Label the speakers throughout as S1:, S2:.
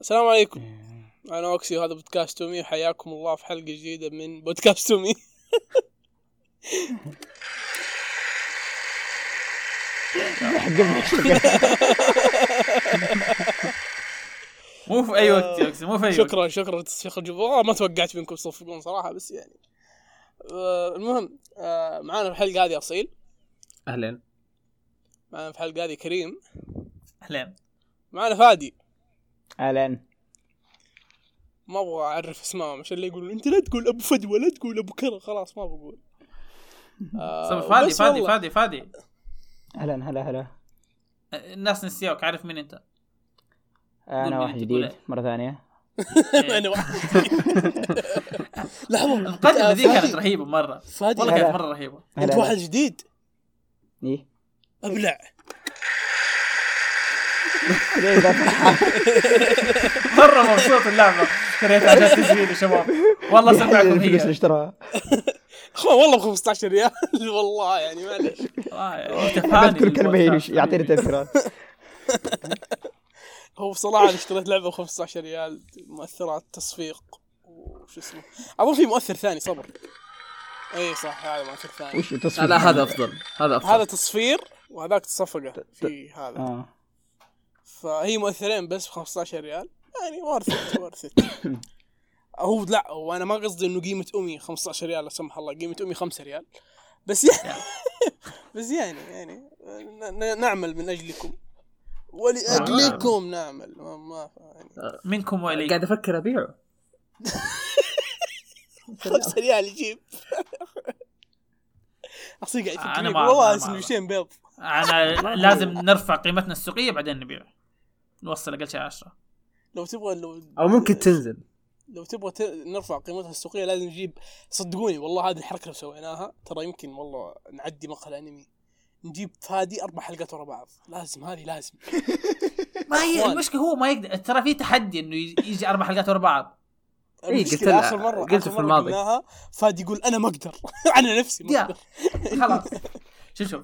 S1: السلام عليكم
S2: إيه.
S1: انا اوكسي وهذا بودكاست تومي وحياكم الله في حلقه جديده من بودكاست تومي
S2: مو في اي وقت
S1: آه،
S2: يا أكسي، مو في اي وقت
S1: شكرا شكرا شكرا جب- والله ما توقعت منكم تصفقون صراحه بس يعني آه، المهم آه، معانا في الحلقه هذه اصيل
S2: اهلين
S1: معانا في الحلقه هذه كريم
S2: اهلين
S1: معانا فادي
S3: اهلا
S1: ما ابغى اعرف اسمائهم عشان لا يقولون انت لا تقول ابو فدوى لا تقول ابو كره خلاص ما بقول آه،
S2: صبر فادي
S1: وبس
S2: فادي
S1: والله.
S2: فادي فادي
S3: اهلا هلا هلا
S2: الناس نسيوك عارف مين انت
S3: انا
S2: مين
S3: واحد
S2: تقول
S3: جديد
S2: إيه.
S3: مره ثانيه
S1: انا واحد لحظه
S2: المقدمه
S1: آه،
S2: ذي كانت
S1: فادي-
S2: رهيبه مره
S1: فادي
S2: والله
S3: هلا.
S2: كانت مره رهيبه
S3: هلا
S1: انت
S3: هلا.
S1: واحد جديد
S3: إيه.
S1: ابلع
S3: ليه ذا الضحك؟
S2: مره مبسوط اللعبه شريتها عشان تسجيل يا شباب والله
S3: يحلل
S2: سمعكم
S3: الفلوس اللي
S2: هي
S3: اشتراها
S1: اخوان والله ب 15 ريال والله يعني معلش
S2: والله، تفاني
S3: بذكر كلمه هي
S2: بالبودكاست.
S3: وش- يعطيني تذكيرات
S1: هو بصراحه انا اشتريت لعبه ب 15 ريال مؤثرات تصفيق وش اسمه اظن في مؤثر ثاني صبر اي صح هذا مؤثر ثاني
S3: وش تصفيق
S4: لا هذا افضل هذا افضل
S1: هذا تصفير وهذاك تصفقه في هذا
S3: اه
S1: فهي مؤثرين بس ب 15 ريال يعني ورثت ورثت هو لا وانا ما قصدي انه قيمه امي 15 ريال لا سمح الله قيمه امي 5 ريال بس يعني بس يعني يعني ن- ن- نعمل من اجلكم ولاجلكم نعمل ما, ما يعني
S2: منكم والي
S4: قاعد افكر ابيعه
S1: 5 ريال يجيب اصير قاعد
S2: أنا
S1: يفكر فيك.
S2: ما-
S1: والله
S2: أنا ما-
S1: سندويشين بيض
S2: انا لازم نرفع قيمتنا السوقيه بعدين نبيعه نوصل اقل شيء 10
S1: لو تبغى لو
S4: او ممكن تنزل
S1: لو تبغى ت- نرفع قيمتها السوقيه لازم نجيب صدقوني والله هذه الحركه لو سويناها ترى يمكن والله نعدي مقهى الانمي نجيب فادي اربع حلقات ورا بعض لازم هذه لازم
S2: ما هي
S1: أخوان.
S2: المشكله هو ما يقدر ترى في تحدي انه يجي- يجي اربع حلقات ورا بعض
S4: إيه، قلت
S1: المشكلة
S4: لها-
S1: اخر مره
S4: قلت
S1: آخر
S4: في
S1: مرة
S4: الماضي.
S1: قلناها فادي يقول انا ما اقدر انا نفسي ما
S2: يا.
S1: اقدر
S2: خلاص شوف شوف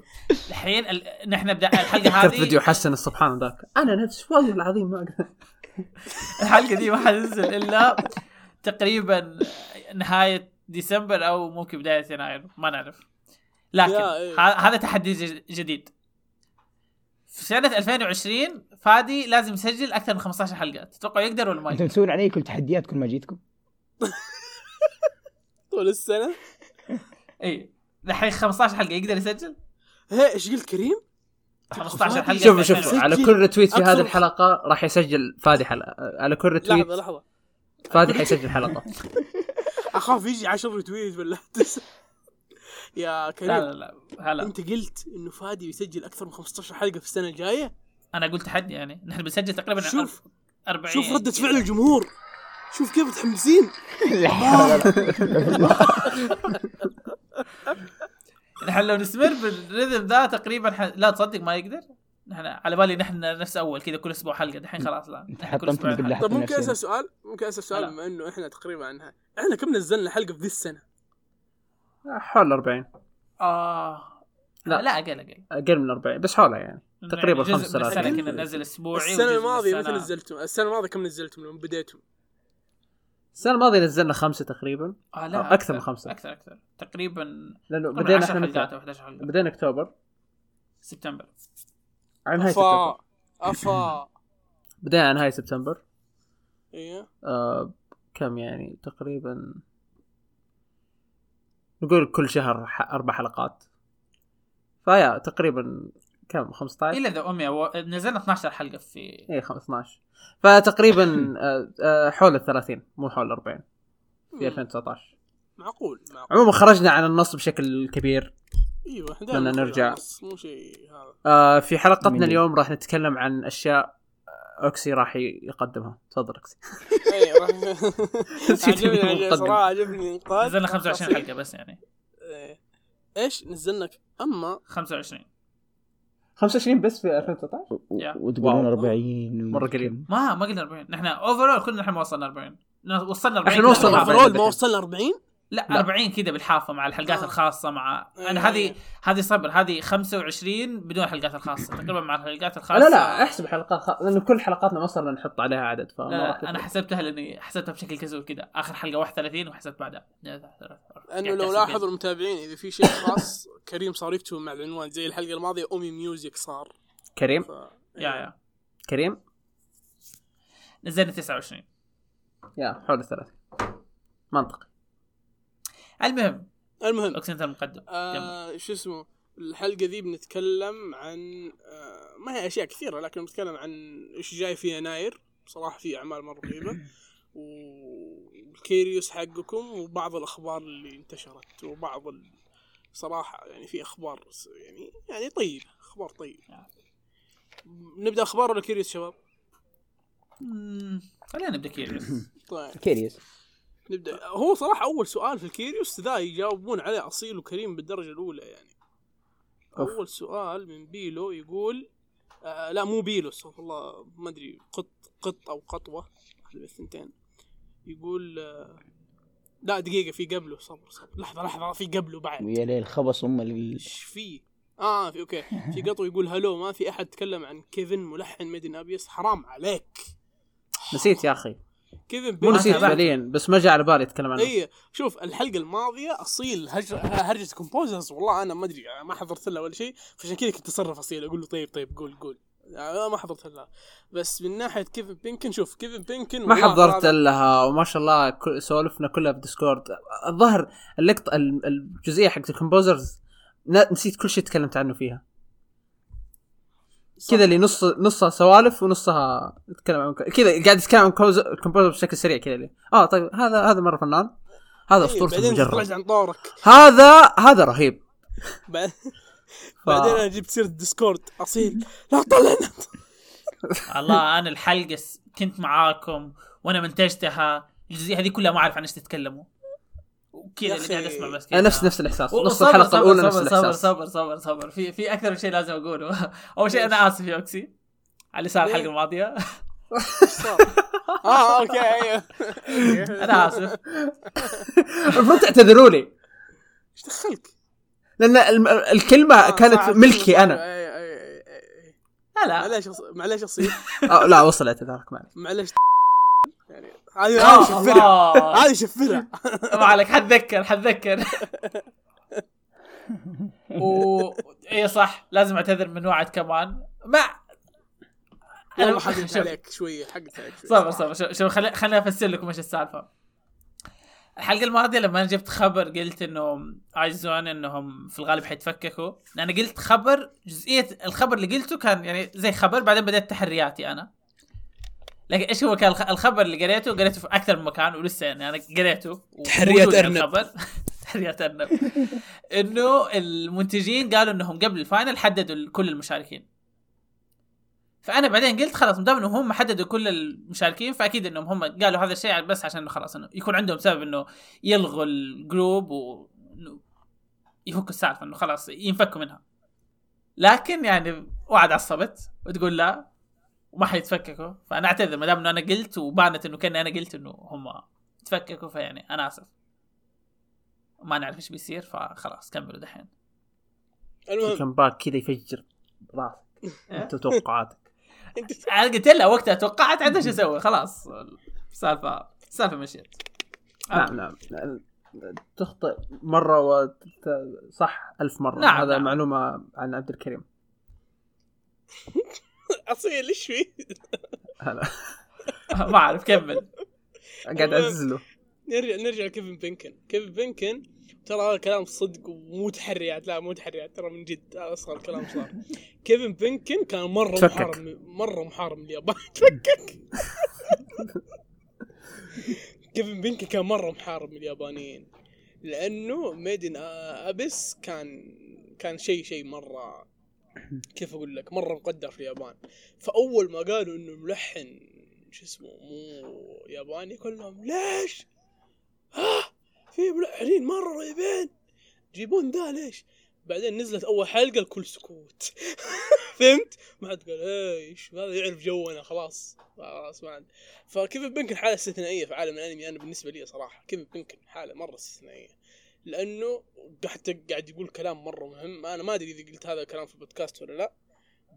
S2: الحين ال... نحن بدا الحلقه
S4: تعرف فيديو
S2: هذه
S4: حسن الصبحان ذاك انا نفسي والله العظيم ما اقدر
S2: الحلقه دي ما حتنزل الا تقريبا نهايه ديسمبر او ممكن بدايه يناير ما نعرف لكن
S1: يا، إيه.
S2: ه... هذا تحدي ج- جديد في سنه 2020 فادي لازم يسجل اكثر من 15 حلقه تتوقع يقدر ولا ما
S3: انتم
S2: يقدر؟
S3: تسوون علي كل تحديات كل ما جيتكم
S1: طول السنه
S2: اي دحين 15 حلقه يقدر يسجل
S1: هي ايش قلت كريم؟
S2: 15 حلقه
S4: شوفوا
S2: في
S4: شوفوا
S2: 2020.
S4: على كل رتويت في
S1: أكثر-
S4: هذه الحلقه راح يسجل فادي حلقه على كل رتويت
S1: لحظه لحظه
S4: فادي حيسجل حلقه
S1: اخاف يجي 10 ريتويت ولا تسعة. يا
S2: لا
S1: كريم
S2: لا لا هلا
S1: انت قلت انه فادي بيسجل اكثر من 15 حلقه في السنه الجايه
S2: انا قلت تحدي يعني نحن بنسجل تقريبا
S1: شوف
S2: 40
S1: شوف ردة فعل الجمهور شوف كيف متحمسين
S3: لا حول ولا قوة.
S2: نحن لو نستمر بالريذم ذا تقريبا ح... لا تصدق ما يقدر نحن على بالي نحن نفس اول كذا كل اسبوع حلقه دحين خلاص لا
S3: انت
S2: نحن كل اسبوع
S3: حطمتني
S2: حلقة.
S3: بالله
S1: طب طيب، ممكن
S3: نفسي.
S1: اسال سؤال ممكن اسال سؤال
S2: هلا.
S1: بما انه احنا تقريبا عنها احنا كم نزلنا حلقه في ذي السنه؟
S4: حول 40
S2: اه
S4: لا.
S2: لا لا اقل اقل
S4: اقل من 40 بس حولها يعني تقريبا
S2: جزء من
S4: 35.
S2: السنه كنا ننزل اسبوعي
S1: السنه
S2: وجزء من
S1: الماضيه متى
S2: السنة-
S1: نزلتم؟ السنه الماضيه كم نزلتم لما بديتم؟
S4: السنه الماضيه نزلنا خمسه تقريبا
S2: آه لا
S4: أكثر من خمسة.
S2: اكثر اكثر تقريبا
S4: لانه
S2: بدينا
S4: بدينا
S2: 10
S4: احنا
S2: حلقات
S4: متى؟
S2: او 11 حلقه
S4: بدينا اكتوبر
S2: سبتمبر
S4: على نهايه سبتمبر
S1: افا افا
S4: بدينا على نهايه سبتمبر
S1: ايوه
S4: آه كم يعني تقريبا نقول كل شهر ح- اربع حلقات فيا تقريبا كم إيه، 15
S2: الا اذا امي أو... نزلنا 12 حلقه في
S4: اي 15 فتقريبا آه، آه، حول ال 30 مو حول 40 في 2019
S1: معقول معقول
S4: عموما خرجنا عن النص بشكل كبير
S1: ايوه احنا
S4: بدنا
S1: دائما نخرج
S4: نرجع.
S1: عن النص، مو شيء هذا
S4: آه، في
S3: من
S4: حلقتنا
S3: جد.
S4: اليوم راح نتكلم عن اشياء آه، اوكسي راح ي- يقدمها تفضل اوكسي
S1: إيه، راح-
S4: نسيت
S1: عجبني
S4: إني
S1: عجبني
S4: مقدم.
S1: صراحه عجبني الانقاذ
S2: نزلنا 25 حلقه بس يعني
S1: إيه. ايش نزلنا ك- اما
S2: 25
S4: 25 بس في 2019
S2: يا.
S3: وتقولون
S4: واو.
S3: 40
S4: مرة قليل.
S2: ما ما قلنا 40 نحن اوفرول كلنا نحن ما وصلنا 40 وصلنا 40
S4: إحنا نوصل
S2: كلنا.
S4: أربعين.
S1: اوفرول ما وصلنا 40
S2: لا,
S4: لا.
S2: 40 كذا بالحافه مع الحلقات
S1: آه.
S2: الخاصه مع انا
S1: أيوة،
S2: هذه
S1: أيوة.
S2: هذه صبر هذه 25 بدون الحلقات الخاصه تقريبا مع الحلقات الخاصه
S4: لا لا احسب حلقات خ... لانه كل حلقاتنا ما صرنا نحط عليها عدد
S2: لا،
S4: فما راح
S2: لا
S4: تفرق.
S2: انا حسبتها لاني حسبتها بشكل كزول كذا اخر حلقه 31 وحسبت بعدها يعني
S1: لانه لو لاحظوا المتابعين اذا في شيء خاص كريم صار يكتب مع العنوان زي الحلقه الماضيه امي ميوزك صار
S4: كريم
S1: ف... إيه.
S2: يا يا
S4: كريم
S2: نزلنا 29
S4: يا حول الثلاثة منطقي
S2: المهم
S1: المهم
S2: اقسم بالله المقدم
S1: آه شو اسمه الحلقه ذي بنتكلم عن آه ما هي اشياء كثيره لكن بنتكلم عن ايش جاي في يناير صراحه في اعمال مره رهيبه والكيريوس حقكم وبعض الاخبار اللي انتشرت وبعض ال... صراحه يعني في اخبار س- يعني يعني طيبه اخبار طيبه نبدا اخبار ولا كيريوس شباب؟
S2: مم، خلينا نبدا كيريوس
S1: طيب
S3: كيريوس
S1: نبدا آه، هو صراحه اول سؤال في الكيريوس ذا يجاوبون عليه اصيل وكريم بالدرجه الاولى يعني
S4: أوف.
S1: اول سؤال من بيلو يقول آه لا مو بيلو استغفر الله ما ادري قط قط او قطوه واحده من الثنتين يقول آه لا دقيقه في قبله صبر صبر لحظه لحظه في قبله بعد
S3: ويا ليل خبص ام ال-
S1: ايش في اه في اوكي في قطو يقول هلو ما في احد تكلم عن كيفن ملحن ميدن ابيس حرام عليك
S4: نسيت يا اخي
S1: كيفن
S4: مو
S1: بيلو-
S4: نسيت
S2: تابعت.
S4: فعليا بس ما جاء على بالي اتكلم عنه
S1: اي إيه، شوف الحلقه الماضيه اصيل هج... هرجه كومبوزرز والله انا ما ادري ما حضرت لها ولا شيء فعشان كذا كنت اتصرف اصيل اقول له طيب طيب قول قول أنا ما حضرت لها بس من ناحيه كيفن بينكن شوف كيفن بينكن
S4: ما
S1: والله
S4: حضرت
S1: هذا-
S4: لها وما شاء الله كل- سوالفنا كلها في ديسكورد الظهر اللقطه ال- الجزئيه حقت الكومبوزرز ن- نسيت كل شيء تكلمت عنه فيها
S1: صح.
S4: كذا اللي نص نصها سوالف ونصها نتكلم عن كذا قاعد يتكلم عن كوز- الكومبوزر بشكل سريع كذا اللي اه طيب هذا هذا مره فنان هذا
S1: إيه،
S4: اسطوره
S1: بعدين
S4: المجرد
S1: طلعت عن دورك
S4: هذا هذا رهيب
S1: بعد-
S4: ف...
S1: بعدين انا جبت سيره ديسكورد اصيل لا طلعنا
S2: الله انا الحلقه س- كنت معاكم وانا منتجتها الجزئيه هذه كلها ما اعرف عن ايش تتكلموا
S1: يا
S2: وكذا اللي
S1: أخي،
S2: قاعد اسمع بس كذا
S4: أنا نفس نفس الاحساس
S2: و-
S4: نص
S2: وصبر-
S4: الحلقه
S2: صبر-
S4: الاولى
S2: صبر-
S4: نفس
S2: صبر
S4: الاحساس
S2: صبر صبر صبر في في اكثر من شيء لازم اقوله اول شيء انا اسف يا اوكسي على لسان الحلقه الماضيه
S1: ايش صار اه اوكي ايوه
S2: انا اسف
S4: المفروض تعتذروا لي
S1: ايش دخلك؟
S4: لان الم- الكلمه
S1: آه، صح،
S4: كانت ملكي انا
S1: أيوة، أيوة، أيوة، أيوة.
S2: لا لا
S1: معليش أص- معليش اصيل
S4: آه، لا وصل اعتذارك معلش
S1: معليش يعني هذه هذه
S2: آه،
S1: شفرها
S2: الله
S1: هذه شفرها
S2: ما عليك حتذكر حتذكر و اي صح لازم اعتذر من وعد كمان مع
S1: والله حقت
S2: شوف-
S1: عليك شويه حقت عليك شوية.
S2: صبر صبر شوف- شوف خلي- خليني افسر لكم ايش السالفه الحلقه الماضيه لما انا جبت خبر قلت انه عايزون انهم في الغالب حيتفككوا انا قلت خبر جزئيه الخبر اللي قلته كان يعني زي خبر بعدين بدات تحرياتي انا لكن ايش هو كان الخ- الخبر اللي قريته قريته في اكثر من مكان ولسه يعني انا قريته و-
S1: تحريات
S2: موجود
S1: أرنب.
S2: الخبر تحريات ارنب انه المنتجين قالوا انهم قبل الفاينل حددوا ال- كل المشاركين فانا بعدين قلت خلاص ما دام انه هم حددوا كل المشاركين فاكيد انهم هم قالوا هذا الشيء بس عشان إنه خلاص انه يكون عندهم سبب انه يلغوا الجروب و إنه يفكوا السالفه انه خلاص ينفكوا منها لكن يعني وعد عصبت وتقول لا وما حيتفككوا فانا اعتذر ما دام انه انا قلت وبانت انه كاني انا قلت انه هم تفككوا فيعني انا اسف ما نعرف ايش بيصير فخلاص كملوا دحين
S1: المهم
S4: كم باك كذا يفجر راسك
S2: إيه؟
S4: انت توقعاتك
S1: انت
S2: انا قلت لها وقتها توقعت عاد ايش اسوي خلاص السالفه السالفه مشيت آه.
S4: نعم نعم تخطئ مره وصح ألف مره
S2: نعم،
S4: هذا
S2: نعم.
S4: معلومه عن عبد الكريم
S1: اصيل ايش في؟
S4: هلا
S2: ما اعرف كمل
S4: قاعد اعزز له
S1: نرجع نرجع لكيفن بينكن كيفن بينكن ترى هذا كلام صدق ومو تحريات لا مو تحريات ترى من جد هذا اصغر كلام صار كيفن بينكن كان مره
S4: تفكك.
S1: محارب مره محارب من اليابان تفكك كيفن بينكن كان مره محارب من اليابانيين لانه ميدن ابس كان كان شيء شيء مره كيف اقول لك مره مقدر في اليابان فاول ما قالوا انه الملحن شو اسمه مو ياباني كلهم ليش؟ ها في ملحنين مره رهيبين جيبون ذا ليش؟ بعدين نزلت اول حلقه الكل سكوت فهمت؟ ما حد قال ايش هذا يعرف جونا خلاص خلاص ما عاد فكيفن بنكن حاله استثنائيه في عالم الانمي انا بالنسبه لي صراحه كيفن بنكن حاله مره استثنائيه لانه حتى قاعد يقول كلام مره مهم انا ما ادري اذا قلت هذا الكلام في البودكاست ولا لا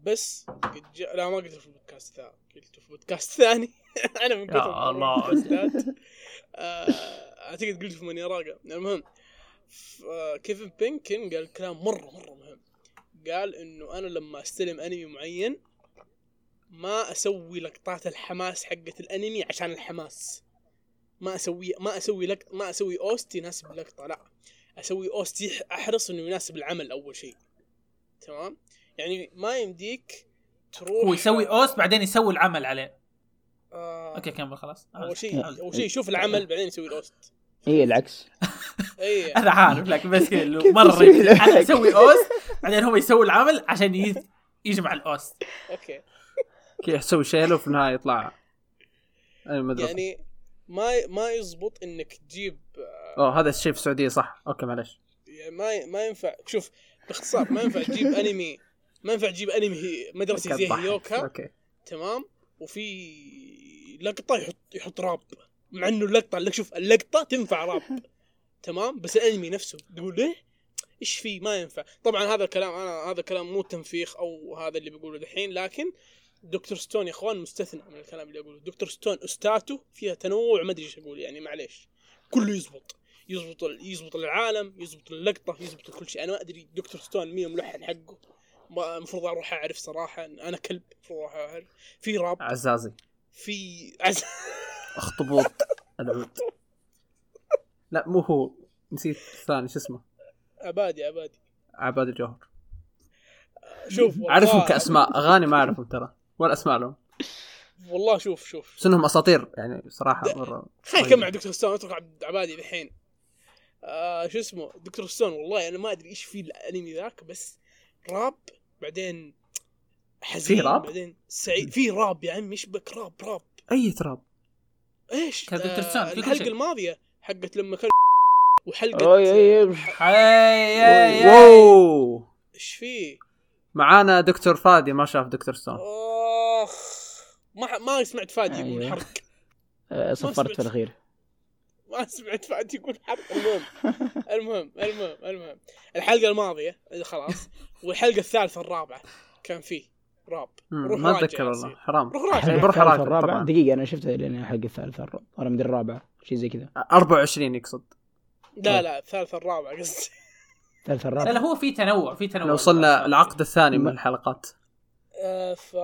S1: بس قد جاء لا ما قلته في بودكاست ثاني قلته في بودكاست ثاني انا من كثر
S2: يا الله.
S1: البودكاستات. آه، اعتقد قلته في مانيراقا المهم ف- آه، كيفن بينكن قال كلام مره مره مهم قال انه انا لما استلم انمي معين ما اسوي لقطات الحماس حقت الانمي عشان الحماس ما اسوي ما اسوي لك ما اسوي اوست يناسب اللقطه لا اسوي اوست يح- احرص انه يناسب العمل اول شيء تمام يعني ما يمديك تروح
S2: هو يسوي اوست بعدين يسوي العمل عليه
S1: آه
S2: اوكي كمل خلاص
S1: اول شيء اول شيء يشوف العمل بعدين يسوي إيه، الاوست
S3: اي إيه، العكس
S1: اي
S2: انا عارف لك بس كذا اللي
S3: كيف
S2: مره
S3: يسوي لك؟
S2: انا اسوي اوست بعدين هو يسوي العمل عشان ي- يجمع الاوست
S1: اوكي
S4: كذا يسوي شيله وفي النهايه يطلع انا ما ادري
S1: يعني ما ما يزبط انك تجيب
S4: اوه هذا الشيء في السعوديه صح اوكي معلش
S1: يعني ما ما ينفع شوف باختصار ما ينفع تجيب انمي ما ينفع تجيب انمي هي- مدرسه زي
S4: كان ضحك.
S1: هيوكا
S4: اوكي
S1: تمام وفي لقطه يحط يحط راب مع انه اللقطه اللي شوف اللقطه تنفع راب تمام بس الانمي نفسه تقول ليه ايش فيه ما ينفع طبعا هذا الكلام انا هذا الكلام مو تنفيخ او هذا اللي بقوله الحين لكن دكتور ستون يا اخوان مستثنى من الكلام اللي اقوله دكتور ستون استاته فيها تنوع ما ادري ايش اقول يعني معليش كله يزبط يزبط ال- يزبط العالم يزبط اللقطه يزبط كل شيء انا ما ادري دكتور ستون مين الملحن حقه ما- المفروض اروح اعرف صراحه انا كلب المفروض اروح اعرف في راب
S4: عزازي
S1: في عز...
S4: اخطبوط العود لا مو هو نسيت الثاني شو اسمه
S1: عبادي عبادي
S4: عباد الجوهر
S1: شوف والله
S4: اعرفهم كاسماء اغاني ما اعرفهم ترى ولا اسماء لهم
S1: والله شوف شوف
S4: بس انهم اساطير يعني صراحه مره
S3: طيب.
S1: خلينا نكمل على دكتور ستون اترك عبد عبادي الحين آه شو اسمه دكتور ستون والله انا ما ادري ايش في الانمي ذاك بس راب بعدين حزين
S4: في راب؟
S1: بعدين سعيد في راب يا عمي ايش بك راب راب
S4: اي تراب
S1: ايش
S2: كان دكتور ستون، في كل
S1: الحلقه
S2: شيء.
S1: الماضيه حقت لما كان وحلقه
S3: أوي، أوي، أوي.
S2: اي
S4: واو
S1: ايش فيه؟
S4: معانا دكتور فادي ما شاف دكتور
S3: آه.
S4: ستون
S1: اخ ما ما سمعت فادي يقول
S3: أيوه.
S1: حرق
S3: آه، صفرت في الاخير
S1: ما سمعت فادي يقول حرق المهم المهم المهم المهم الحلقه الماضيه خلاص والحلقه الثالثه الرابعه كان فيه راب روح
S4: ما
S1: راجع
S4: اتذكر
S1: يا
S4: والله
S1: سيد.
S4: حرام
S1: روح راجع
S4: أنا بروح
S3: الثالثة
S4: أراجع
S3: الرابعة
S4: طبعاً.
S3: دقيقة أنا شفتها لأن الحلقة الثالثة الرابعة ولا مدري الرابعة شيء زي كذا
S4: 24 يقصد
S1: لا لا الثالثه الرابعه قصدي
S3: الثالثة
S2: لا لا
S3: الرابعة
S2: هو في تنوع في تنوع
S4: لو وصلنا العقد الثاني من
S3: ما-
S4: الحلقات
S1: آه، ف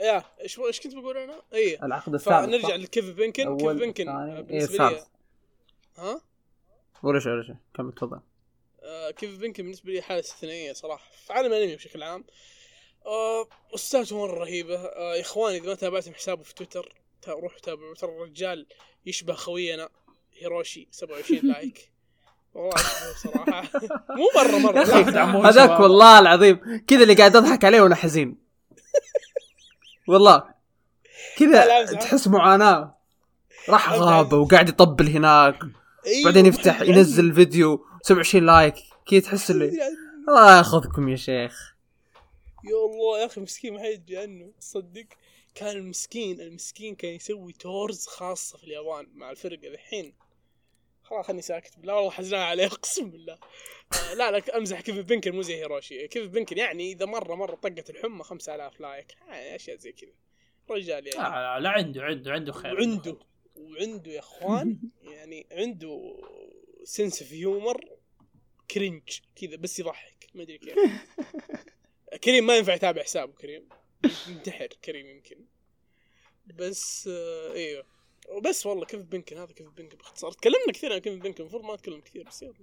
S1: يا ايش ايش كنت بقول انا؟ اي
S4: العقد الثالث
S1: فنرجع لكيف بنكن كيف
S4: أول،
S1: بنكن
S4: ثاني،
S1: آه،
S4: إيه،
S1: بالنسبه لي
S4: الثالث.
S1: ها
S4: ولا شيء ولا شيء كمل تفضل
S1: آه، كيف بنكن بالنسبه لي حاله استثنائيه صراحه في عالم الانمي بشكل عام آه، استاذته مره رهيبه آه، يا اخوان اذا ما تابعتم حسابه في تويتر تا- روحوا تابعوا ترى الرجال يشبه خوينا هيروشي 27 لايك والله يشبهه صراحه مو مره مره
S2: يا أخي،
S1: لا،
S2: أحد عمو
S4: هذاك
S2: شباب.
S4: والله العظيم كذا اللي قاعد اضحك عليه وانا حزين والله
S1: لا،
S4: كذا
S1: أمزح.
S4: تحس معاناه راح
S1: أمزح.
S4: غابه وقاعد يطبل هناك
S1: أيوه،
S4: بعدين يفتح ينزل فيديو 27 لايك كذا تحس اللي الله ياخذكم يا شيخ
S1: يا الله يا اخي مسكين ما حد يدري عنه تصدق كان المسكين المسكين كان يسوي تورز خاصه في اليابان مع الفرقه الحين خلاص خلني ساكت لا والله حزنان عليه اقسم بالله آه، لا لا امزح كيف بنكن مو زي هيروشي كيف بنكن يعني اذا مره مره طقت الحمى 5000 لايك يعني اشياء زي كذا رجال يعني
S2: لا, لا, لا عنده عنده عنده خير
S1: وعنده وعنده يا اخوان يعني عنده سنس اوف هيومر كرنج كذا بس يضحك ما ادري كيف كريم ما ينفع يتابع حسابه كريم ينتحر كريم يمكن بس آه ايوه وبس والله كيف بنكن هذا كيف بنكن باختصار تكلمنا كثير عن كيف بنكن المفروض ما نتكلم كثير بس يلا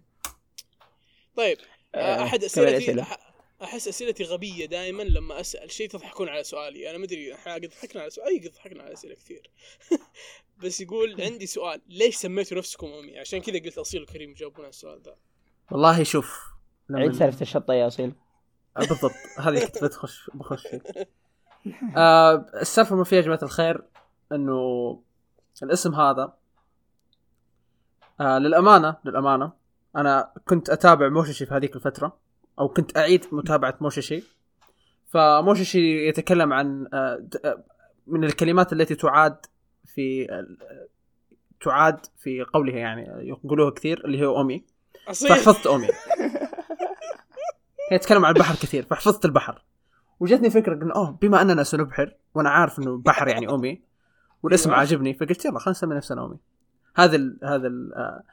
S1: طيب آه، احد
S3: كمل
S1: اسئلتي
S3: أسئلة.
S1: أح- احس اسئلتي غبيه دائما لما اسال شيء تضحكون على سؤالي انا ما ادري احنا قد ضحكنا على سؤال اي قد ضحكنا على اسئله كثير بس يقول عندي سؤال ليش سميتوا نفسكم امي عشان كذا قلت اصيل وكريم يجاوبون على السؤال ذا
S4: والله شوف لما-
S3: عيد سالفة الشطة يا أصيل
S4: آه، بالضبط هذه كنت بتخش بخش فيه آه السالفه ما فيها يا جماعه الخير انه الاسم هذا آه للامانه للامانه انا كنت اتابع موشيشي في هذيك الفتره او كنت اعيد متابعه موشيشي فموشيشي يتكلم عن آه، د- آه، من الكلمات التي تعاد في ال- آه، تعاد في قوله يعني آه، يقولوها كثير اللي هي اومي
S1: اصيح
S2: طيب.
S4: فحفظت اومي هي تتكلم عن البحر كثير فحفظت البحر وجتني فكره انه اوه بما اننا سنبحر وانا عارف انه بحر يعني اومي والاسم
S2: أيوة.
S4: عاجبني فقلت يلا خلينا نسمي نفسنا اومي هذا ال هذا ال آه،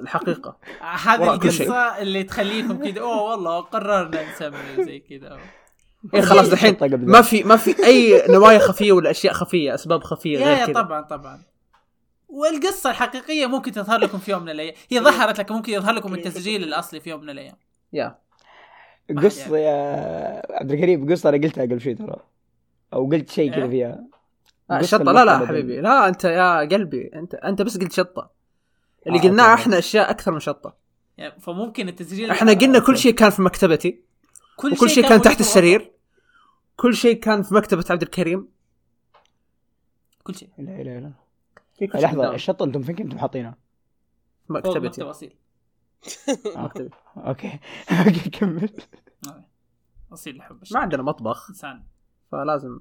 S4: الحقيقه
S2: هذه
S4: وراء كل شيء.
S2: القصه اللي تخليكم كذا اوه والله قررنا نسمي زي كذا
S4: إيه خلاص دحين
S3: طيب قبل
S4: ما في ما في اي نوايا خفيه ولا اشياء خفيه اسباب خفيه
S2: يا
S4: غير
S2: يا
S4: كذا
S2: طبعا طبعا والقصه الحقيقيه ممكن تظهر لكم في يوم من الايام
S4: إيه.
S2: هي ظهرت لكن ممكن يظهر لكم التسجيل الاصلي في يوم من الايام
S4: يا
S3: قصة يا عبد الكريم قصة أنا قلتها قبل شوي ترى أو قلت شيء كذا
S2: إيه؟
S3: فيها
S4: آه،
S3: قصة
S4: شطه لا لا
S3: مرتبطة
S4: حبيبي لا انت يا قلبي انت انت بس قلت شطه اللي
S3: آه،
S4: قلناه
S2: طيب.
S3: أوكي.
S4: احنا اشياء اكثر من شطه
S2: يعني فممكن التسجيل
S4: احنا قلنا كل شيء كان في مكتبتي
S2: كل
S4: وكل شيء كان تحت
S2: موجود
S4: السرير كل شيء كان في مكتبة عبد الكريم
S2: كل شيء
S3: لا لا لا
S4: في كل شيء
S3: لحظة
S4: قدام.
S3: الشطة أنتم فين كنتم حاطينها؟
S2: فوق
S4: مكتبتي
S2: مكتب اصيل
S3: آه، أوكي أوكي كمل
S2: اصيل الحب
S4: ما عندنا مطبخ
S2: انسان
S4: فلازم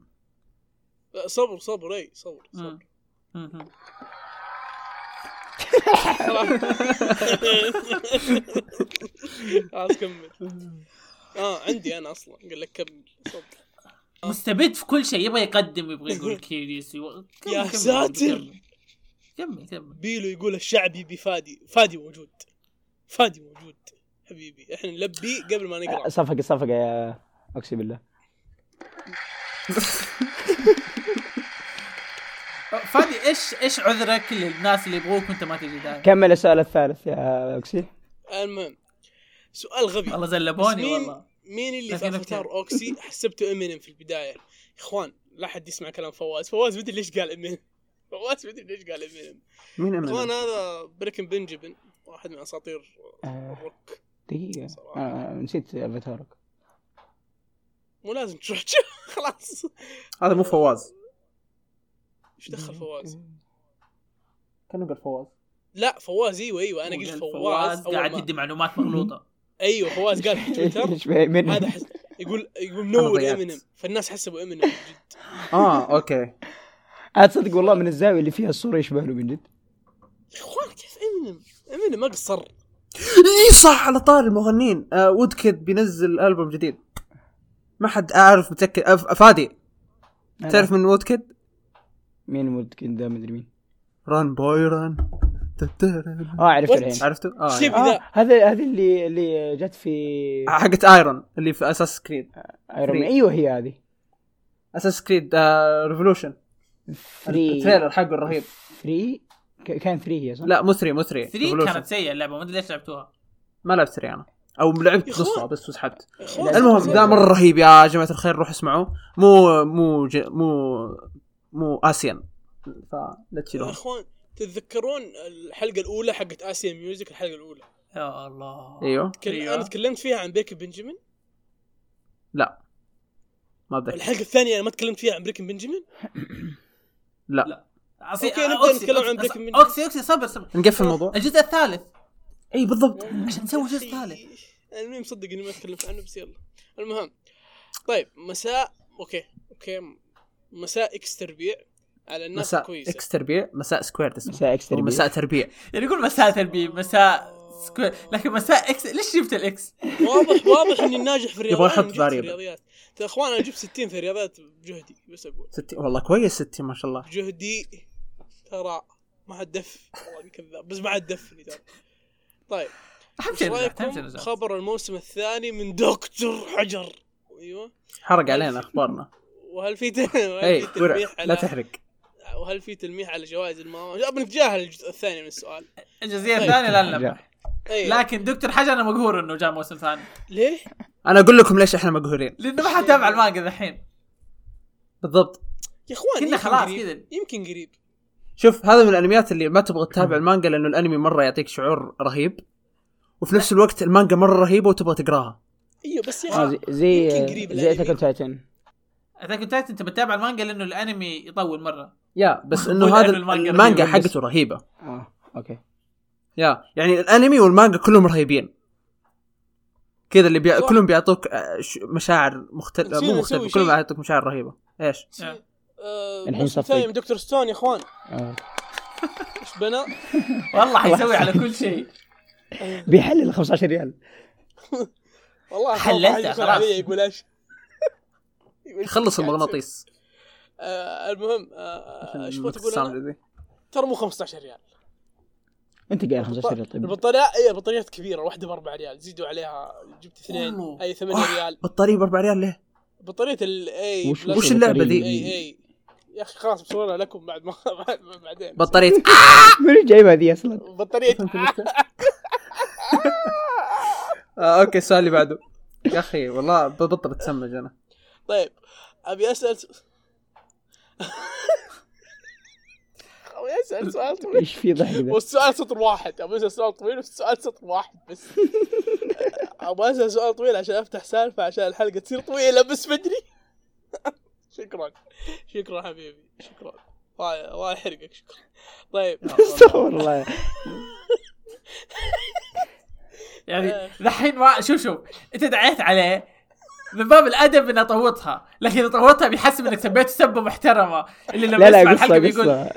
S1: صبر صبر اي صبر
S2: مم.
S1: صبر
S2: مم.
S1: خلاص كمل اه عندي انا اصلا قال لك كمل صبر
S2: مستبد في كل شيء يبغى يقدم يبغى يقول كيريس يبغى- كمل-
S1: يا
S2: كمل-
S1: ساتر.
S2: كمل. كمل كمل
S1: بيلو يقول الشعبي بفادي فادي موجود فادي موجود حبيبي احنا نلبي قبل ما نقرا
S3: صفقة صفقة يا أقسم بالله
S2: فادي ايش ايش عذرك للناس اللي يبغوك وانت ما تجي دائما؟
S3: كمل السؤال الثالث يا أوكسي
S1: المهم سؤال غبي
S2: والله
S1: بس
S2: زلبوني
S1: مين
S2: والله
S1: مين اللي
S2: ما
S1: في
S2: في
S1: افاتار
S2: نكتة.
S1: اوكسي حسبته امينيم في البدايه يا اخوان لا حد يسمع كلام فواز فواز مدري ليش قال امينيم فواز مدري ليش قال امينيم
S4: مين
S1: اخوان
S4: امين
S1: هذا بريكن بنجبن واحد من اساطير الروك
S3: آه، دقيقة
S1: صراحة.
S3: أنا نسيت أفاتارك
S1: مو لازم تروح خلاص
S4: هذا مو فواز
S1: ايش دخل فواز؟
S4: كان نقول فواز
S1: لا فواز ايوه ايوه انا قلت
S2: وقال
S1: فواز أول
S2: قاعد
S1: ما-
S2: يدي معلومات مغلوطه
S1: ايوه فواز قال في تويتر
S3: ايش بيه- من
S1: هذا حس... يقول يقول منور
S4: ضيعت.
S1: امينيم فالناس حسبوا امينيم جد
S4: اه اوكي
S3: عاد صدق والله من الزاوية اللي فيها الصورة يشبه له من جد
S1: يا اخوان كيف امينيم؟ امينيم ما قصر
S4: اي صح على طار المغنين آه وودكد بينزل البوم جديد ما حد اعرف متاكد أف... فادي
S3: أنا-
S4: تعرف من وودكد
S3: مين ممكن ده مدري مين
S4: ران بوي ران
S3: اه عرفت
S1: What?
S3: الحين
S4: عرفته؟ اه
S1: شيب
S4: يعني.
S3: آه، هذا هذه اللي اللي جت في
S4: آه، حقت ايرون اللي في اساس كريد
S3: ايرون مان.
S4: Three.
S3: ايوه هي هذه
S4: اساس كريد آه ريفولوشن التريلر
S3: ثري
S4: حقه الرهيب
S3: ثري ك- كان ثري هي صح؟
S4: لا مو 3 مو 3
S2: 3 كانت سيئه اللعبه ما ادري ليش لعبتوها
S4: ما لعبت ثري انا او لعبت
S1: يا أخوان.
S4: نصها بس وسحبت
S1: يا اخوان
S4: المهم ذا مره رهيب يا جماعه الخير روحوا اسمعوه مو مو ج... مو مو اسيان فلا
S1: يا
S4: تشيلوها
S1: اخوان تتذكرون الحلقه الاولى حقت اسيا ميوزك الحلقه الاولى
S2: يا الله
S4: ايوه
S1: تكل...
S2: أيوة.
S1: انا تكلمت فيها عن بيكي بنجمين
S4: لا ما اتذكر
S1: الحلقه الثانيه انا ما تكلمت فيها عن بريكن بنجمين
S4: لا
S2: عصي...
S1: أوكي، نبدأ
S2: أوكسي-
S1: نتكلم عن
S2: أوكسي-
S1: Breaking Bad.
S2: اوكسي اوكسي صبر صبر
S4: نقفل الموضوع
S2: الجزء الثالث إيه،
S4: اي بالضبط
S2: عشان نسوي جزء
S1: يا أخي، انا مين مصدق اني ما تكلمت عنه بس يلا المهم طيب مساء اوكي اوكي مساء اكس تربيع على الناس مساء
S4: مساء
S1: كويسه
S4: اكس تربيع مساء سكوير تسمى
S3: مساء اكس
S4: أو
S3: تربيع.
S4: مساء تربيع
S2: يعني يقول مساء تربية مساء سكوير لكن مساء اكس ليش جبت الاكس؟
S1: واضح واضح اني ناجح في الرياضيات
S4: يبغى يحط
S1: أنا نجحت في
S4: variable.
S1: الرياضيات ترى يا اخوان انا جبت 60 في الرياضيات بجهدي بس اقول
S4: 60 والله كويس 60 ما شاء الله
S1: جهدي ترى ما حد دف والله إني كذاب بس ما حد دفني ترى طيب
S2: اهم
S1: ايش
S2: شيء نزلت اهم شيء
S1: رايكم
S2: نزلت.
S1: خبر الموسم الثاني من دكتور حجر ايوه
S4: حرق علينا اخبارنا
S1: وهل في ت- وهل
S4: اي
S1: في
S4: إيه، ورع
S1: تلميح
S4: لا
S1: طيب، على
S4: تحرق
S1: وهل في تلميح على جوائز الماوى؟ لا بنتجاهل الجزء الثاني من السؤال
S2: الجزئيه
S1: طيب.
S2: الثانيه لا نلمح
S3: لا.
S1: اي
S2: لكن دكتور حجر انا مقهور انه جاء موسم ثاني
S1: ليه؟
S4: انا اقول لكم ليش احنا مقهورين
S2: لانه ما حد
S1: يعني؟
S2: تابع المانجا ذحين
S4: بالضبط
S1: يا اخوان
S2: كنا
S1: يمكن
S2: خلاص
S1: قريب.
S2: كذا.
S1: يمكن قريب
S4: شوف هذا من الانميات اللي ما تبغى تتابع المانجا لانه الانمي مره يعطيك شعور رهيب وفي نفس الوقت المانجا مره رهيبه وتبغى تقراها
S1: ايوه بس يا
S3: آه،
S1: اخي
S3: زي زي
S1: يمكن قريب
S3: زي
S1: الأنمي.
S3: تاكل تايتن
S2: اتاك أون تايتن انت بتتابع المانجا لانه الانمي يطول مره
S4: يا بس
S2: مو
S4: انه
S2: لأنه
S4: هذا
S2: المانجا
S4: المانجا
S2: رهيبة بس.
S4: حقته رهيبه
S3: اه اوكي
S4: يا يعني الانمي والمانجا كلهم رهيبين كذا اللي بي...
S1: صح.
S4: كلهم بيعطوك آه، ش- مشاعر مختلفه
S1: نسينا
S4: مو
S1: نسوي
S4: مختلفه
S1: شيء.
S4: كلهم بيعطوك مشاعر رهيبه ايش؟
S1: شيء- آه،
S3: الحين
S1: الموسم
S3: صفي.
S1: الثاني من دكتور ستون يا اخوان
S3: آه.
S1: ايش بنا؟
S2: والله حيسوي على كل شيء
S3: بيحلل 15 ريال
S1: والله أتوقع
S2: حللتها
S1: حد يكون
S2: خلاص.
S1: علي يقول ايش يقول إيش
S4: يخلص
S1: قاعد
S4: المغناطيس
S1: تسوي؟ آه، المهم يعني آه، ايش بغيت اقول أنا؟
S4: الساوند ذي.
S1: ترى مو 15 ريال إيه،
S3: انت قايل 15 ريال طيب
S1: البطاريات اي البطاريات كبيره واحده ب 4 ريال زيدوا عليها جبت اثنين
S2: والله.
S1: اي 8 ريال
S4: بطاريه ب 4 ريال ليه؟
S1: بطاريه ال اي
S3: وش-
S1: بلاش-
S4: وش اللعبه
S1: اي
S3: البطارية؟
S4: ذي؟
S1: اي يا اخي خلاص بصورها لكم بعد ما بعد ما- بعدين
S4: بطاريه
S3: من جايبها ذي اصلا
S1: بطاريه
S4: آه اوكي السؤال اللي بعده يا اخي والله ببطل اتسمج انا
S1: طيب ابي اسال س- ابي اسال سؤال طويل
S3: ايش في ضحك ذا
S1: والسؤال سطر واحد ابي اسال سؤال طويل والسؤال سطر واحد بس ابغى اسال سؤال طويل عشان افتح سالفه عشان الحلقه تصير طويله بس بدري شكرا شكرا حبيبي شكرا الله الله يحرقك شكرا طيب
S3: استغفر الله
S2: يعني دحين ما شوف شوف انت دعيت عليه من باب الادب اني اطوطها لكن اذا طوطها بيحسب انك سبيته سبه محترمه اللي لما
S3: لا لا
S2: يسمع الحلقه
S3: قصه
S2: بيقول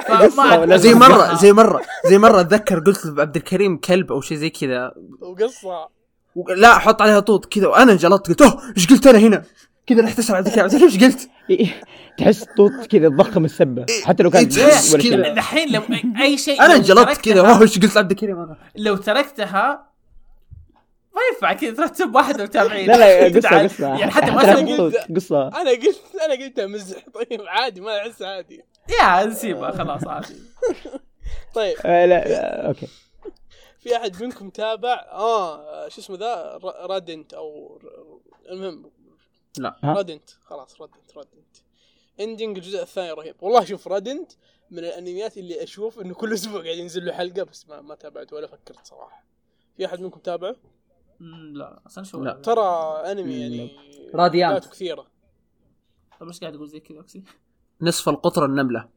S3: قصه
S2: ما-
S3: قصة
S2: ما- آه.
S3: ولا
S4: زي مره زي مره زي مره اتذكر قلت لعبد الكريم كلب او شيء زي كذا
S1: وقصه
S4: و- لا احط عليها طوط كذا وانا انجلطت قلت اوه ايش قلت انا هنا كذا رحت اسال عبد الكريم عبد الكريم ايش قلت؟
S3: إيه، تحس طوط كذا تضخم السبه حتى لو كان
S4: إيه، تحس
S3: ولا
S4: كذا.
S3: شيء
S2: دحين لو أي- اي شيء
S4: انا
S2: لو
S4: انجلطت كذا
S2: تركتها-
S4: اوه ايش قلت عبد الكريم انا
S2: لو تركتها ما ينفع كذا تروح تسب واحد من المتابعين
S3: لا لا قصه
S2: تدعي.
S3: قصه
S2: يعني حتى ما
S3: حتى
S2: سب
S1: سوي-
S3: لو طوط، قصه
S1: انا قلت انا قلتها مزح طيب عادي ما احس عادي
S2: يا نسيبها خلاص عادي
S1: طيب
S3: آه، لا لا، اوكي
S1: في احد منكم تابع اه شو اسمه ذا ر- رادنت او ر- المهم
S4: لا.
S3: ها؟
S1: رادنت خلاص رادنت رادنت اندنج الجزء الثاني رهيب والله شوف رادنت من الانميات اللي اشوف انه كل اسبوع قاعد ينزل له حلقه بس ما, ما تابعته ولا فكرت صراحه في احد منكم تابعه
S2: مم، لا اصلا شو
S4: لا.
S1: ترى انمي يعني
S4: راديانت.
S1: حلقاته كثيره
S2: طب ايش قاعد اقول زي كذا اوكسي
S4: نصف القطر النمله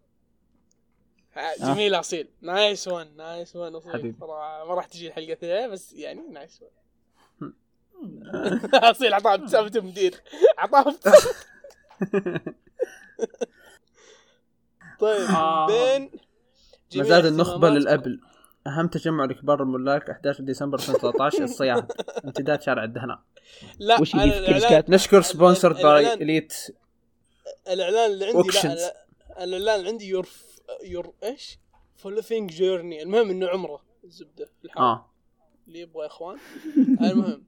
S1: آه، جميل اصيل نايس وان نايس وان اصيل
S4: حبيبي.
S1: ترى ما راح تجي الحلقه الثانيه بس يعني نايس وان اصيل عطاها ابتسامه المدير عطاها ابتسامة. طيب
S2: آه.
S1: بين جميع
S4: مزاد النخبه
S1: اهتماماتكم.
S4: للابل اهم تجمع لكبار الملاك 11 ديسمبر 2013 الصياد امتداد شارع الدهناء
S1: لا
S3: وش
S1: أنا
S3: يجي في كيس
S1: الإعلان-
S3: كات
S4: نشكر سبونسرد باي
S1: الإعلان-
S4: اليت
S1: الاعلان اللي عندي
S4: Auctions.
S1: لا أنا- الاعلان اللي عندي يور يور ايش؟ فولفينج جيرني المهم انه عمره الزبده الحال
S4: اه
S1: اللي يبغى يا اخوان المهم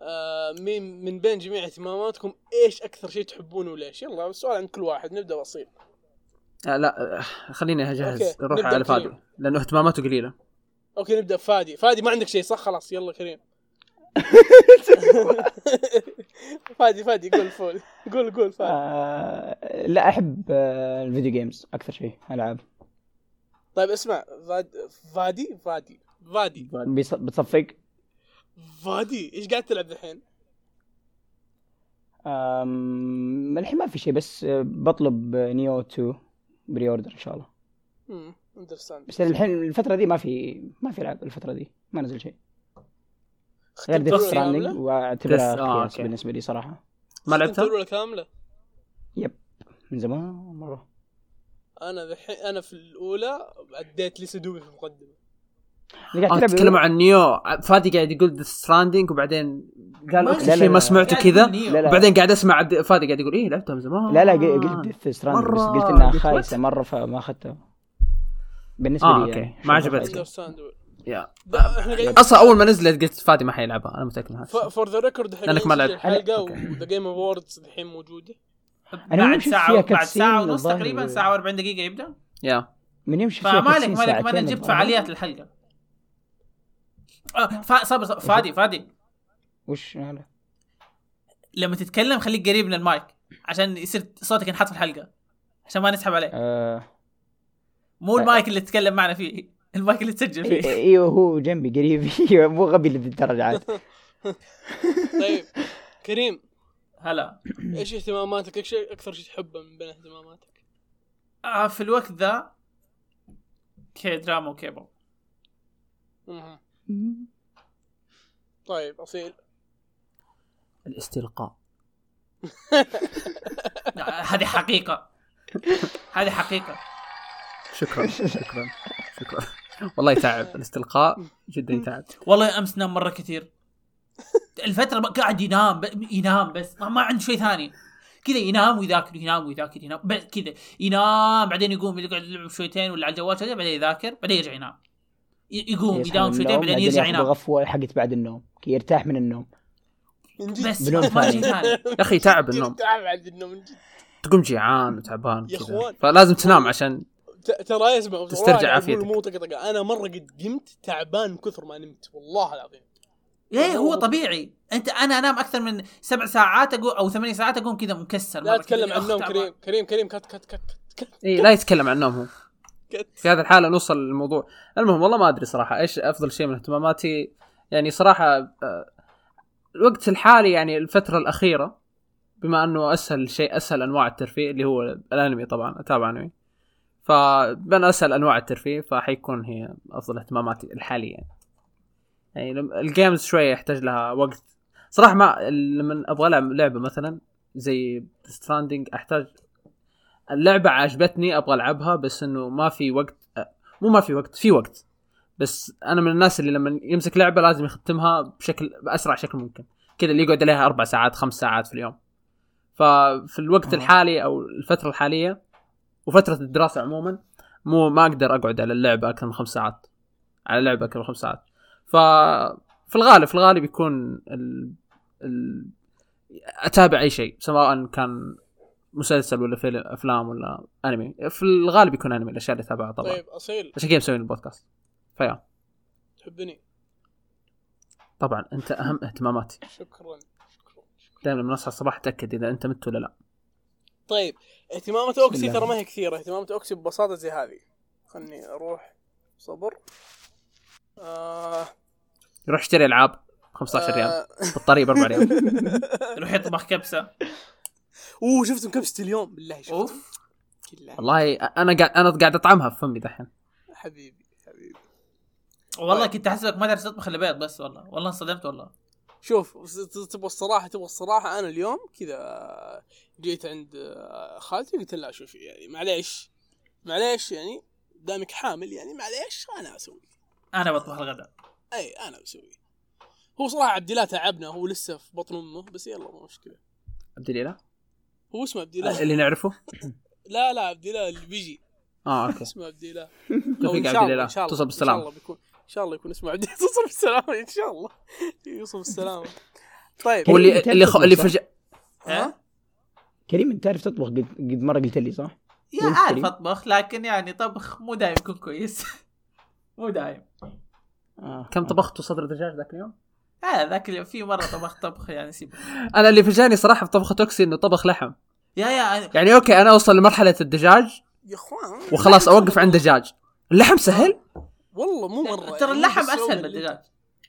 S1: آه مين من بين جميع اهتماماتكم ايش اكثر شيء تحبونه وليش؟ يلا السؤال عند كل واحد نبدا بسيط
S4: آه، لا آه، خليني اجهز
S1: أوكي،
S4: نروح
S1: نبدأ
S4: على
S1: بكريم.
S4: فادي لانه اهتماماته قليله
S1: اوكي نبدا بفادي فادي ما عندك شيء صح خلاص يلا كريم فادي فادي قول فول قول قول فادي
S3: آه، لا احب آه، الفيديو جيمز اكثر شيء العاب
S1: طيب اسمع فاد- فادي فادي فادي
S4: طيب.
S3: بيص- بتصفق
S1: فادي ايش قاعد تلعب الحين؟
S3: أم، الحين ما في شيء بس آه، بطلب آه، نيو 2 بري اوردر ان شاء الله
S1: امم اندرستاند
S4: طيب.
S3: بس الحين الفتره دي ما في ما في العاب الفتره دي ما نزل شيء غير ديث
S1: الأولى
S3: ستراندنج
S1: كاملة؟
S3: واعتبرها
S4: Death- آه،
S3: قياس
S4: أوكي.
S3: بالنسبه لي صراحه
S4: ما
S1: ختمت
S4: لعبتها؟
S1: الأولى كاملة
S3: من زمان مره
S1: انا ذحين انا في الاولى عديت لي سدوبي في المقدمة
S3: اللي
S4: اه
S3: قاعد
S4: تتكلم
S3: تلعب
S4: عن نيو فادي قاعد يقول ذا ستراندنج وبعدين قال
S2: ما-
S3: لا،
S4: اكثر
S3: لا،
S4: شيء
S3: لا.
S4: ما سمعته
S2: قاعد
S4: كذا
S2: يقول نيو.
S3: لا، لا.
S4: بعدين قاعد اسمع عبد فادي قاعد يقول ايه لعبتها من زمان
S3: لا لا قل-
S2: آه.
S3: قلت ديث ستراندنج بس
S4: مرة
S3: قلت انها
S4: قلت
S3: خايسه
S4: what؟
S3: مره فما اخذتها بالنسبه
S4: اه
S3: لي يعني
S4: اوكي
S3: شوف
S4: ما
S3: خايسة.
S4: عجبتك
S1: اندرستاند
S4: يا.
S1: احنا قاعدين
S4: اصلا اول ما نزلت قلت فادي ما حيلعبها انا متاكد من هذا
S1: فور ذا ريكورد احنا
S4: لأنك ما
S1: قاعدين نسجل
S4: لعبت.
S1: الحلقة
S4: أوكي.
S1: وذا جيم اووردز الحين موجودة
S3: أنا
S2: بعد
S3: مو شفت
S2: ساعة
S3: فيها
S2: بعد ساعة
S3: كاتسين
S2: ونص
S3: الظاهر.
S2: تقريبا ساعة و40 دقيقة يبدا
S4: يا
S3: من يوم شفت فيها
S2: فمالك
S3: كاتسين
S2: مالك ما انا
S3: ساعتين
S2: جبت
S3: الظاهر.
S2: فعاليات الحلقة آه، فا- صبر صبر، فادي فادي
S3: وش آه، هلا؟
S2: لما تتكلم خليك قريب من المايك عشان يصير صوتك ينحط في الحلقة عشان ما نسحب عليه
S3: آه،
S2: مو المايك اللي تتكلم معنا فيه المايك اللي تسجل
S3: إي-
S2: فيه
S3: ايوه هو جنبي قريب ايوه مو غبي لذي الدرجه عاد
S1: طيب كريم
S2: هلا
S1: ايش اهتماماتك ايش اكثر شيء تحبه من بين اهتماماتك؟
S2: آه في الوقت ذا كي دراما وكيبل
S1: مهم. طيب اصيل
S4: الاستلقاء
S2: هذه حقيقه هذه حقيقه
S4: شكرا شكرا شكرا والله يتعب الاستلقاء جدا يتعب
S2: والله امس نام مره كثير الفتره ب- قاعد ينام ب... ينام بس ما, ما عنده شيء ثاني كذا ينام ويذاكر ينام ويذاكر ينام بس كذا ينام بعدين يقوم يقعد يلعب شويتين ولا على الجوال شويتين بعدين يذاكر بعدين يرجع ينام ي- يقوم
S3: يصحى
S2: يداوم
S3: من
S2: شويتين
S3: النوم،
S2: بعدين يرجع
S3: ياخذ
S2: ينام
S3: غفوه حقت بعد النوم كي يرتاح من النوم
S1: من جد
S2: بس
S3: بنوم
S2: ما شيء
S3: ثاني.
S2: ثاني
S4: يعني يا اخي تعب
S1: جد
S4: النوم
S1: تعب عاد النوم من جد
S4: تقوم جيعان وتعبان
S1: يا
S4: كذا
S1: إخوان.
S4: فلازم تنام عشان
S1: ت- ترى اسمع والله
S4: تسترجع
S1: أنا أقول
S4: عافيتك.
S1: مو طقطقه انا مره قد قمت تعبان من كثر ما نمت والله العظيم
S2: ايه هو طبيعي انت انا انام اكثر من سبع ساعات اقول او ثمانية ساعات اقوم كذا مكسر
S1: لا
S2: مرة
S1: اتكلم
S2: كذا.
S1: عن
S2: أخ،
S1: النوم
S2: تعبان.
S1: كريم كريم كريم كت كت كت كت
S4: اي لا يتكلم عن النوم هو
S1: كت
S4: في هذه الحاله نوصل للموضوع المهم والله ما ادري صراحه ايش افضل شيء من اهتماماتي يعني صراحه آه، الوقت الحالي يعني الفتره الاخيره بما انه اسهل شيء اسهل انواع الترفيه اللي هو الانمي طبعا اتابع انمي فمن اسهل انواع الترفيه فحيكون هي افضل اهتماماتي الحاليه يعني يعني لم- الجيمز شويه يحتاج لها وقت صراحه ما لما ابغى العب لعبه مثلا زي ستراندنج احتاج اللعبه عجبتني ابغى العبها بس انه ما في وقت مو ما في وقت في وقت بس انا من الناس اللي لما يمسك لعبه لازم يختمها بشكل باسرع شكل ممكن كذا اللي يقعد عليها اربع ساعات خمس ساعات في اليوم ففي الوقت
S2: آه.
S4: الحالي او الفتره الحاليه وفتره الدراسه عموما مو ما اقدر اقعد على اللعبه اكثر من خمس ساعات على لعبه اكثر من خمس ساعات ف في الغالب في الغالب يكون ال... ال... اتابع اي شيء سواء كان مسلسل ولا فيلم افلام ولا انمي في الغالب يكون انمي الاشياء اللي اتابعها طبعا
S1: طيب اصيل
S4: عشان كذا مسويين البودكاست فيا
S1: تحبني
S4: طبعا انت اهم اهتماماتي
S1: شكرا شكرا
S4: دائما لما اصحى الصباح اتاكد اذا انت مت ولا لا
S1: طيب اهتمامات اوكسي
S3: بالله.
S1: ترى ما هي كثيره اهتمامات اوكسي ببساطه زي هذه خلني اروح صبر آه
S4: روح اشتري العاب 15 ريال
S1: آه،
S4: بالطريق ب 4 ريال
S2: يروح يطبخ كبسه
S1: اوه شفتم كبسه اليوم بالله شفت
S2: اوف
S1: بالله
S4: والله انا قاعد انا قاعد اطعمها في فمي دحين
S1: حبيبي حبيبي
S2: والله
S1: طيب.
S2: كنت احسبك ما تعرف تطبخ الا بيض بس والله والله انصدمت والله
S1: شوف س- ت- تبغى الصراحه تبغى الصراحه انا اليوم كذا جيت عند آه، خالتي قلت لها شوفي يعني معليش معليش يعني دامك حامل يعني معليش انا اسوي
S2: انا بطبخ الغداء
S1: اي انا بسوي هو صراحه عبد الله تعبنا هو لسه في بطن امه بس يلا مو مشكله
S4: عبد الاله
S1: هو اسمه عبد الله
S4: اللي نعرفه
S1: لا لا عبد الله اللي بيجي
S4: اه اوكي
S1: اسمه عبد الله أو إن
S4: توفيق
S1: شاء
S4: عبد
S1: الله-
S4: الاله
S1: إن شاء الله-
S4: توصل
S1: ان شاء
S4: بالسلامه
S1: الله بيكون ان شاء الله يكون اسمه عبد الله توصل بالسلامه ان شاء الله يوصل بالسلامه طيب
S4: هو اللي
S3: كيف
S4: اللي خ...
S3: تطبخ
S4: اللي
S3: صح؟
S4: فجأة
S2: ها؟
S3: كريم انت تعرف تطبخ قد, قد مره قلت لي صح؟
S2: يا
S3: وانت
S2: اعرف
S3: كريم؟
S2: اطبخ لكن يعني طبخ مو دايم يكون كويس مو دايم
S3: آه.
S4: كم طبختوا صدر دجاج ذاك اليوم؟
S2: آه ذاك اليوم في مره طبخت طبخ يعني سيب
S4: انا اللي فجاني صراحه في طبخه توكسي انه طبخ لحم
S2: يا يا أنا-
S4: يعني اوكي انا اوصل لمرحله الدجاج
S1: يا اخوان
S4: وخلاص اوقف عند دجاج اللحم سهل
S1: والله مو مره
S2: ترى
S1: يعني
S2: اللحم
S1: بس هو
S2: اسهل من
S1: اللي-
S2: الدجاج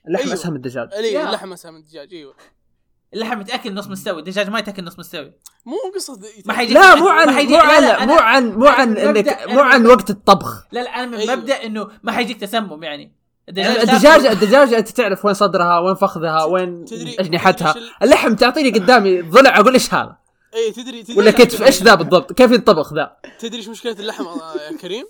S4: اللحم
S1: أيوه.
S4: اسهل من الدجاج
S1: اي
S2: يا.
S1: اللحم اسهل من الدجاج ايوه
S2: اللحم يتاكل نص مستوي الدجاج ما يتاكل نص مستوي
S1: مو قصه
S2: ما حيجيك
S4: لا
S2: الأكل-
S4: مو عن
S2: ما حيجيك-
S4: مو
S2: لا، لا،
S4: عن مو
S2: أنا-
S4: عن مو عن
S2: أنا
S4: انك
S2: مبدأ-
S4: مو
S2: أنا
S4: عن
S2: مبدأ-
S4: وقت الطبخ
S2: لا لا انا من
S1: أيوه.
S2: مبدا انه ما حيجيك تسمم يعني
S1: أيوة،
S4: يعني
S2: تاكل-
S4: الدجاجة الدجاجة انت تعرف وين صدرها وين فخذها وين
S1: تدري-
S4: اجنحتها
S1: تدري إيش
S4: اللحم تعطيني قدامي ضلع اقول ايش هذا
S1: اي إيه، تدري تدري
S4: ولا كتف ايش ذا بالضبط كيف ينطبخ ذا
S1: تدري ايش مشكله اللحم آه، يا كريم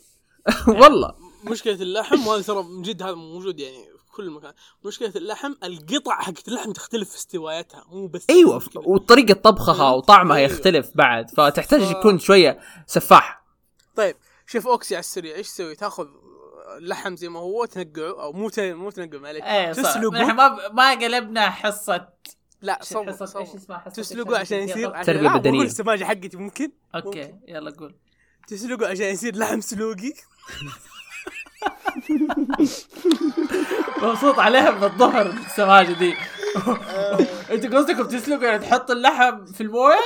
S4: والله
S1: مشكله اللحم وهذا ترى من جد هذا موجود يعني في كل مكان مشكله اللحم القطع حقت اللحم تختلف في استواياتها مو بس
S4: ايوه ف-
S1: كذا.
S4: وطريقة
S2: أيوة.
S4: طبخها وطعمها
S1: أيوه.
S4: يختلف بعد فتحتاج
S2: آه.
S1: ف-
S4: يكون شوية سفاح
S1: طيب شوف اوكسي على السريع ايش تسوي تاخذ اللحم زي ما هو تنقعه او مو ت- مو تنقعه معليك
S2: ايه صح نحن
S1: تسلقه
S2: ما ما قلبنا حصه
S1: لا صبر
S2: حصه ايش
S1: صبر
S2: اسمها حصه
S1: تسلقه عشان يصير عشان
S4: تربية
S1: لا،
S4: بدنية.
S1: بقول السماجه حقتي ممكن
S2: اوكي يلا قول
S1: تسلقه عشان يصير لحم سلوقي
S2: مبسوط عليها من الظهر السماجه دي انتوا قصدكم تسلقوا يعني تحط اللحم في المويه؟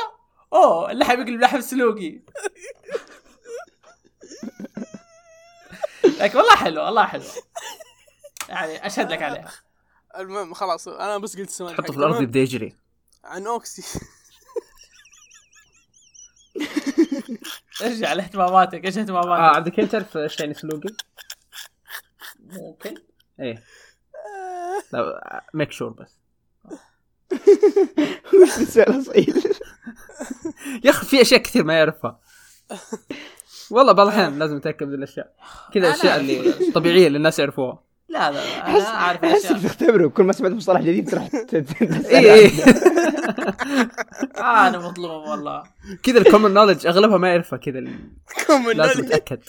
S2: اوه اللحم يقلب لحم سلوقي لكن والله حلو والله حلو يعني اشهد لك عليها
S1: المهم خلاص انا بس قلت السماجه
S4: تحطه في
S1: حقتي.
S4: الارض
S1: المهم،
S4: يبدا يجري
S1: عن اوكسي
S2: ارجع لاهتماماتك ايش اهتماماتك؟
S4: عبد الكريم تعرف ايش يعني سلوقي؟
S2: ممكن
S4: ايه لا ميك شور بس
S3: وش السؤال صعيد
S4: يا اخي في اشياء كثير ما يعرفها والله بعض الاحيان لازم اتاكد من الاشياء كذا
S2: أنا-
S4: الاشياء اللي طبيعيه اللي الناس يعرفوها
S2: لا لا، لا انا
S3: احس
S2: اعرف
S3: احس
S2: اشياء
S3: بتختبره كل ما سمعت مصطلح جديد تروح ت- ت- تسأل
S4: اي اي
S3: عنه.
S2: آه انا مظلوم والله
S4: كذا الكومن نولج اغلبها ما يعرفها كذا ال-
S1: كم
S4: لازم اتاكد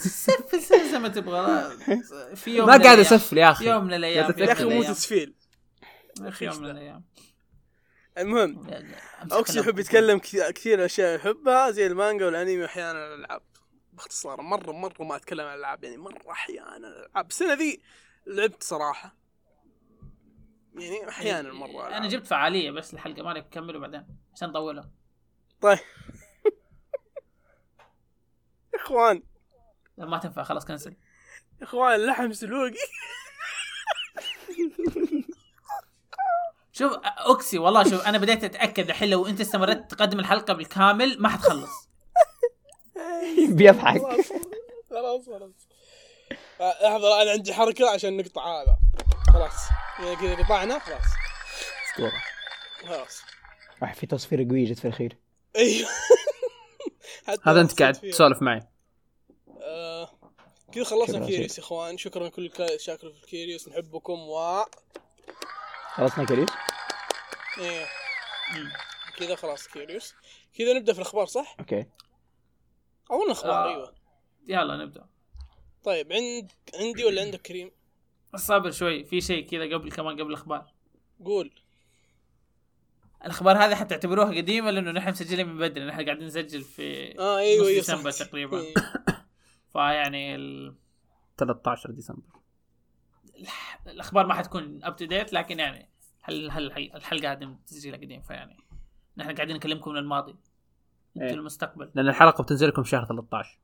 S2: سفل سفل زي ما تبغى لا. في يوم
S4: ما
S2: من
S4: قاعد
S2: الأيام-
S4: اسفل يا اخي
S2: يوم من الايام
S4: لا
S1: يا اخي
S2: يوم من
S1: مو
S2: الأيام.
S1: تسفيل
S2: يا أخي يوم من الايام
S1: المهم
S2: لا، لا، أمسك
S1: اوكسي يحب
S2: اللمبة.
S1: يتكلم كثير- كثير اشياء يحبها زي المانجا والانمي واحيانا الالعاب باختصار مره مره ما اتكلم عن الالعاب يعني مره احيانا الالعاب السنه ذي لعبت صراحه يعني احيانا مره
S2: انا
S1: ألعب.
S2: جبت فعاليه بس الحلقه ما عليك كملوا بعدين عشان نطولها
S1: يا اخوان
S2: لا، ما تنفع خلاص كنسل
S1: يا اخوان اللحم سلوقي
S2: شوف اوكسي والله شوف انا بديت اتاكد الحين لو انت استمرت تقدم الحلقه بالكامل ما حتخلص
S3: بيضحك
S1: خلاص خلاص خلاص آه، لحظه انا عندي حركه عشان نقطع هذا خلاص يعني كذا قطعنا خلاص
S3: أسطورة.
S1: خلاص
S3: آه، في تصفير قوي جت في الاخير
S1: ايوه حتى أقصد
S4: هذا انت قاعد
S1: فيه.
S4: تسولف معي
S1: آه، كذا خلصنا
S3: شكراً
S1: كيريوس يا اخوان شكرا لكل كا- شاكر في كيريوس نحبكم و
S3: خلصنا كريس
S1: إيه،
S2: مم.
S1: كذا خلاص كيريوس كذا نبدا في الاخبار صح؟
S3: اوكي
S1: او الاخبار
S2: آه.
S1: ايوه
S2: يلا نبدا
S1: طيب عند عندي ولا عندك كريم؟
S2: صبر شوي في شيء كذا قبل كمان قبل الاخبار
S1: قول
S2: الاخبار هذه حتعتبروها قديمه لانه نحن مسجلين من بدري نحن قاعدين نسجل في
S1: اه ايوه
S2: نص
S1: ايوه صح.
S2: ديسمبر تقريبا
S1: إيه.
S2: فيعني يعني ال...
S4: 13 ديسمبر
S2: الح- الاخبار ما حتكون اب تو ديت لكن يعني هل هل هل- الحلقه هذه من تسجيلها قديم فيعني نحن قاعدين نكلمكم من الماضي
S4: إيه.
S2: انتم المستقبل
S4: لان الحلقه بتنزل لكم في شهر 13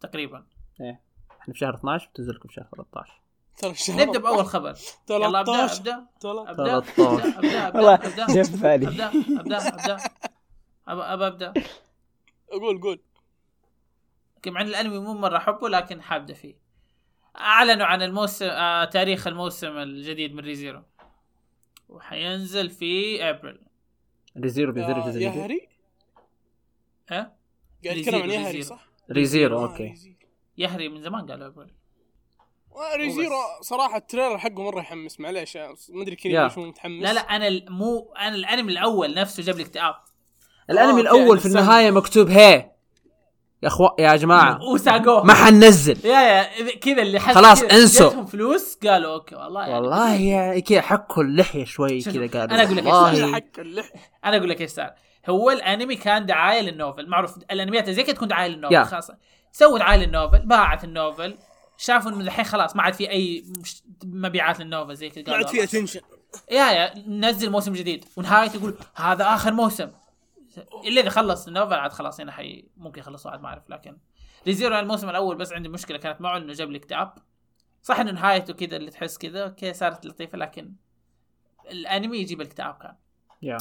S2: تقريبا
S4: احنا في شهر 12 بتنزل لكم في شهر 13
S1: ترى إن شاء الله.
S2: نبدا باول خبر يلا ابدا
S1: 13
S2: ابدا
S1: تلاتة-
S2: ابدا
S4: تلتاش.
S2: ابدا
S3: والله
S2: ابدا ابدا
S3: جاء في بالي.
S2: ابدا ابدا ابدا ابدا ابدا ابدا
S1: قول قول
S2: أوكي، مع ان الانمي مو مره احبه لكن حابده فيه اعلنوا عن الموسم آه تاريخ الموسم الجديد من ريزيرو وحينزل في ابريل
S4: ريزيرو بينزل
S1: آه،
S4: الجزء الجديد
S1: ياهري
S2: ها
S1: قاعد يتكلم عن
S2: ريزيرو،
S1: ياهري
S2: ريزيرو.
S1: صح؟
S4: ريزيرو
S1: آه،
S4: اوكي
S1: ريزيرو.
S2: يهري من زمان قالوا ابريل
S1: آه، ريزيرو صراحه التريلر حقه مره يحمس معليش آه، ما ادري كريم
S4: يا.
S1: ليش مو متحمس
S2: لا لا انا ال- مو انا الانمي الاول نفسه جاب لي اكتئاب
S4: الانمي
S1: أوكي،
S4: الاول في
S1: أنا
S4: النهايه مكتوب هي يا اخو يا جماعه
S2: وساقوه
S4: ما حننزل
S2: يا يا إذا- كذا اللي حس
S4: خلاص،
S2: كذا
S4: انسوا.
S2: جتهم فلوس قالوا اوكي والله يعني.
S4: والله يا كذا حكوا اللحيه شوي
S2: شوف،
S4: كذا قالوا
S2: أنا أقول لك
S1: لا،
S4: والله
S1: حق اللحية.
S2: انا اقول لك ايش صار هو الانمي كان دعايه للنوفل معروف الانميات زي كذا تكون دعايه للنوفل
S4: يا.
S2: خاصه سووا دعايه للنوفل باعت النوفل شافوا انه الحين خلاص ما عاد في اي مش- مبيعات للنوفل زي كذا
S1: ما
S2: قالوا
S1: عاد في
S2: والله.
S1: اتنشن
S2: يا يا نزل موسم جديد ونهايته يقول هذا اخر موسم اللي اذا خلص النوفل عاد خلاص هنا حي ممكن يخلصوا عاد ما اعرف لكن ريزيرو الموسم الاول بس عندي مشكله كانت معه انه جاب لي اكتئاب صح انه نهايته كذا اللي تحس كذا اوكي صارت لطيفه لكن الانمي يجيب الاكتئاب كان
S4: يا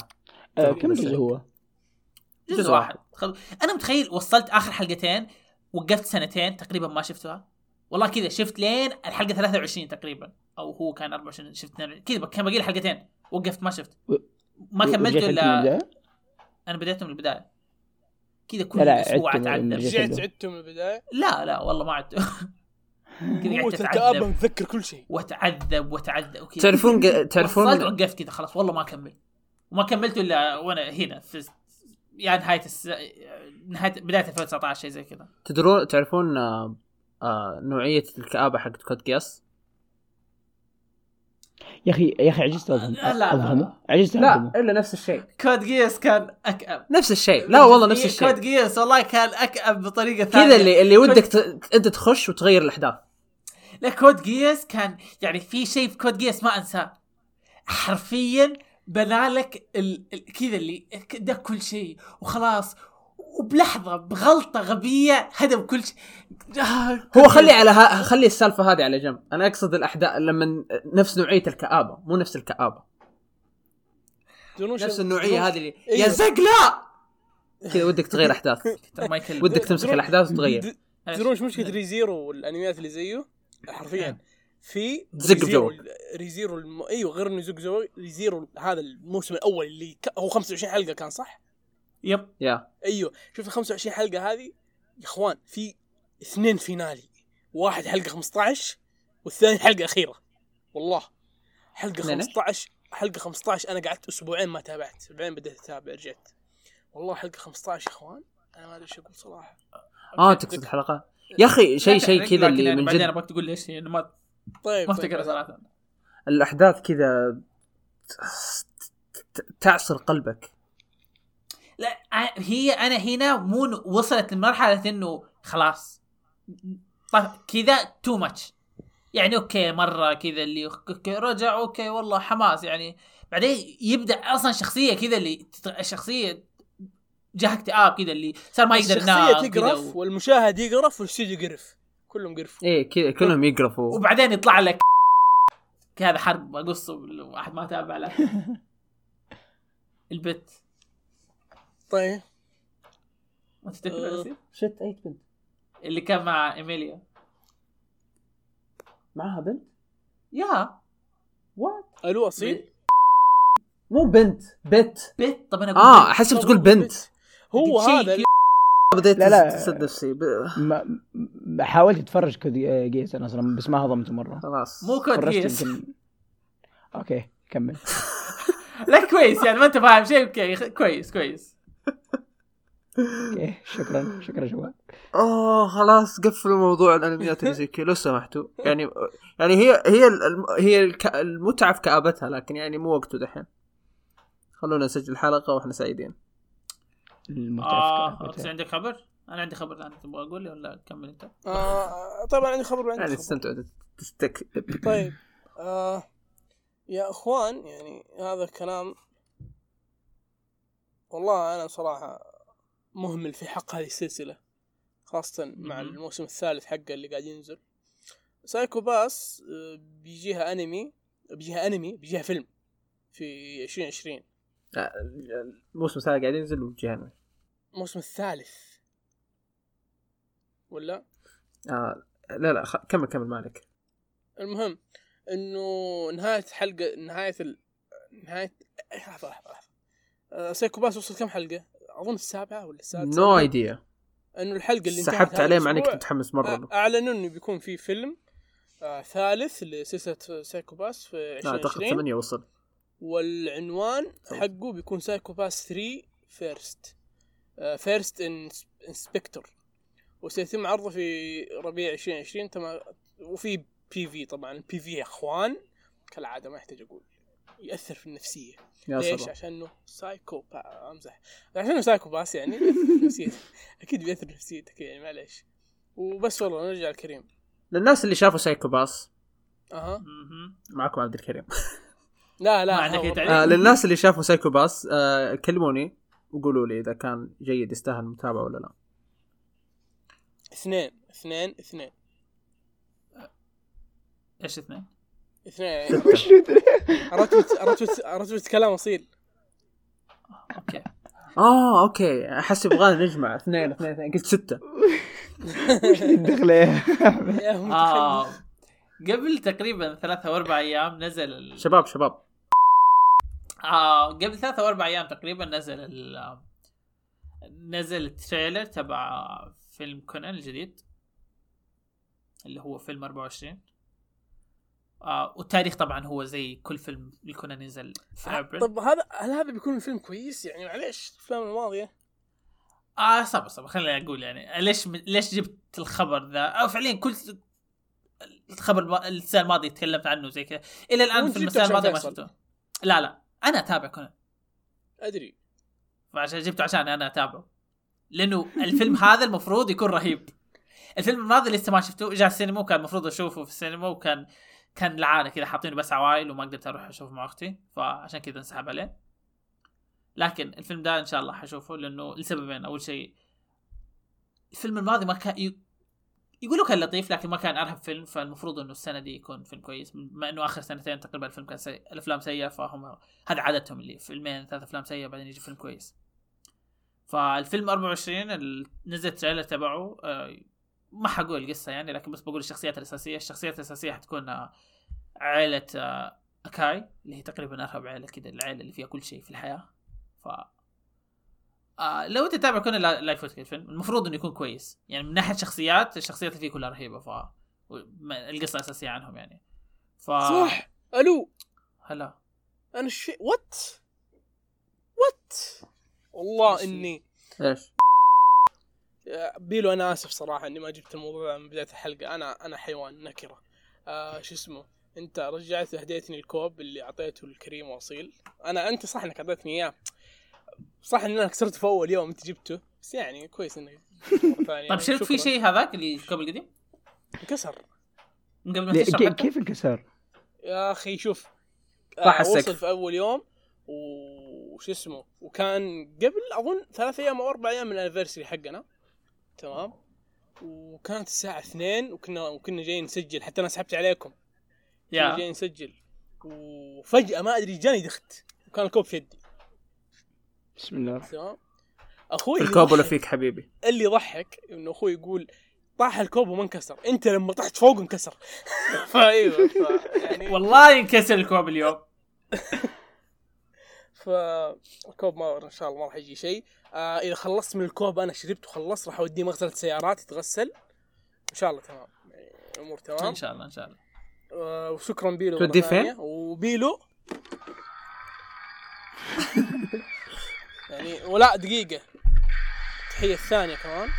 S3: آه، كم جزء هو؟
S2: جزء,
S4: جزء
S2: واحد خل... انا متخيل وصلت اخر حلقتين وقفت سنتين تقريبا ما شفتها والله كذا شفت لين الحلقه 23 تقريبا او هو كان 24 شفت 22 كذا كان باقي لي حلقتين وقفت ما شفت
S3: و-
S2: ما كملت
S3: ورجعت أنت من
S2: الا
S3: البداية؟
S2: انا بديته من البدايه كذا
S3: لا
S2: كل
S3: لا،
S2: اسبوع
S3: عدت من-
S2: اتعذب
S3: من الجزء.
S1: رجعت عدته من البدايه
S2: لا لا والله ما عدت
S1: قوه
S2: كذا قعدت
S1: الكابه
S2: اتعذب
S1: متذكر كل شيء
S2: واتعذب واتعذب وكذا
S4: تعرفون
S2: وصلت
S4: تعرفون
S2: وقفت كذا خلاص والله ما اكمل وما كملت الا وانا هنا في يعني نهايه الس... نهايه بدايه 2019 شيء زي كذا
S4: تدرون تعرفون آه، آه، نوعيه الكابه حقت كود جياس
S3: يا اخي يا اخي عجزت اضهم
S2: آه، لا، لا،
S3: اضهمه عجزت اضهمه
S4: الا نفس الشيء
S2: كود جيس كان اكأب
S4: نفس الشيء لا والله نفس
S2: كود
S4: الشيء
S2: جيس والله كان اكأب بطريقه ثانيه
S4: كذا اللي اللي
S2: كود-
S4: ودك ت- انت تخش وتغير الاحداث
S2: لا كود جيس كان يعني في شيء في كود جيس ما انساه حرفيا بنالك ال... ال... كذا اللي ده كل شيء وخلاص وبلحظه بغلطه غبيه هدم كل شيء آه،
S4: هو
S2: Code Geass.
S4: خلي على ها... خلي السالفه هذه على جنب انا اقصد الاحداث لما نفس نوعيه الكابه مو نفس الكابه
S1: جنون
S4: نفس
S1: شر-
S4: النوعيه
S1: جنون-
S4: هذه اللي
S1: أيوة.
S2: إيه.
S4: يا زق لا كذا ودك تغير احداث
S2: ترى ما يكلم
S4: ودك تمسك الاحداث وتغير
S1: تدرون ايش مشكله ريزيرو والانميات اللي زيه؟
S4: آه.
S2: نعم.
S1: حرفيا في
S4: زق بجوك.
S1: ريزيرو الم... ايوه غير انه يزق جو ريزيرو هذا الموسم الاول اللي ك... هو 25 حلقه كان صح؟
S2: يب
S4: يا
S1: ايوه شوف ال 25 حلقه هذه يا اخوان في اثنين فينالي واحد حلقه 15 والثاني حلقه اخيره والله حلقه
S4: اثنين إيش؟
S1: 15 حلقه 15 انا قعدت اسبوعين ما تابعت بعدين بديت اتابع رجعت والله حلقه 15 يا اخوان انا ما ادري ايش اقول صراحه
S4: اه تقصد الحلقه يا اخي شيء شيء كذا
S2: لكن
S4: اللي
S2: يعني
S4: من
S2: بعدين
S4: جد
S2: ابغاك تقول ليش يعني ما
S1: طيب
S2: ما
S1: طيب.
S2: افتكرها صراحه
S4: الاحداث كذا ت- تعصر قلبك
S2: لا ع- هي انا هنا مو ن- وصلت لمرحله انه خلاص طف- كذا تو ماتش يعني اوكي مره كذا اللي أوك- أوكي رجع اوكي والله حماس يعني بعدين يبدا اصلا شخصيه كذا اللي تت- الشخصيه جاه اكتئاب كذا اللي صار ما يقدر ينام
S1: الشخصيه
S2: كذا
S1: تقرف
S2: و...
S1: والمشاهد يقرف والاستوديو يقرف كلهم قرفوا
S4: ايه كذا كلهم يقرفوا
S2: وبعدين يطلع لك هذا حرب بقصه بال- واحد ما تابع له البت
S1: طيب
S2: ما تفتكر يا ياسين؟
S4: شت اي بنت
S2: اللي كان مع ايميليا
S4: معاها بنت
S2: يا
S4: وات
S1: الو اصيل
S4: مو بنت بت
S2: بت طب انا
S4: اه
S2: بت.
S4: احسب تقول بنت
S1: هو
S2: شيء
S1: هذا اللي-
S4: بديت
S3: لا، لا.
S4: تسد نفسي ب-
S3: ما ما- حاولت اتفرج كود جيس انا اصلا بس ما هضمته مره
S4: خلاص
S2: مو كود
S3: فرجت
S2: كيس
S3: يمكن- اوكي كمل
S2: لا كويس يعني ما انت فاهم شيء اوكي خ- كويس كويس
S3: اوكي شكرا شكرا شباب
S4: اوه آه، خلاص قفلوا موضوع الانميات اللي زي كذا لو سمحتوا يعني يعني هي هي الم- هي الك- المتعه في كابتها لكن يعني مو وقته دحين خلونا نسجل حلقه واحنا سعيدين
S2: اه
S3: المتعه
S2: أوكس، آه، عندك خبر؟ انا عندي خبر الان تبغى اقول لي ولا كمل انت؟
S1: آه، طبعا عندي خبر وعندي
S4: يعني
S1: خبر
S4: استمتعوا تستك
S1: طيب آه يا اخوان يعني هذا الكلام والله انا صراحه مهمل في حق هذه السلسله خاصه مع
S2: مهم.
S1: الموسم الثالث حقه اللي قاعد ينزل سايكو باس آه، بيجيها انمي بيجيها انمي بيجيها فيلم في 2020
S4: الموسم الثاني قاعد ينزل وجهنا
S1: الموسم الثالث ولا
S4: آه لا لا خ... كمل كمل مالك
S1: المهم انه نهايه حلقه نهايه ال... نهايه لحظه لحظه لحظه آه، سايكو باس وصل كم حلقه؟ اظن السابعه ولا السادسه
S4: نو ايديا
S1: انه الحلقه اللي انتهت
S4: سحبت
S1: هذا آه،
S4: عليه مع اني
S1: الأسبوع،
S4: كنت متحمس مره له
S1: أ- اعلنوا انه بيكون في فيلم آه، ثالث لسلسله سايكو باس في
S4: لا دخل
S1: 2020
S4: ثمانية وصل
S1: والعنوان حقه بيكون سايكو باس 3 فيرست فيرست انسبكتور وسيتم عرضه في ربيع 2020 تمام وفي بي في طبعا بي في يا اخوان كالعاده ما يحتاج اقول ياثر في النفسيه
S4: يا
S1: ليش؟
S4: سلام
S1: عشان انه سايكو با- امزح عشان انه سايكو باس يعني بيأثر في نفسيتك اكيد بياثر في نفسيتك يعني معليش وبس والله نرجع الكريم
S4: للناس اللي شافوا سايكو باس
S1: اها
S2: مهم.
S4: معكم عبد الكريم
S1: لا لا
S2: ما عندك
S1: ها
S2: أي
S1: والله.
S2: تعليق؟
S4: آه للناس اللي شافوا سايكو باس آه كلموني وقولوا لي اذا كان جيد يستاهل المتابعه ولا لا
S1: اثنين اثنين اثنين
S2: ايش اثنين؟
S1: اثنين
S3: وش
S1: رتبة رتبة رتبة كلام اصيل
S2: اوكي
S4: اه اوكي احس يبغانا نجمع اثنين اثنين اثنين قلت سته
S3: الدخله
S1: يا هم
S2: آه
S1: متخلف.
S2: قبل تقريبا ثلاثة او اربع ايام نزل ال...
S4: شباب شباب
S2: آه قبل ثلاثة او اربع ايام تقريبا نزل ال... نزل التريلر تبع فيلم كونان الجديد اللي هو فيلم 24 آه والتاريخ طبعا هو زي كل فيلم الكونان ينزل في ابريل
S1: طب هذا هل هذا بيكون فيلم كويس يعني معليش الافلام الماضيه
S2: اه صبر صبر خليني اقول يعني ليش ليش جبت الخبر ذا او فعليا كل الخبر الم- السنه الماضيه تكلمت عنه زي كذا الى الان
S1: وأنت
S2: في
S1: جبته
S2: السنه
S1: عشان
S2: الماضيه ما
S1: فيصل.
S2: شفته لا لا انا اتابع كونان
S1: ادري
S2: فعشان جبته عشان انا اتابعه لانه الفيلم هذا المفروض يكون رهيب الفيلم الماضي لسه ما شفته جاء السينما وكان المفروض اشوفه في السينما وكان كان لعانه كذا حاطينه بس عوائل وما قدرت اروح اشوفه مع اختي فعشان كذا انسحب عليه لكن الفيلم ده ان شاء الله حشوفه لانه لسببين اول شيء الفيلم الماضي ما كان ي... يقولوا كان لطيف لكن ما كان ارهب فيلم فالمفروض انه السنه دي يكون فيلم كويس بما انه اخر سنتين تقريبا الفيلم كان سيء الافلام سيئه فهم هذا عادتهم اللي فيلمين ثلاث افلام سيئه بعدين يجي فيلم كويس فالفيلم 24 ال- نزل التريلر تبعه آه، ما حقول القصه يعني لكن بس بقول الشخصيات الاساسيه الشخصيات الاساسيه حتكون آه، عائله آه، اكاي اللي هي تقريبا ارهب عائله كده العائله اللي فيها كل شيء في الحياه ف آه لو انت تتابع كون لا لا يفوتك الفيلم المفروض انه يكون كويس يعني من ناحيه شخصيات الشخصيات اللي فيه كلها رهيبه ف وما- القصه الاساسيه عنهم يعني ف
S1: صح الو
S2: هلا
S1: انا الشيء وات وات والله اني
S4: ايش؟
S1: آه، بيلو انا اسف صراحه اني ما جبت الموضوع ده من بدايه الحلقه انا انا حيوان نكره آه شو اسمه انت رجعت اهديتني الكوب اللي اعطيته الكريم واصيل انا انت صح انك اعطيتني اياه صح ان انا كسرته في اول يوم انت جبته بس يعني كويس انك مرة ثانية.
S2: طيب شريت في
S1: يعني شكراً.
S2: شيء هذاك اللي قبل القديم؟
S1: انكسر
S2: من قبل ما
S3: ليه-
S2: تشرح
S3: كي-
S2: حتى؟
S3: كيف انكسر؟
S1: يا اخي شوف
S4: طاح
S1: آه،
S4: السقف.
S1: وصل في اول يوم و- وش اسمه وكان قبل اظن ثلاث ايام او اربع ايام من الانيفرسري حقنا تمام وكانت الساعة اثنين وكنا وكنا جايين نسجل حتى انا سحبت عليكم كنا
S2: يا
S1: جايين نسجل وفجأة ما ادري جاني دخت وكان الكوب في يدي
S3: بسم الله
S1: تمام اخوي
S4: في الكوب ولا
S1: يضحك-
S4: فيك حبيبي
S1: اللي يضحك انه اخوي يقول طاح الكوب وما انكسر انت لما طحت فوق انكسر فايوه ف- يعني
S2: والله ينكسر الكوب اليوم
S1: فالكوب ما ان شاء الله ما راح يجي شيء آه اذا خلصت من الكوب انا شربت وخلصت راح اوديه مغسله سيارات يتغسل ان شاء الله تمام يعني الامور تمام
S2: ان شاء الله ان شاء الله
S1: آه وشكرا بيلو
S4: توديه
S1: مرة ثانية. وبيلو يعني ولا دقيقه التحيه الثانيه كمان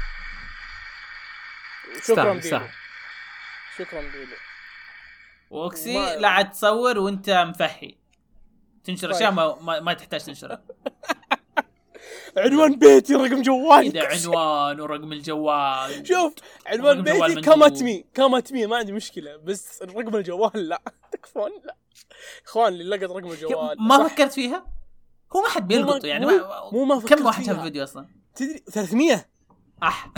S1: شكرا
S4: يستاهل
S1: بيلو
S4: يستاهل
S1: شكرا بيلو
S2: واكسي
S1: ما-
S2: لا عاد تصور وانت مفحي تنشر
S1: طيب.
S2: اشياء ما, ما, ما تحتاج تنشرها
S1: عنوان بيتي رقم جوالي
S2: كذا عنوان ورقم الجوال
S1: شوف عنوان
S2: رقم جوال
S1: بيتي
S2: من
S1: كامات
S2: جوا.
S1: مي كامات مي ما عندي مشكله بس رقم الجوال لا تكفون لا اخوان اللي لقط رقم الجوال
S2: ما
S1: صح.
S2: فكرت فيها؟ هو ما حد
S1: مو-
S2: بيلقطه يعني ما
S1: مو ما فكرت
S2: كم واحد شاف
S1: فيها.
S2: الفيديو اصلا؟
S1: تدري 300
S2: اح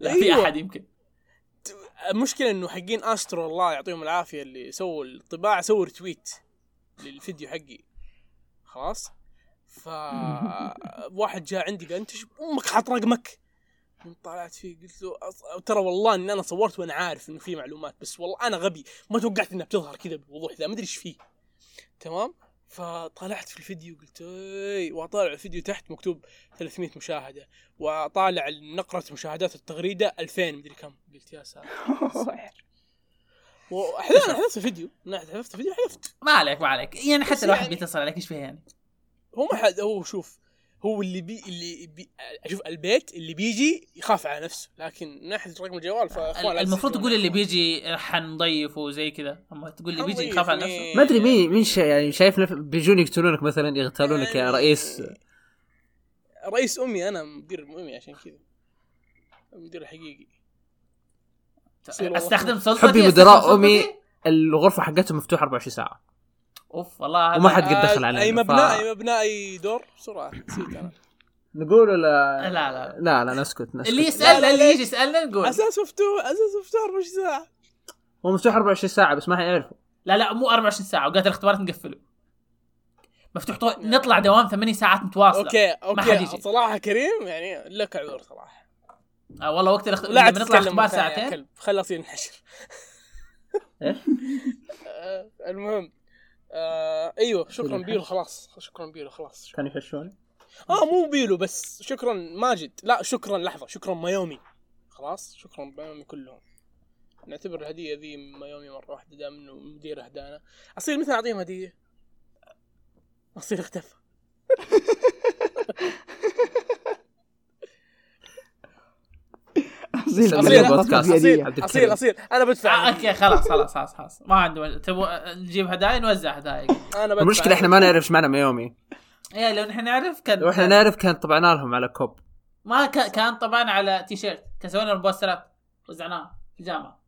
S2: لا
S1: أيوة.
S2: في احد يمكن
S1: المشكله انه حقين استرو الله يعطيهم العافيه اللي سووا الطباعه سووا رتويت للفيديو حقي خلاص ف واحد جاء عندي قال انت شو امك حاط رقمك قمت طلعت فيه قلت له أص- ترى والله ان انا صورت وانا عارف انه في معلومات بس والله انا غبي ما توقعت انها بتظهر كذا بوضوح ذا ما ادري ايش فيه تمام فطلعت في الفيديو قلت اي واطالع الفيديو تحت مكتوب 300 مشاهده واطالع نقره مشاهدات التغريده 2000 مدري كم قلت يا ساتر واحيانا حذفت الفيديو من ناحيه حذفت الفيديو حذفت
S2: ما عليك ما عليك يعني
S1: بس
S2: حتى لو
S1: يعني-
S2: احد بيتصل عليك ايش فيها يعني؟
S1: هو ما حد هو شوف هو اللي بي اللي بي اشوف البيت اللي بيجي يخاف على نفسه لكن من ناحيه رقم الجوال فاخوان
S2: المفروض تقول اللي بيجي حنضيفه زي كذا اما تقول اللي بيجي يخاف على
S1: يعني-
S2: نفسه
S4: ما ادري
S1: إيه.
S4: مين مين شا يعني شايف نف- بيجون يقتلونك مثلا يغتالونك
S1: إيه.
S4: يا رئيس
S1: يعني- رئيس امي انا مدير امي عشان كذا المدير الحقيقي والله.
S2: استخدم سلطتي أستخدم
S4: حبي مدراء أمي.
S2: سلطتي؟
S4: الغرفه حقتهم مفتوحه 24 ساعه
S2: اوف والله هذا
S4: وما حد قد
S1: آه،
S4: دخل علينا
S1: اي
S4: ف-
S1: مبنى اي مبنى اي دور بسرعه نسيت انا
S4: نقول ولا
S2: لا لا
S4: لا لا نسكت نسكت
S2: اللي
S1: لا، لا،
S2: يسالنا اللي
S1: لا.
S2: يجي يسالنا نقول
S1: اساس مفتوح اساس مفتوح 24 ساعه
S4: هو مفتوح 24 ساعه بس ما حيعرفوا
S2: لا لا مو 24 ساعه اوقات الاختبارات نقفله مفتوح طو... نطلع دوام ثمانية ساعات متواصله
S1: اوكي
S2: حد
S1: اوكي
S2: يجي.
S1: صراحه كريم يعني لك عذر صراحه
S2: آه والله وقت الاخت...
S1: لا
S2: لما نطلع
S1: تتكلم
S2: اختبار
S1: مرة ثانية يا
S2: ساعتين
S1: كلب خلاص ينحشر
S4: إيه؟
S1: آه، المهم آه ايوه شكرا
S4: ينحش.
S1: بيلو خلاص شكرا بيلو خلاص شكراً.
S4: كانوا يفشوني
S1: اه مو بيلو بس شكرا ماجد لا شكرا لحظه شكرا مايومي خلاص شكرا مايومي كلهم نعتبر الهديه ذي من مايومي مره واحده دام انه مدير اهدانا اصير مثل اعطيهم هديه اصير اختفى
S3: اصيل
S4: أصيل-
S3: أصيل-
S4: بودكاست.
S3: في هدية.
S4: عبد
S1: اصير اصير
S4: الكريم.
S1: اصير انا بدفع
S2: آه اوكي خلاص خلاص خلاص خلاص ما عنده تبو... نجيب هدايا نوزع هدايا
S1: انا بدفع
S4: المشكله احنا ما نعرف ايش معنى ميومي
S2: ايه لو نحن نعرف كان
S4: واحنا نعرف كان طبعنا لهم على كوب
S2: ما ك... كان طبعا على تي شيرت كان سوينا البوسترات وزعناها في الجامعه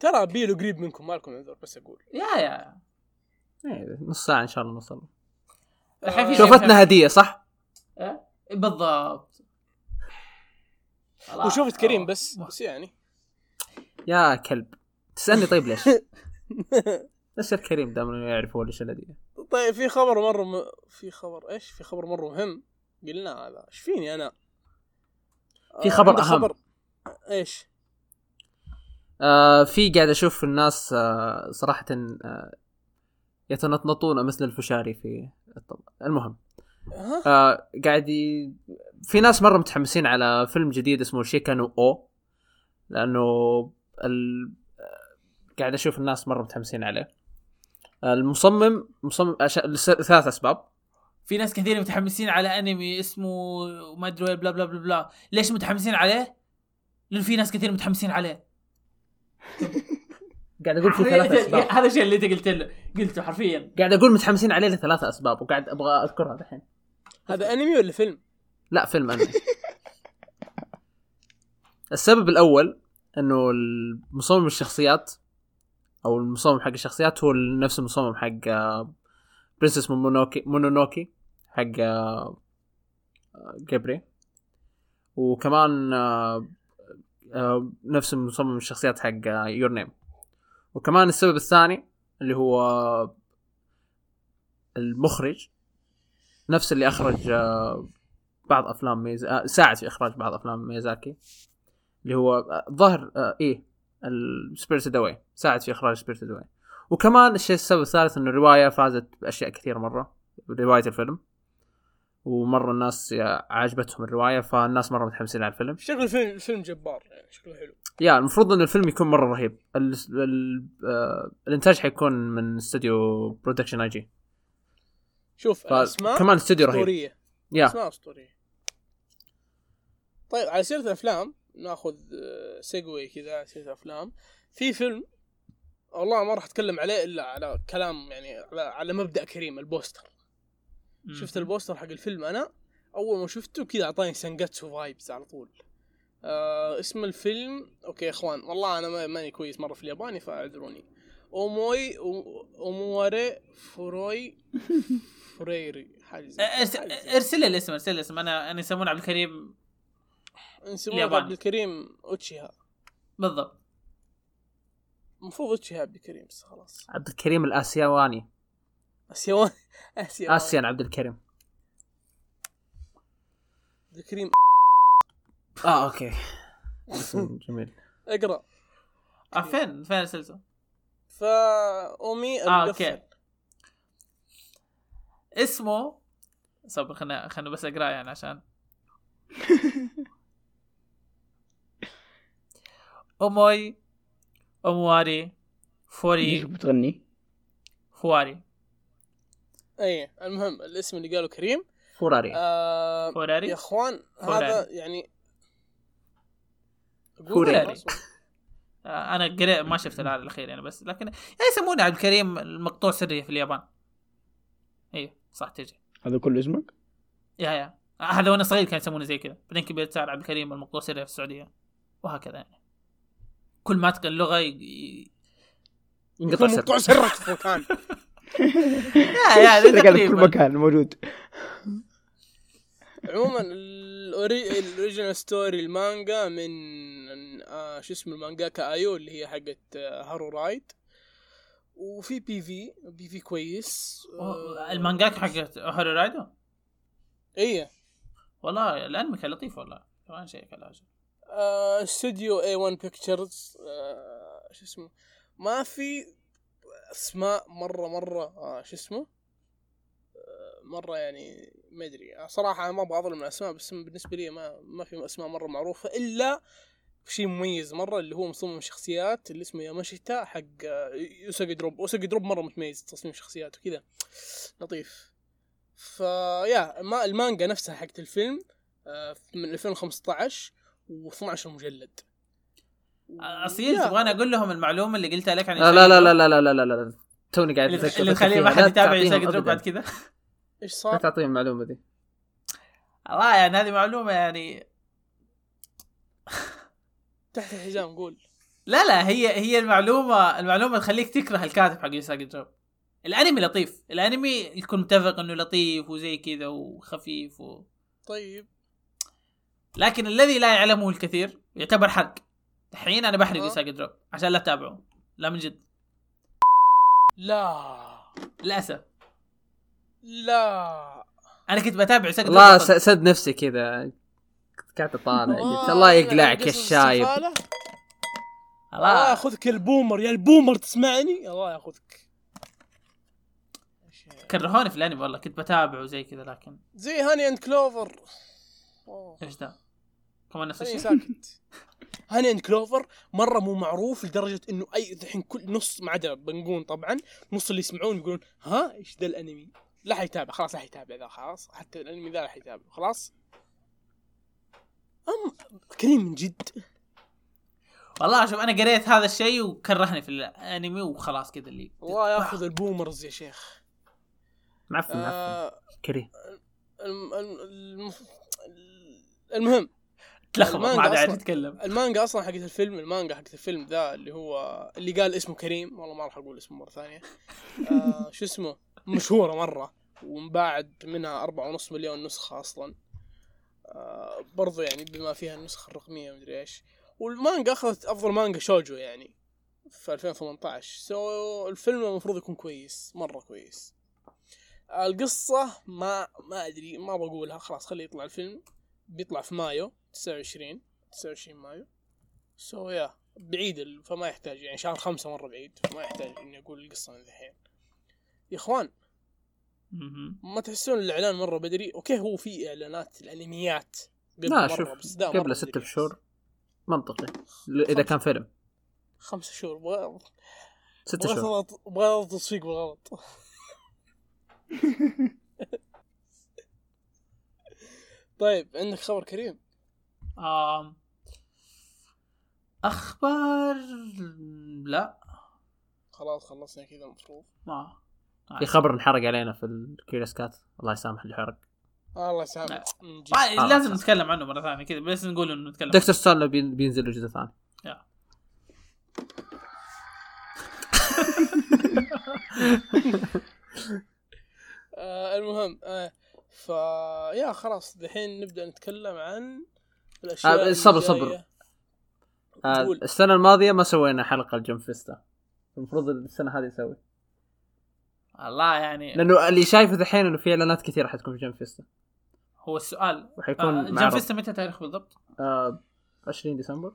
S1: ترى بيلو قريب منكم مالكم عذر بس اقول
S2: يا يا
S4: إيه، نص ساعه ان شاء الله نوصل
S2: الحين في شيء
S4: شوفتنا
S2: مهم.
S4: هديه صح
S2: بالضبط
S1: وشوفت كريم بس بس يعني
S4: يا كلب تسالني طيب ليش بس الكريم دام انه يعرفوا ايش الهديه
S1: طيب في خبر مره م... في خبر ايش في خبر مره مهم قلنا هذا ايش فيني انا
S4: في خبر
S1: عندك
S4: أهم.
S1: ايش
S4: آه في قاعد اشوف الناس آه صراحه آه يتنطنطون مثل الفشاري في الطبق المهم
S1: ها؟
S4: آه قاعد ي... في ناس مره متحمسين على فيلم جديد اسمه شيكن او لانه ال... آه، قاعد اشوف الناس مره متحمسين عليه آه، المصمم مصمم أش... لس- ثلاث اسباب
S2: في ناس كثير متحمسين على انمي اسمه ما ادري وين بلا بلا بلا بلا ليش متحمسين عليه؟ لانه في ناس كثير متحمسين عليه
S4: قاعد اقول في ثلاث اسباب
S2: هذا الشيء اللي انت قلت له قلته حرفيا
S4: قاعد اقول متحمسين عليه لثلاث اسباب وقاعد ابغى اذكرها الحين
S1: هذا انمي ولا فيلم؟
S4: لا فيلم انمي السبب الاول انه المصمم الشخصيات او المصمم حق الشخصيات هو نفس المصمم حق آه، برنسس مونوكي مونونوكي حق آه، جبري وكمان آه، آه، نفس المصمم الشخصيات حق يور نيم وكمان السبب الثاني اللي هو آه، المخرج نفس اللي اخرج آه، بعض افلام ميز... آه، ساعد في اخراج بعض افلام ميزاكي اللي هو آه، ظهر آه، ايه سبيريتد اواي ساعد في اخراج سبيريتد اواي وكمان الشيء السبب الثالث انه الروايه فازت باشياء كثيره مره روايه الفيلم ومره الناس آه، عجبتهم الروايه فالناس مره متحمسين على الفيلم
S1: شكل الفيلم الفيلم جبار يعني شكله حلو
S4: يا المفروض ان الفيلم يكون مره رهيب ال... ال... آه... الانتاج حيكون من استوديو برودكشن اي جي
S1: شوف الاسماء
S4: كمان استوديو رهيب
S1: اسطوريه
S4: يا
S1: اسماء اسطوريه طيب على سيره الافلام ناخذ آه، سيجوي كذا على سيره الافلام في فيلم والله ما راح اتكلم عليه الا على كلام يعني على, على مبدا كريم البوستر شفت البوستر حق الفيلم انا اول ما شفته كذا اعطاني سانجاتسو فايبس على طول آه اسم الفيلم اوكي يا اخوان والله انا ما- ماني كويس مره في الياباني فاعذروني اوموي اومواري فوروي فريري حاجه زي كذا،
S2: أرس-
S1: حاجة زي كذا.
S2: ارسل لي الاسم ارسل لي الاسم انا انا يسمون عبد الكريم
S1: يسمونه
S2: الياباني.
S1: عبد الكريم اوتشيها
S2: بالضبط
S1: المفروض اوتشيها عبد الكريم بس خلاص
S4: عبد الكريم الاسيواني
S1: اسيوان اسيوان
S4: اسيان عبد الكريم
S1: عبد الكريم
S4: اه اوكي جميل
S1: اقرا
S2: آه، فين فين ارسلته؟
S1: فا امي
S2: آه،
S1: المقفل.
S2: أوكي. اسمه صبر خلنا خلنا بس اقراه يعني عشان اوموي اومواري
S3: ليش
S2: فوري
S3: بتغني؟
S2: فواري
S1: اي إيه، المهم الاسم اللي قاله كريم
S2: إيه.
S4: فراري
S1: آه
S2: فوراري
S1: يا اخوان
S2: فوراري.
S1: هذا يعني أقول
S4: فوراري.
S1: خلاص.
S2: آه، انا قريت ما شفت العرض الاخير يعني بس لكن يعني يسمونه عبد الكريم المقطوع سري في اليابان ايوه صح تجي
S3: هذا كله اسمك؟
S2: آه، يا يا آه، هذا وانا صغير كان يسمونه زي كذا بعدين كبرت صار عبد الكريم المقطوع سري في السعوديه وهكذا يعني كل ما اتقن لغه ي... ي-
S4: ينقطع
S1: يكون مقطوع
S4: سر
S1: سرك في مكان
S2: يا يا
S3: شكله قاعد في
S2: تقريباً.
S3: كل مكان موجود
S1: عموما الأوري- الاوريجينال ستوري المانجا من آه شو اسمه المانجاكا ايو اللي هي حقت آه، هارو رايد وفي بي في بي في كويس آه،
S2: أوه، المانجاك حقت هورو رايدو
S1: ايه
S2: والله الانمي كان لطيف والله كمان شيء كان لازم
S1: آه، استوديو اي 1 بيكتشرز آه، شو اسمه ما في اسماء مره مره آه، شو اسمه آه، مره يعني ما ادري آه، صراحه انا ما ابغى اظلم الاسماء بس بالنسبه لي ما ما في اسماء مره معروفه الا شيء مميز مره اللي هو مصمم شخصيات اللي اسمه ياماشيتا حق آه، يوساقي دروب يوساقي دروب مره متميز في تصميم شخصيات وكذا لطيف فيا ما المانجا نفسها حقت الفيلم آه، من 2015 و12 مجلد
S2: اصيل
S1: يا.
S2: تبغانا اقول لهم المعلومه اللي قلتها لك عن
S4: لا لا لا لا لا لا لا لا لا توني قاعد
S2: اللي-
S4: اتذكر
S2: اللي تخليه ما
S4: لا
S2: حد يتابع
S4: تعطيهم
S2: يساق دروب
S4: أبداً.
S2: بعد كذا
S1: ايش
S4: لا
S1: صار؟
S4: تعطيهم المعلومه ذي
S2: والله يعني هذه معلومه يعني
S1: تحت الحزام قول
S2: لا لا هي هي المعلومه المعلومه تخليك تكره الكاتب حق يساق دروب الانمي لطيف الانمي يكون متفق انه لطيف وزي كذا وخفيف و...
S1: طيب
S2: لكن الذي لا يعلمه الكثير يعتبر حرق الحين انا بحرق
S1: آه.
S2: يساق دروب عشان لا تتابعه لا من جد
S1: لا
S2: للاسف
S1: لا
S2: انا كنت بتابع يساق
S4: والله س- سد نفسي
S1: آه،
S4: كذا قاعد اطالع جد. الله يقلعك يا آه.
S1: قصص
S4: الشايب
S1: السفالة؟ الله
S2: الله
S1: ياخذك البومر يا البومر تسمعني الله ياخذك
S2: كرهوني في الانمي والله كنت بتابع وزي كذا لكن
S1: زي هاني اند كلوفر أوه.
S2: ايش ذا؟ كمان نفس
S1: خليني
S2: الشيء
S1: ساكت هاني اند كلوفر مره مو معروف لدرجه انه اي الحين كل نص ما عدا بنقون طبعا نص اللي يسمعون يقولون ها ايش ذا الانمي؟ لا حيتابع خلاص لا حيتابع ذا خلاص حتى الانمي ذا لا حيتابع خلاص ام كريم من جد
S2: والله شوف انا قريت هذا الشيء وكرهني في الانمي وخلاص كذا اللي
S1: الله ياخذ البومرز يا شيخ
S4: معفن معفن
S1: آه
S4: كريم
S1: الم- الم- الم- المهم
S2: تلخبط ما عاد
S1: المانجا
S2: عاد
S1: أصلاً.
S2: يتكلم
S1: المانجا اصلا حقت الفيلم المانجا حقت الفيلم ذا اللي هو اللي قال اسمه كريم والله ما راح اقول اسمه مره ثانيه آه شو اسمه مشهوره مره ومباعد منها أربعة ونص مليون نسخه اصلا آه برضو يعني بما فيها النسخه الرقميه مدري ايش والمانجا اخذت افضل مانجا شوجو يعني في 2018 سو الفيلم المفروض يكون كويس مره كويس آه، القصة ما ما ادري ما بقولها خلاص خليه يطلع الفيلم بيطلع في مايو 29 29 مايو سو يا بعيد ال- فما يحتاج يعني شهر خمسة مرة بعيد فما يحتاج اني اقول القصة من الحين يا اخوان
S2: مهم.
S1: ما تحسون الاعلان مرة بدري اوكي هو في اعلانات الانميات قبل
S4: لا
S1: مرة،
S4: شوف
S1: بس ده مرة
S4: قبل ستة
S1: بدري.
S4: شهور منطقي ل- اذا كان فيلم
S1: خمسة شهور بغ-
S4: ستة شهور
S1: بغلط بغلط تصفيق بغلط طيب عندك خبر كريم
S2: آم. اخبار لا
S1: خلاص خلصنا كذا المفروض
S2: ما
S4: في خبر انحرق علينا في الكيوسكات الله يسامح اللي حرق
S1: آه، الله يسامحك من جد.
S2: ما-
S4: آه،
S2: لازم
S4: صح.
S2: نتكلم عنه مره ثانيه كذا بس نقول انه نتكلم
S4: دكتور ستون لو بين- بينزل له جزء ثاني
S1: آه المهم آه فا يا خلاص دحين نبدا نتكلم عن الاشياء
S4: آه،
S1: اللي
S4: صبر،
S1: جاية.
S4: صبر. آه،
S1: قول.
S4: السنه الماضيه ما سوينا حلقه الجيم فيستا المفروض السنه هذه نسوي
S2: الله يعني
S4: لانه اللي شايفه الحين انه في اعلانات كثيره حتكون في جيم فيستا
S2: هو السؤال
S4: وحيكون
S2: آه،
S4: آه
S2: جيم
S4: معرض
S2: فيستا متى تاريخ بالضبط؟
S4: آه 20 ديسمبر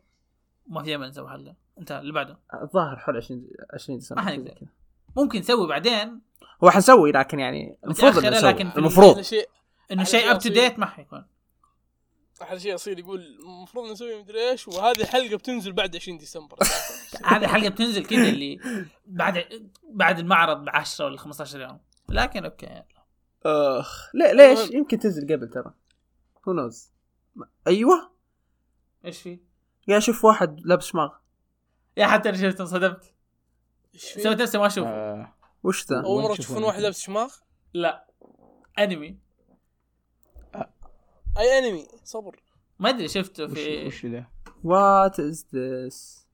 S2: ما في امل نسوي حلقه انتهى اللي بعده
S4: آه، الظاهر حول 20 20 ديسمبر
S2: ما
S4: حاجة
S2: حنقدر.
S4: زي كذا.
S2: ممكن نسوي بعدين
S4: هو حنسوي لكن يعني المفروض
S2: متأخرة،
S4: إنه نسوي
S2: لكن في
S4: المفروض
S1: احلى شيء
S2: انه
S1: على
S2: شيء اب تو
S1: أساس
S2: ديت ما حيكون
S1: احلى شيء يصير يقول المفروض نسوي مدري ايش وهذه الحلقه بتنزل بعد 20 ديسمبر
S2: هذه الحلقه بتنزل كذا اللي بعد بعد المعرض ب 10 ولا 15 يوم لكن اوكي يلا.
S4: اخ ليه ليش يمكن تنزل قبل ترى هو نوز ايوه
S2: ايش في؟
S4: يا شوف واحد لابس ماغ
S2: يا حتى انا شفت انصدمت
S1: إيش في؟
S2: سويت نفسي ما اشوفه
S3: آه،
S4: وش ذا
S1: اول مره
S3: وين
S1: تشوفون
S3: تشوفون
S1: واحد
S3: أنت؟
S1: لابس شماغ
S2: لا انمي
S1: اي انمي صبر
S2: ما ادري شفته
S3: وش
S2: في
S3: وش ذا؟
S4: وات از ذس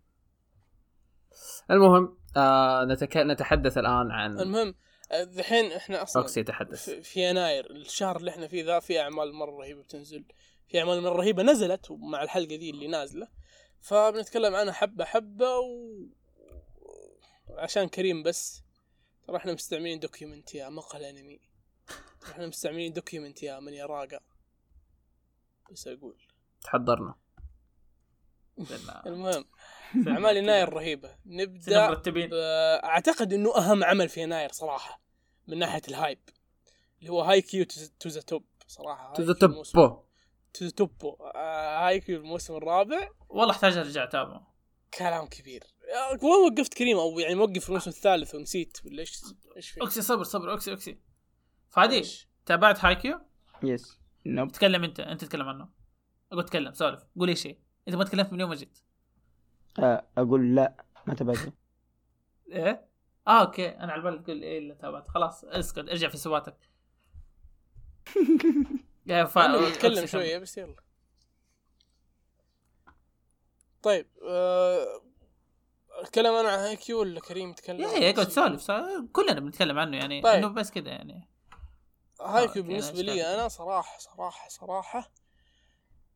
S4: المهم آه نتك... نتحدث الان عن
S1: المهم آه، دحين احنا اصلا
S4: اوكسي يتحدث
S1: في في يناير الشهر اللي احنا فيه ذا في اعمال مره رهيبه بتنزل في اعمال مره رهيبه نزلت ومع الحلقه ذي اللي نازله فبنتكلم عنها حبه حبه و... عشان كريم بس ترى احنا مستعملين دوكيومنت يا مقهى الانمي ترى احنا مستعملين دوكيومنت يا من يراقع بس اقول
S4: تحضرنا
S2: صرنا
S1: المهم اعمال يناير رهيبه نبدا
S2: مرتبين
S1: آه، اعتقد انه اهم عمل في يناير صراحه من ناحيه الهايب اللي هو هاي كيو تو ذا توب صراحه
S4: تو ذا
S1: هايكيو الموسم-
S4: توب
S1: تو ذا توب آه، هايكيو الموسم الرابع
S2: والله احتاج ارجع اتابعه
S1: كلام كبير آه، وين وقفت كريم او يعني موقف في الموسم الثالث ونسيت ولا ايش ايش في
S2: اوكسي صبر صبر اوكسي اوكسي فادي تابعت هايكيو
S3: يس نوب
S2: تكلم انت انت تتكلم عنه اقول تكلم سولف قول اي شيء انت ما تكلمت من يوم ما جيت
S3: آه، اقول لا ما تبعته
S2: ايه اه اوكي انا على بالي تقول ايه اللي تابعت خلاص اسكت ارجع في سواتك يا فا
S1: نتكلم شويه بس يلا طيب أه... اتكلم انا عن هايكيو ولا كريم يتكلم
S2: يا
S1: عن
S2: يا اقعد
S1: نفسه؟
S2: سولف سولف. كلنا بنتكلم عنه يعني
S1: طيب.
S2: انه بس كذا يعني
S1: هايكيو
S2: آه،
S1: بالنسبة
S2: أوكي، أنا
S1: لي
S2: أشتغل.
S1: أنا صراحة صراحة صراحة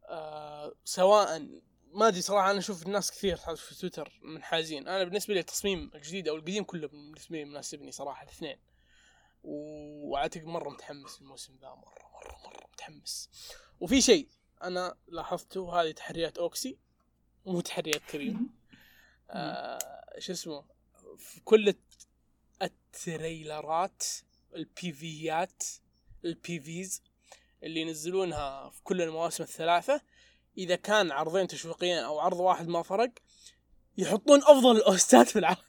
S1: آه سواء ما أدري صراحة أنا أشوف الناس كثير تعرف في تويتر منحازين أنا بالنسبة لي التصميم الجديد أو القديم كله بالنسبة لي مناسبني صراحة الاثنين و- وأعتقد مرة متحمس الموسم ذا مرة مرة مرة متحمس وفي شيء أنا لاحظته هذه تحريات أوكسي مو تحريات كريم آه، شو اسمه في كل الت- التريلرات البي فيات البي فيز اللي ينزلونها في كل المواسم الثلاثة إذا كان عرضين تشويقيين أو عرض واحد ما فرق يحطون أفضل الأوستات في العرض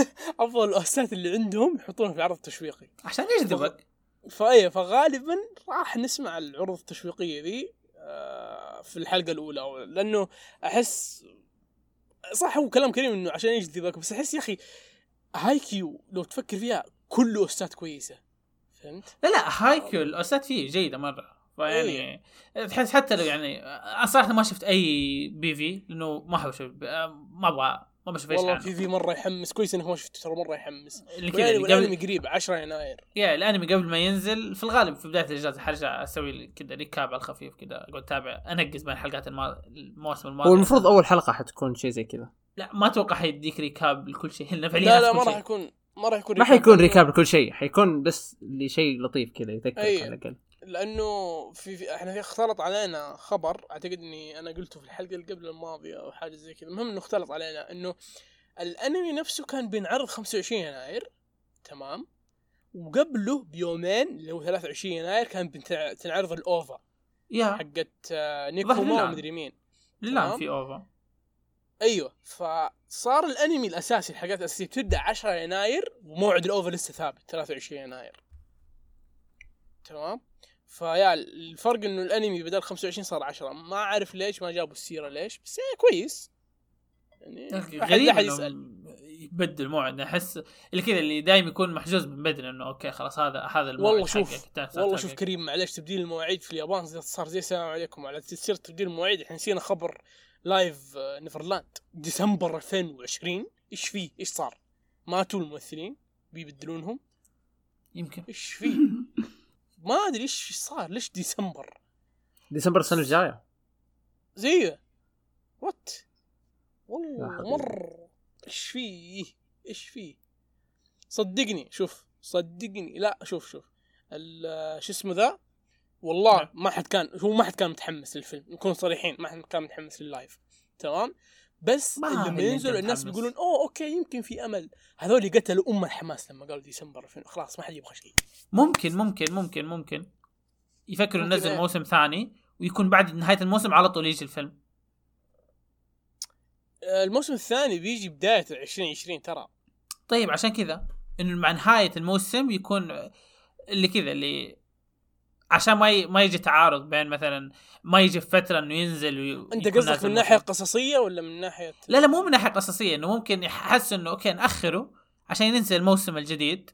S1: أفضل الأوستات اللي عندهم يحطونها في العرض التشويقي
S2: عشان يجذبك
S1: فايه فغالبا راح نسمع العروض التشويقيه ذي آه، في الحلقه الاولى أو لانه احس صح هو كلام كريم انه عشان يجذبك بس احس يا اخي هايكيو لو تفكر فيها كله استاذ كويسه فهمت؟
S2: لا لا هايكيو الاوستات فيه جيده مره فيعني
S1: إيه.
S2: تحس حتى لو يعني انا صراحه ما شفت اي بي في لانه ما احب اشوف ما ابغى ما بشوف ايش
S1: والله في
S2: عنه
S1: ذي مره يحمس كويس انك ما شفته ترى مره يحمس
S2: اللي كذا
S1: والانمي
S2: اللي يعني قبل
S1: والأنمي قريب 10 يناير
S2: يا الانمي قبل ما ينزل في الغالب في بدايه الاجازه حرجع اسوي كذا ريكاب على الخفيف كذا اقعد اتابع انقز بين الحلقات الما- المواسم الماضيه
S4: هو المفروض اول حلقه حتكون شيء زي كذا
S2: لا ما اتوقع حيديك ريكاب لكل شيء لأنه فعليا
S1: لا لا ما
S2: حتكون شيء.
S1: راح يكون ما راح يكون
S4: ما حيكون ريكاب لكل شيء حيكون بس لشيء لطيف كذا يذكرك
S1: أي.
S4: على الاقل
S1: لانه في, في احنا في اختلط علينا خبر اعتقد اني انا قلته في الحلقه اللي قبل الماضيه او حاجه زي كذا المهم انه اختلط علينا انه الانمي نفسه كان بينعرض 25 يناير تمام وقبله بيومين اللي هو 23 يناير كان بتنع- تنعرض الاوفا
S2: يا
S1: حقت آه،
S2: ظهر
S1: نيكوما
S2: اللعب.
S1: ومدري مين
S2: لله
S1: تمام.
S2: في اوفا
S1: ايوه فصار الانمي الاساسي الحاجات الاساسيه بتبدا 10 يناير وموعد الاوفر لسه ثابت 23 يناير تمام فيا الفرق انه الانمي بدل 25 صار 10 ما اعرف ليش ما جابوا السيره ليش بس إيه كويس يعني ما حد
S2: غريب
S1: لا حد
S2: إنهم
S1: يسال
S2: يبدل موعد احس اللي كذا اللي دايم يكون محجوز من بدري انه اوكي خلاص هذا هذا الموعد
S1: والله شوف-
S2: حقك، التاسع
S1: والله
S2: حقك.
S1: شوف كريم معلش تبديل المواعيد في اليابان زي- صار زي السلام عليكم على تصير تبديل المواعيد احنا نسينا خبر لايف آه، نيفرلاند ديسمبر 2020 ايش فيه ايش صار ماتوا الممثلين بيبدلونهم
S2: يمكن
S1: ايش فيه ما ادري ايش صار ليش ديسمبر
S4: ديسمبر السنه الجايه
S1: زيه وات
S4: يا
S1: والله
S4: حبيبي.
S1: مر ايش فيه ايش فيه صدقني شوف صدقني لا شوف شوف ال- شو اسمه ذا والله
S2: نعم.
S1: ما حد كان هو ما حد كان متحمس للفيلم نكون صريحين ما حد كان متحمس لللايف تمام بس
S2: ما
S1: لما
S2: اللي
S1: ينزل
S2: أنت
S1: الناس
S2: متحمس.
S1: بيقولون اوه اوكي يمكن في امل هذول قتلوا ام الحماس لما قالوا ديسمبر 2000 خلاص ما حد يبغى شيء
S2: ممكن ممكن ممكن ممكن يفكروا
S1: ممكن
S2: ينزلوا
S1: إيه.
S2: موسم ثاني ويكون بعد نهايه الموسم على طول يجي الفيلم
S1: آه، الموسم الثاني بيجي بدايه 2020 ترى
S2: طيب عشان كذا انه مع نهايه الموسم يكون اللي كذا اللي عشان ما ي... ما يجي تعارض بين مثلا ما يجي في فتره انه ينزل وي...
S1: انت
S2: يكون
S1: قصدك
S2: نازل
S1: من ناحيه
S2: موسم.
S1: قصصيه ولا من ناحيه
S2: لا لا مو من ناحيه قصصيه انه ممكن يحس انه اوكي ناخره عشان ينزل الموسم الجديد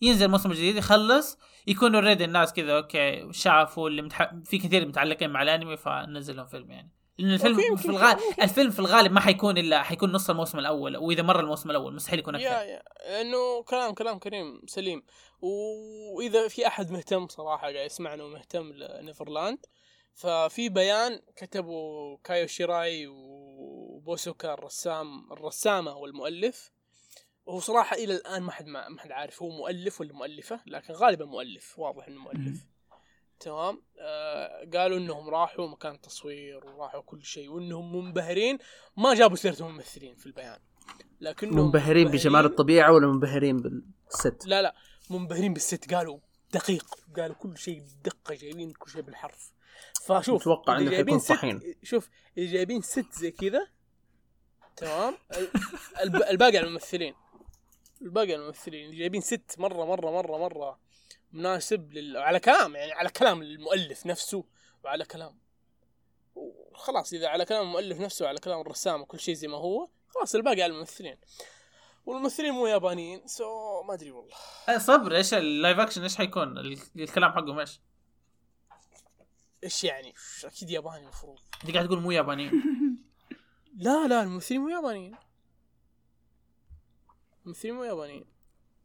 S2: ينزل الموسم الجديد يخلص يكون اوريدي الناس كذا اوكي شافوا اللي متح... في كثير متعلقين مع الانمي فننزل لهم فيلم يعني لان
S1: أوكي،
S2: الفيلم
S1: يمكن-
S2: في الغالب
S1: ممكن.
S2: الفيلم في الغالب ما حيكون الا حيكون نص الموسم الاول واذا مر الموسم الاول مستحيل يكون اكثر
S1: يا يا لانه كلام كلام كريم سليم واذا في احد مهتم صراحه قاعد يسمعنا ومهتم لنيفرلاند ففي بيان كتبه كايو شيراي وبوسوكا الرسام الرسامه والمؤلف وهو صراحه الى الان ما حد ما ما حد عارف هو مؤلف ولا مؤلفه لكن غالبا مؤلف واضح انه مؤلف تمام آه قالوا انهم راحوا مكان تصوير وراحوا كل شيء وانهم منبهرين ما جابوا سيره الممثلين في البيان لكنهم
S4: منبهرين بجمال الطبيعه ولا منبهرين بالست
S1: لا لا منبهرين بالست قالوا دقيق قالوا كل شيء بدقه جايبين كل شيء بالحرف فشوف
S4: متوقع
S1: إذا
S4: إنه
S1: جايبين
S4: حيكون
S1: ست-
S4: طحين.
S1: شوف اذا جايبين ست زي كذا تمام الب- الباقي على الممثلين الباقي على الممثلين إذا جايبين ست مره مره مره مره مناسب لل... على كلام يعني على كلام المؤلف نفسه وعلى كلام خلاص اذا على كلام المؤلف نفسه وعلى كلام الرسام وكل شيء زي ما هو خلاص الباقي على الممثلين والممثلين مو يابانيين سو ما ادري والله
S2: أه، صبر ايش اللايف اكشن ايش حيكون ال- الكلام حقهم ايش
S1: ايش يعني؟ ش- اكيد ياباني المفروض.
S2: انت قاعد تقول مو ياباني
S1: لا لا الممثلين مو يابانيين. الممثلين مو يابانيين.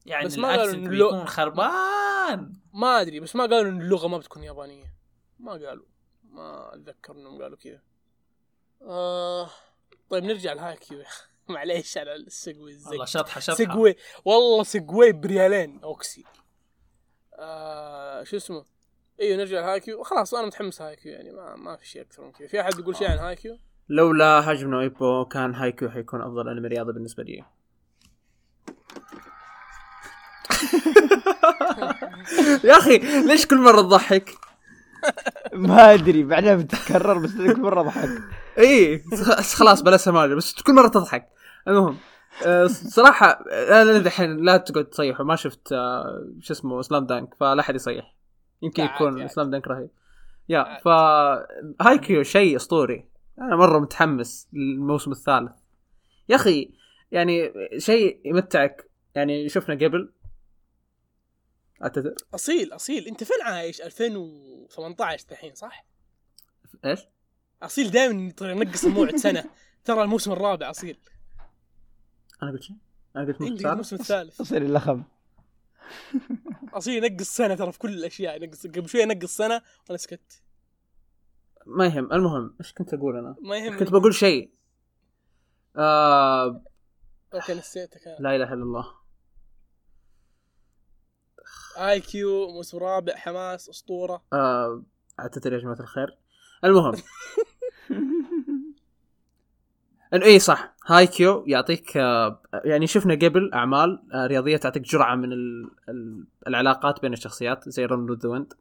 S2: يعني
S1: بس ما قالوا
S2: الاكسنت
S1: إنه لو-
S2: بيكون خربان
S1: ما ادري بس ما قالوا ان اللغه ما بتكون يابانيه. ما قالوا. ما اتذكر انهم قالوا كذا. آه... طيب نرجع لهايكيو معليش على السقوي الزق
S2: والله شطحه شطحه
S1: سقوي والله سقوي بريالين اوكسي. آه... شو اسمه؟ إيوه، ايوه نرجع لهايكيو خلاص انا متحمس هايكيو يعني ما ما في شيء اكثر من كذا. في احد يقول شيء عن هايكيو؟
S4: لولا هجم نويبو كان هايكيو حيكون افضل انمي رياضي بالنسبه لي يا اخي ليش كل مره تضحك؟
S3: ما ادري بعدها بتتكرر بس كل مره ضحك
S4: اي خلاص بلا سماجه بس كل مره تضحك المهم آه، صراحه انا دحين لا تقعد تصيحوا ما شفت آه، شو اسمه سلام دانك فلا احد يصيح يمكن
S1: لا، عادي،
S4: يكون
S1: عادي.
S4: سلام دانك رهيب يا ف هايكيو شيء اسطوري انا مره متحمس للموسم الثالث يا اخي يعني شيء يمتعك يعني شفنا قبل أعتذر
S1: اصيل اصيل انت فين عايش 2018 الحين صح؟
S4: ايش؟
S1: اصيل دائما نقص الموعد سنه ترى الموسم الرابع اصيل
S4: انا قلت شيء؟ انا قلت
S1: انت
S4: مختار
S1: الموسم الثالث
S3: تصير اللخم
S1: اصيل ينقص سنه ترى في كل الاشياء ينقص قبل شوي ينقص سنه وانا سكت
S4: ما يهم المهم ايش كنت اقول انا؟
S1: ما يهم
S4: كنت بقول شيء آه
S1: اوكي نسيتك أنا.
S4: لا اله الا الله
S1: اي كيو موسم رابع حماس اسطوره
S4: آه اعتذر يا جماعه الخير المهم انه اي إيه، صح هاي كيو يعطيك آه يعني شفنا قبل اعمال آه رياضيه تعطيك جرعه من ال ال العلاقات بين الشخصيات زي رن ذا ويند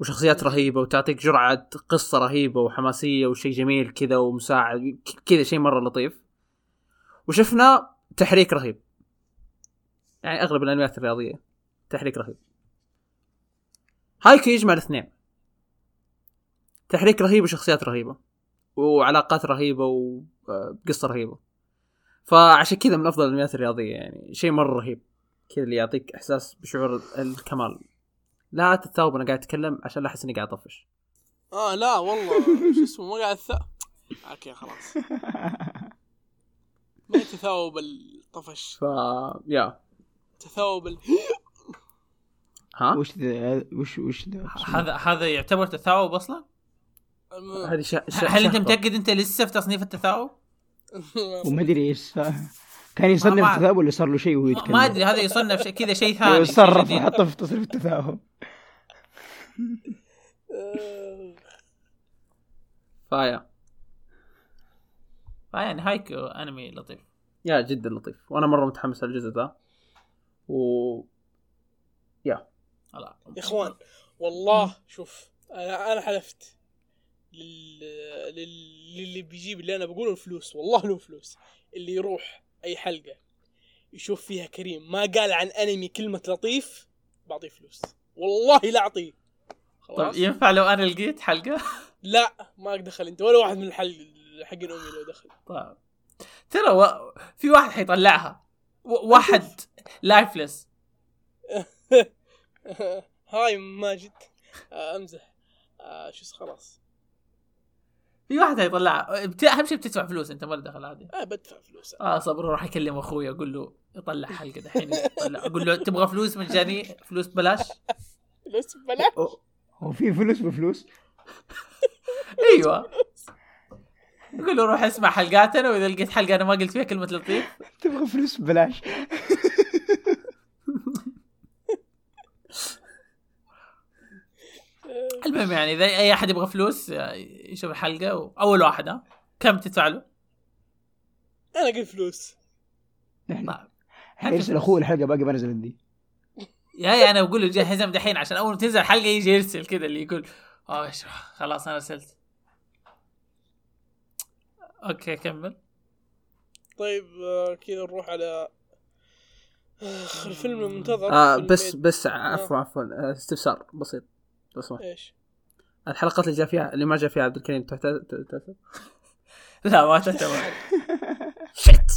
S4: وشخصيات رهيبه وتعطيك جرعه قصه رهيبه وحماسيه وشيء جميل كذا ومساعد ك- كذا شيء مره لطيف وشفنا تحريك رهيب يعني اغلب الانميات الرياضيه تحريك رهيب هايكو يجمع الاثنين تحريك رهيب وشخصيات رهيبة وعلاقات رهيبة وقصة رهيبة فعشان كذا من أفضل الأنميات الرياضية يعني شيء مرة رهيب كذا اللي يعطيك إحساس بشعور الكمال لا تتثاوب أنا قاعد أتكلم عشان لا أحس إني قاعد أطفش
S1: اه لا والله شو اسمه ما قاعد ثا اوكي خلاص ما تثاوب الطفش
S4: ف يا
S1: تثاوب ال...
S4: ها
S3: وش ذا وش وش ذا
S2: هذا هذا يعتبر تثاؤب اصلا؟
S1: الم-
S4: هذه شا... شا...
S2: هل انت
S4: شهوة.
S2: متاكد انت لسه في تصنيف التثاؤب؟
S3: وما ادري ايش صار. كان يصنف
S2: ما-
S3: التثاؤب ولا صار له شيء وهو يتكلم
S2: ما ادري هذا يصنف شيء- كذا شيء ثاني شيء
S3: يتصرف
S2: جديد.
S3: وحطه في تصريف التثاؤب
S1: آه،
S4: فيا
S2: فيعني آه، يعني هايكو انمي لطيف
S4: يا جدا لطيف وأنا مرة متحمس للجزء ذا و
S2: الله. طيب،
S1: يا اخوان والله شوف انا انا حلفت لل... لل... للي بيجيب اللي انا بقوله الفلوس والله له فلوس اللي يروح اي حلقه يشوف فيها كريم ما قال عن انمي كلمه لطيف بعطيه فلوس والله لا اعطيه
S2: طب
S1: خلاص
S2: ينفع لو انا لقيت حلقه؟
S1: لا ما دخل انت ولا واحد من الحل حق الامي لو دخل
S2: طيب ترى و... في واحد حيطلعها و... واحد لايفلس
S1: هاي ماجد آه، امزح آه، شو اسمه خلاص
S2: في واحد حيطلعها بت... اهم شيء بتدفع فلوس انت ما دخل هذه
S1: آه، بدفع فلوس
S2: اه صبرو راح اكلم اخوي اقول له يطلع حلقه دحين يطلع. اقول له تبغى فلوس مجاني فلوس ببلاش
S1: فلوس بلا
S3: هو في فلوس بفلوس
S2: ايوه اقول له روح اسمع حلقاتنا واذا لقيت حلقه انا ما قلت فيها كلمه لطيف
S3: تبغى فلوس ببلاش
S2: المهم يعني اذا اي احد يبغى فلوس آه، يشوف الحلقه واول واحد ها كم تدفع له؟
S1: انا قلت فلوس
S3: يعني
S2: طيب.
S3: حيرسل اخوه الحلقه باقي بنزل عندي
S2: يا يا انا بقول له جاي حزام دحين عشان اول ما تنزل الحلقه يجي يرسل كذا اللي يقول اه شو- خلاص انا ارسلت اوكي كمل
S1: طيب آه، كذا نروح على آخر فيلم المنتظر
S4: آه
S1: فيلم
S4: بس
S1: ميد-
S4: بس عفوا عفوا آه، استفسار بسيط لو سمحت
S1: ايش؟
S4: الحلقات اللي جاء فيها اللي ما جاء فيها عبد الكريم تعتبر تعتبر-
S2: لا ما تعتبر
S4: شت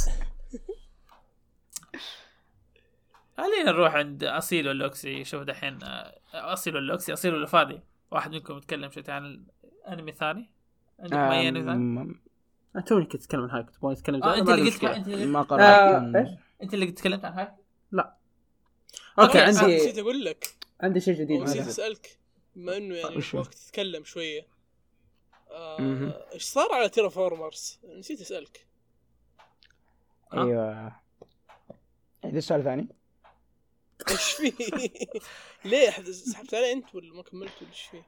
S2: خلينا نروح عند اصيل والاوكسي شوف دحين آه، اصيل والاوكسي اصيل ولا فاضي واحد منكم يتكلم شوي عن الانمي الثاني عندك اي انمي ثاني
S3: أم-
S4: انا توني كنت اتكلم عن هاي كنت تبغى اتكلم
S2: آه، انت
S4: زيادة؟ ما
S2: اللي قلت
S4: عندي مشكلة.
S2: انت
S3: ما
S4: آه،
S3: قرأت
S4: إيش؟
S2: انت اللي تكلمت عن هاي
S4: اوكي
S2: آه،
S1: آه،
S4: عندي إيه،
S1: نسيت اقول لك
S4: عندي شيء جديد
S1: أو نسيت
S4: هذا.
S1: اسالك بما انه يعني
S3: وش هو؟
S1: وقت تتكلم شويه
S3: مهم.
S1: آه، ايش صار على تيرا فورمرز؟ نسيت اسالك
S2: آه.
S3: ايوه هذا السؤال الثاني
S1: ايش فيه؟ ليه حد- سحبت عليه انت ولا ما كملت ولا ايش فيه؟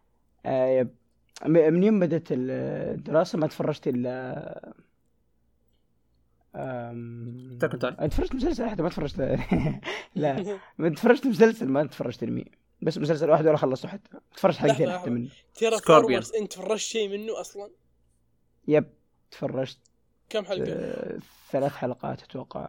S3: آه، يب. م- من يوم بدأت الدراسة ما تفرجت إلا أم...
S4: Attack on Titan.
S3: آه، تفرجت مسلسل حتى ما تفرجت لا ما تفرجت مسلسل ما تفرجت انمي بس مسلسل واحد ولا خلصته حتى تفرجت حلقتين
S1: لحظة،
S3: حتى منه
S1: ترى
S4: Scorpion.
S1: فورورز انت فرشت شيء منه اصلا
S3: يب تفرجت
S1: كم
S4: إيه.
S1: حلقه؟
S3: آه، ثلاث حلقات اتوقع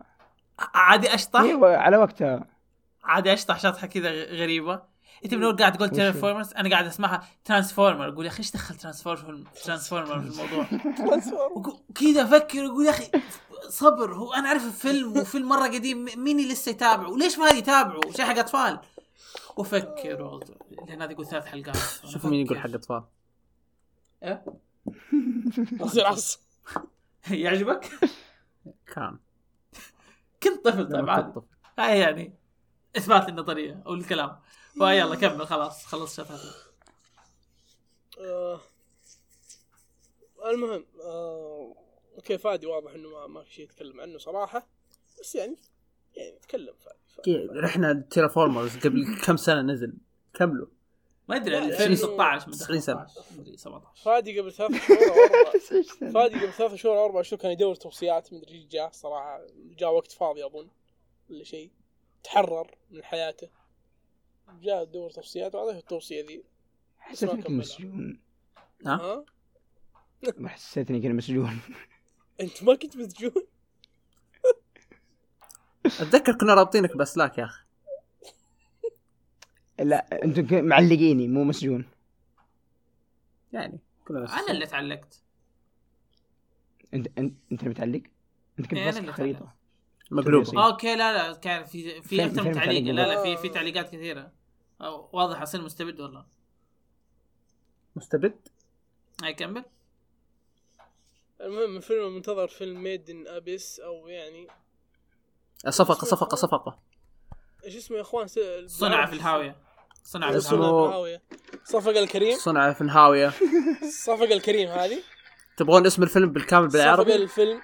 S2: عادي اشطح
S4: إيه.
S3: ايوه على وقتها
S2: عادي اشطح شطحه كذا غ- غريبه
S4: إيه.
S2: انت من اول قاعد تقول
S3: وش هي؟
S2: ترانسفورمرز انا قاعد اسمعها ترانسفورمر اقول يا اخي ايش دخل ترانسفورمر ترانسفورمر في الموضوع
S1: Transformers.
S2: وك- كذا افكر اقول يا اخي صبر هو انا اعرف الفيلم وفيلم مره قديم م- مين اللي لسه يتابعه وليش ما يتابعه شيء حق اطفال وافكر وأقول- لان هذا يقول ثلاث حلقات
S4: شوف مين يقول حق اطفال
S2: إيه؟
S1: عصير عص
S2: يعجبك؟
S4: كان
S2: كنت طفل طيب
S4: لما
S2: عادي
S4: كنت طفل.
S2: هاي يعني اثبات النظريه او الكلام فيلا كمل خلاص خلص شطحتك
S1: آه. المهم آه. اوكي فادي واضح انه ما, ما في شيء يتكلم عنه صراحه بس يعني يعني تكلم فادي, فادي.
S4: رحنا تيرافورمرز قبل كم سنه نزل كملوا
S2: ما ادري
S1: لا،
S2: 2016 من
S4: 90 سنة.
S2: 18 مدري 17
S1: فادي قبل ثلاث شهور أو أربع-
S3: فادي
S1: فادي قبل ثلاث شهور او اربع شهور كان يدور توصيات مدري ايش جاه صراحه جاء وقت فاضي اظن ولا شيء تحرر من حياته جاء يدور توصيات واعطيته التوصيه ذي
S3: حسيت
S1: ما
S3: انك
S1: كملها.
S3: مسجون
S4: ها؟
S1: ها؟
S3: ما حسيت اني كنا مسجون
S1: انت ما كنت مسجون؟
S4: اتذكر كنا رابطينك باسلاك يا اخي
S3: لا انتم ك- معلقيني مو مسجون
S4: يعني كنا نفس
S2: انا
S4: الشيء.
S2: اللي تعلقت
S3: انت انت انت اللي متعلق انت كنت
S2: إيه، أنا
S3: باصص
S2: اللي
S3: الخريطه
S4: مقلوبه
S3: آه.
S2: اوكي لا لا كان في في
S3: فين-
S2: اكثر من
S3: فين
S2: تعليق
S3: تعليق
S2: لا لا
S1: بالضبط؟
S2: في في تعليقات كثيره أو واضح اصير مستبد والله
S4: مستبد
S2: هاي كمل
S1: المهم الفيلم المنتظر فيلم ميد ان ابيس او يعني
S4: صفقه صفقه صفقه
S1: ايش اسمه يا اخوان س-
S2: صنع في الهاويه صنع في
S4: اسمه-
S2: الهاويه
S1: صنع في الهاويه صفقه الكريم
S4: صنع في الهاويه
S1: صفقه الكريم هذه
S4: تبغون اسم الفيلم بالكامل
S1: صفقه
S4: بالعربي
S1: الفيلم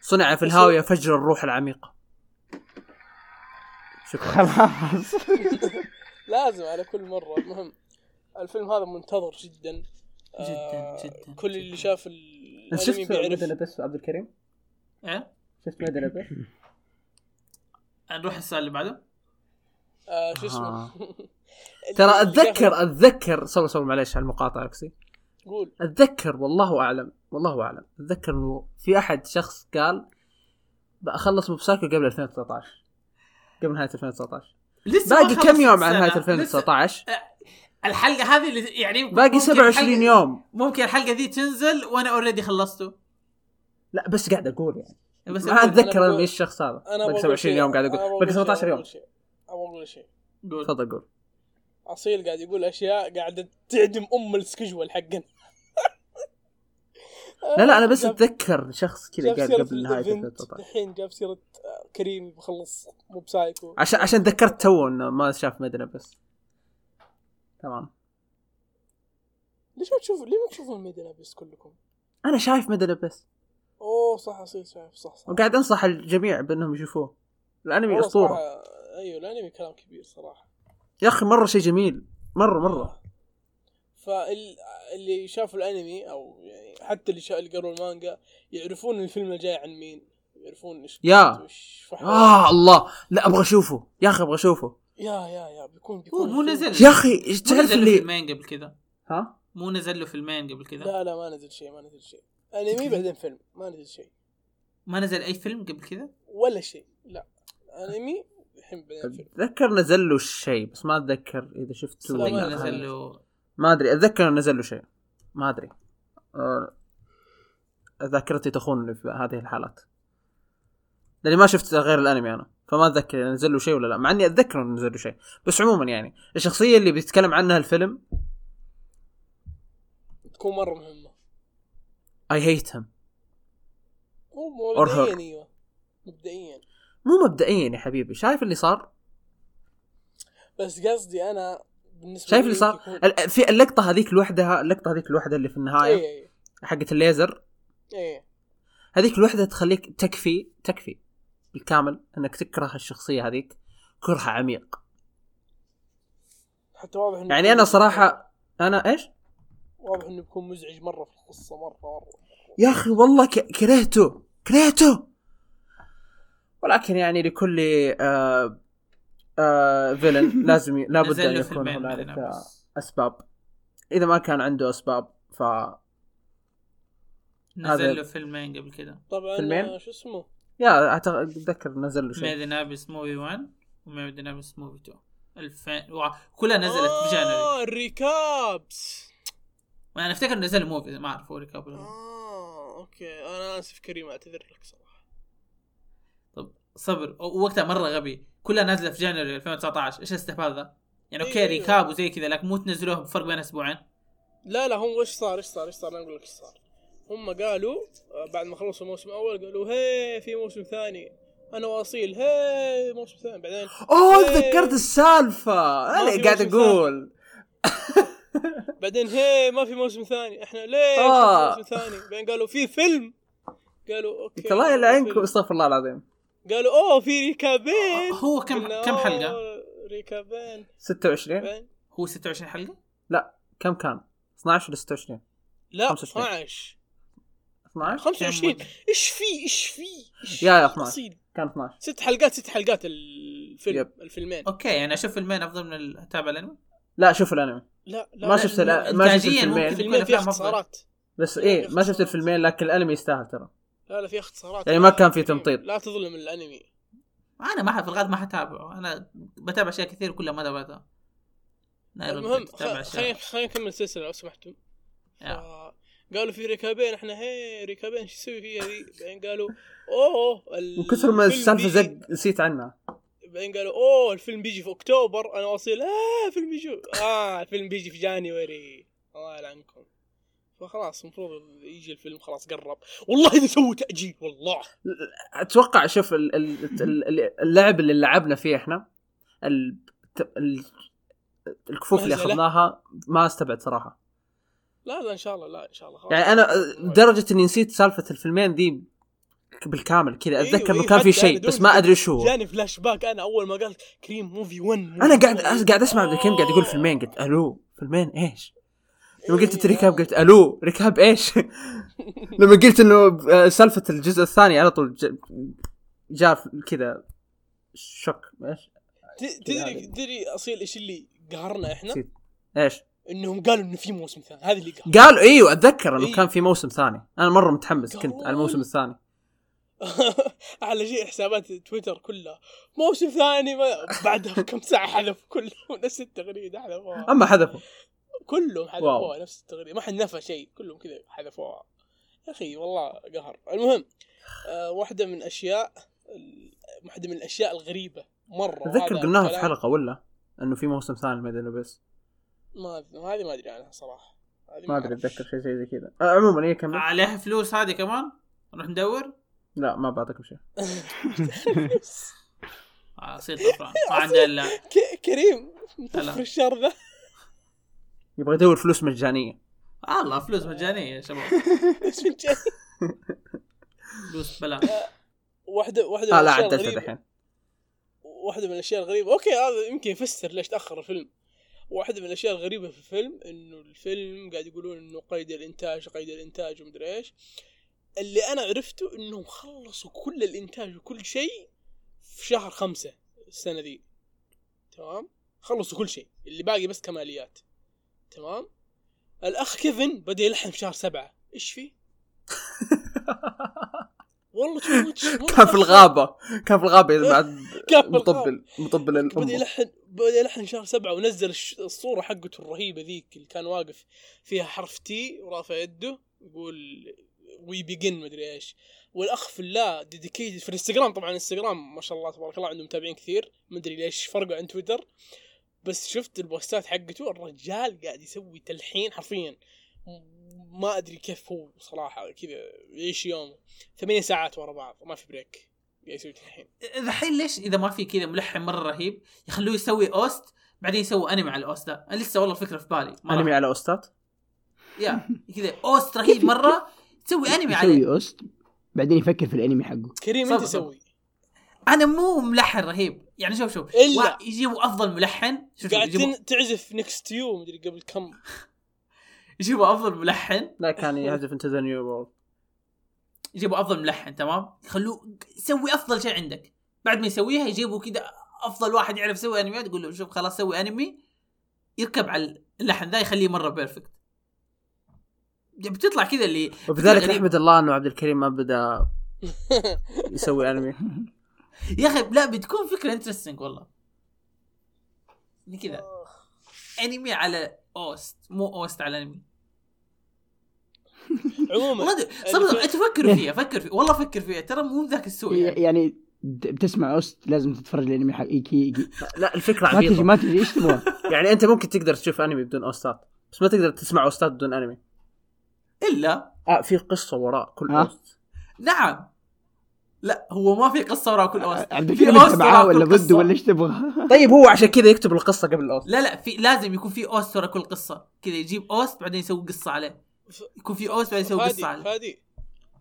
S4: صنع في الهاويه فجر الروح العميقه شكرا
S3: خلاص
S1: لازم على كل مره المهم الفيلم هذا منتظر جدا
S2: جدا جدا
S1: كل اللي شاف ال- الانمي
S4: شفت
S1: بيعرف
S4: مدن بس عبد الكريم
S2: ايه
S4: شفت مدن بس
S2: نروح السؤال اللي بعده
S1: آه، شو اسمه
S4: ترى
S1: اللي- اللي
S4: اتذكر اتذكر سوري سوري معليش على المقاطعه اكسي
S1: شاف- قول
S4: اتذكر والله اعلم والله اعلم اتذكر انه في احد شخص قال بخلص موبساكو قبل 2019 قبل نهايه 2019
S2: لسه ما
S4: باقي
S2: خلصت
S4: كم يوم على نهايه
S2: السنة. لسه-
S4: 2019
S2: الحلقه هذه اللي يعني
S4: باقي
S2: ممكن
S4: 27
S2: الحلقة-
S4: يوم
S2: ممكن الحلقه ذي تنزل وانا اوريدي خلصته
S4: لا بس قاعد اقول يعني
S2: بس
S4: ما
S2: أقول-
S4: اتذكر
S1: أنا
S4: انا
S1: بقول-
S4: مين الشخص هذا
S1: انا
S4: باقي 27 يوم قاعد اقول باقي 17 يوم
S1: ابغى اقول شيء
S2: قول.
S4: تفضل قول
S1: اصيل قاعد يقول اشياء قاعده تعدم ام السكجول حقنا
S4: لا لا انا بس اتذكر شخص كذا
S1: جاب
S4: قاعد
S1: سيرة
S4: قبل نهايه
S1: الإيفنت،
S4: 2019
S1: الحين جاب سيره آه، كريم بخلص مو بسايكو
S4: عشان عشان تذكرت تو انه ما شاف مدنه بس تمام
S1: ليش ما تشوف ليه ما تشوفون ميدن ابيس كلكم؟
S4: انا شايف مدنه بس
S1: اوه صح اصيل شايف صح صح
S4: وقاعد انصح الجميع بانهم يشوفوه الانمي
S1: والله
S4: اسطوره
S1: صراحة- ايوه الانمي كلام كبير صراحه
S4: يا اخي مره شيء جميل مره مره
S1: فاللي شافوا الانمي او يعني حتى اللي شا... اللي قروا المانجا يعرفون الفيلم الجاي عن مين يعرفون ايش
S4: يا.
S1: قصته، إيش فحوى.
S4: اه الله لا ابغى اشوفه يا اخي ابغى اشوفه
S1: يا يا يا بيكون بيكون
S2: هو مو
S1: الفيلم-
S2: نزل
S4: يا اخي إيش
S2: مو
S4: تعرف
S2: نزل له
S4: اللي
S2: فيلمين قبل كذا
S4: ها
S2: مو نزل له فيلمين قبل كذا
S1: لا لا ما نزل شيء ما نزل شيء انمي بعدين فيلم ما نزل شيء
S2: ما نزل اي فيلم قبل كذا
S1: ولا شيء لا انمي الحين بعدين فيلم
S4: اتذكر نزل له شيء بس ما اتذكر اذا شفته
S2: صدق
S1: ما
S4: ولا
S2: نزل
S4: لا.
S2: له
S4: ما ادري اتذكر إنه نزل له شيء ما ادري آه، ذاكرتي تخونني في هذه الحالات لاني ما شفت غير الانمي انا فما اتذكر إذا نزل له شيء ولا لا مع اني اتذكر انه نزل له شيء بس عموما يعني الشخصيه اللي بيتكلم عنها الفيلم
S1: تكون مره مهمه
S4: اي هيت هيم
S1: هو مو
S4: Or her.
S1: مبدئيا ايوه مبدئيا
S4: مو مبدئيا يا حبيبي شايف اللي صار
S1: بس قصدي انا بالنسبه
S4: شايف
S1: لي
S4: اللي صار
S1: يكون-
S4: ال- آه، في اللقطه هذيك لوحدها اللقطه هذيك لوحدها اللي في النهايه
S1: اي
S4: حقت الليزر
S1: اي
S4: هذيك لوحدها تخليك تكفي تكفي بالكامل انك تكره الشخصيه هذيك كره عميق
S1: حتى واضح انه
S4: يعني انا صراحه انا ايش؟
S1: واضح انه بيكون مزعج مره في القصه مره مره
S4: يا اخي والله ك- كرهته كرهته ولكن يعني لكل آه آه فيلن لازم ي- لابد
S2: نزل
S4: ان
S2: له في
S4: يكون
S2: البين
S4: هنالك
S2: هنا بس.
S4: اسباب اذا ما كان عنده اسباب ف هذا-
S2: نزل له فيلمين قبل كذا
S1: طبعا
S4: فيلمين؟
S1: آه، شو اسمه
S4: يا أعتقد- اتذكر نزل له شيء
S2: ميدي نابس موفي 1 وميدي نابس موفي 2 2000 و- كلها نزلت في جانوري
S1: اه الريكابس
S2: انا افتكر إنه نزل موفي ما اعرف هو ريكاب ولا لا.
S1: اه اوكي انا اسف كريم اعتذر لك صراحه
S2: طب صبر و- وقتها مره غبي كلها نازله في جانوري 2019 ايش الاستهبال ذا؟ يعني اوكي
S1: أيوة.
S2: ريكاب وزي كذا لكن مو تنزلوه بفرق بين اسبوعين
S1: لا لا هم ايش صار ايش صار ايش صار انا اقول لك ايش صار هم قالوا آه، بعد ما خلصوا الموسم الاول قالوا هي في موسم ثاني انا واصيل هي موسم ثاني بعدين
S4: اوه
S1: إيه.
S4: تذكرت السالفه
S1: ما
S4: انا
S1: في
S4: قاعد
S1: وجه
S4: اقول
S1: بعدين هي ما في موسم ثاني احنا ليه
S4: آه.
S1: ما في موسم ثاني بعدين قالوا في فيلم قالوا اوكي
S4: قلت الله يلعنكم
S1: فيلم.
S4: استغفر الله العظيم
S1: قالوا اوه في ريكابين
S2: هو كم
S1: قلنا،
S2: كم
S1: "أوه،
S2: حلقه؟
S1: ريكابين
S4: 26
S1: بعدين-
S2: هو 26 حلقه؟
S4: كم كان؟ 12 ولا 26
S1: لا
S4: 25.
S1: 12
S4: 12
S1: 25
S2: مدة؟
S1: ايش في ايش في إيش
S4: يا- يا
S1: في
S4: 12.
S1: أصيل.
S4: كان 12
S1: ست حلقات ست حلقات الفيلم
S4: يب.
S1: الفيلمين
S2: اوكي يعني اشوف فيلمين افضل من ال- اتابع الانمي
S4: لا شوف الانمي
S1: لا لا
S4: ما
S1: لا،
S4: شفت
S1: لا،
S4: الأ- ما شفت
S2: انتاجيا
S4: الفيلمين.
S2: ممكن تكون
S1: الفيلمين فيها
S2: افلام افضل
S1: اختصارات
S4: بس ايه ما شفت الفيلمين لكن الانمي يستاهل ترى
S1: لا لا فيها اختصارات
S4: يعني ما كان في تمطيط.
S1: لا تظلم الانمي
S2: انا ما في الغالب ما حتابعه انا بتابع اشياء كثير كلها ما تابعتها نايرون
S1: المهم
S2: بتتابع
S1: خ-
S2: أشياء.
S1: خلينا خلينا نكمل السلسله لو سمحتم
S2: يا.
S1: ف- قالوا في ركابين احنا هي ركابين شو نسوي فيها ذي بعدين قالوا اوه ال-
S4: من كثر ما
S1: الفيلم
S4: السالفه
S1: بيجي-
S4: زق نسيت عنها
S1: بعدين قالوا اوه الفيلم بيجي في اكتوبر انا واصيل اه الفيلم بيجي اه الفيلم بيجي في جانيوري الله يلعنكم فخلاص المفروض يجي الفيلم خلاص قرب والله اذا سووا تاجيل والله
S4: اتوقع شوف ال- ال- ال- اللعب اللي لعبنا فيه احنا ال- ت- ال- الكفوف اللي
S1: مهزلة.
S4: اخذناها ما استبعد صراحه
S1: لا لا ان شاء الله لا ان شاء الله خلاص
S4: يعني انا لدرجه اني نسيت سالفه الفيلمين دي بالكامل كذا
S1: أيوه،
S4: اتذكر انه
S1: أيوه،
S4: كان في
S1: حتى أنا
S4: شيء
S1: دون-
S4: بس ما ادري ايش هو
S1: جاني فلاش باك انا اول ما قال كريم موفي 1
S4: انا قاعد قاعد اسمع عبد الكريم قاعد يقول فيلمين قلت الو فيلمين ايش؟ لما قلت انت ريكاب قلت الو ريكاب ايش؟ لما قلت انه آه، سالفه الجزء الثاني على طول ج- جاء في- كذا شك ايش؟
S1: ت- تدري تدري اصيل ايش اللي قهرنا احنا؟
S4: نسيت. ايش؟
S1: انهم قالوا انه في موسم ثاني هذا اللي قهر
S4: قالوا ايوه اتذكر انه
S1: إيه.
S4: كان في موسم ثاني انا مره متحمس كنت على الموسم الثاني
S1: على شيء حسابات تويتر كلها موسم ثاني ما بعدها بكم ساعه حذفوا كلهم نفس التغريده حذفوها
S4: اما حذفه
S1: كلهم حذفوها نفس التغريده ما حد نفى شيء كلهم كذا حذفوها يا اخي والله قهر المهم آه واحده من اشياء واحده من الاشياء الغريبه مره
S4: اتذكر
S1: هذا
S4: قلناها في
S1: كلام-
S4: حلقه ولا انه في موسم ثاني ما ادري بس
S1: ما أدري- هذه ما ادري عنها صراحه هذه
S4: ما ادري
S1: أعرف.
S4: اتذكر شيء زي زي كذا آه، عموما ايه كمل
S2: عليها فلوس هذه كمان نروح ندور
S4: لا ما بعطيكم شيء
S2: آه، اصير طفران ما عندنا الا
S1: ك- كريم
S2: هلا.
S1: في الشهر ذا
S4: يبغى يدور فلوس مجانيه
S2: الله فلوس مجانيه يا شباب
S1: بس من جد.
S2: فلوس بلا
S1: واحده واحده من
S4: اه لا
S1: الاشياء
S4: عدلت
S1: الغريبه
S4: الحين
S1: واحده من الاشياء الغريبه اوكي هذا يمكن يفسر ليش تاخر الفيلم واحده من الاشياء الغريبه في الفيلم انه الفيلم قاعد يقولون انه قيد الانتاج قيد الانتاج ومدري ايش اللي انا عرفته انهم خلصوا كل الانتاج وكل شيء في شهر خمسة السنه ذي تمام خلصوا كل شيء اللي باقي بس كماليات تمام الاخ كيفن بدا يلحن في شهر سبعة ايش فيه والله too much. مرة
S4: كان في الغابه كان في الغابه اذا بعد
S1: كان في الغابة.
S4: مطبل مطبل
S1: بدا
S4: الام
S1: يلحن بدا يلحن شهر سبعة ونزل الش- الصورة حقته الرهيبة ذيك اللي كان واقف فيها حرف تي ورافع يده يقول وي بيجن مدري ايش والاخ في الله ديديكيتد في الانستغرام طبعا الانستغرام ما شاء الله تبارك الله عنده متابعين كثير مدري ليش فرقوا عن تويتر بس شفت البوستات حقته الرجال قاعد يسوي تلحين حرفيا م- ما ادري كيف هو صراحه كذا يعيش يومه ثمانية ساعات ورا بعض ما في بريك قاعد يسوي تلحين
S2: الحين ليش اذا ما في كذا ملحن مره رهيب يخلوه يسوي اوست بعدين يسوي انمي على الاوست ده انا لسه والله الفكره في بالي مرة.
S4: انمي على اوستات
S2: يا كذا اوست رهيب مره تسوي انمي عليه
S3: يسوي اوست بعدين يفكر في الانمي حقه
S1: كريم
S2: صبر
S1: انت
S2: صبر.
S1: سوي
S2: انا مو ملحن رهيب يعني شوف شوف
S1: إلا.
S2: وا- يجيبوا افضل ملحن شوف شوف
S1: قاعد
S2: يجيبوا,
S1: تن- تعزف نكست يو مدري قبل كم
S2: يجيبوا افضل ملحن
S4: لا كان يهدف انت ذا نيو وورلد
S2: يجيبوا افضل ملحن تمام خلوه سوي افضل شيء عندك بعد ما يسويها يجيبوا كذا افضل واحد يعرف يسوي انميات يقول له شوف خلاص سوي انمي يركب على اللحن ذا يخليه مره بيرفكت بتطلع كذا اللي
S4: وبذلك
S2: غريب.
S4: نحمد الله انه عبد الكريم ما بدا يسوي انمي
S2: يا اخي لا بتكون فكره انترستنج والله يعني كذا انمي على اوست مو اوست على انمي
S1: عموما
S2: والله صدق انت فكروا فيها فكر فيها والله فكر فيها ترى مو ذاك السوء يعني.
S3: يعني د- بتسمع اوست لازم تتفرج الانمي حق ايكي إيكي.
S4: لا الفكره
S3: ما تجي
S4: عبيطه
S3: ما تجي ايش تبغى؟
S4: يعني انت ممكن تقدر تشوف انمي بدون اوستات بس ما تقدر تسمع اوستات بدون انمي
S2: الا
S4: اه في قصه وراء كل
S3: ها؟
S4: اوست
S2: نعم لا هو ما في قصه ورا كل اوست
S3: عبد
S2: في
S3: الكريم انت
S2: أوست
S3: معاه
S2: وراء كل
S3: ولا
S2: قصة.
S3: ضده ولا ايش تبغى؟
S4: طيب هو عشان كذا يكتب القصه قبل الاوست
S2: لا لا في لازم يكون في اوست ورا كل قصه كذا يجيب اوست بعدين يسوي قصه عليه يكون في اوست بعدين يسوي
S1: فادي
S2: قصه عليه
S1: فادي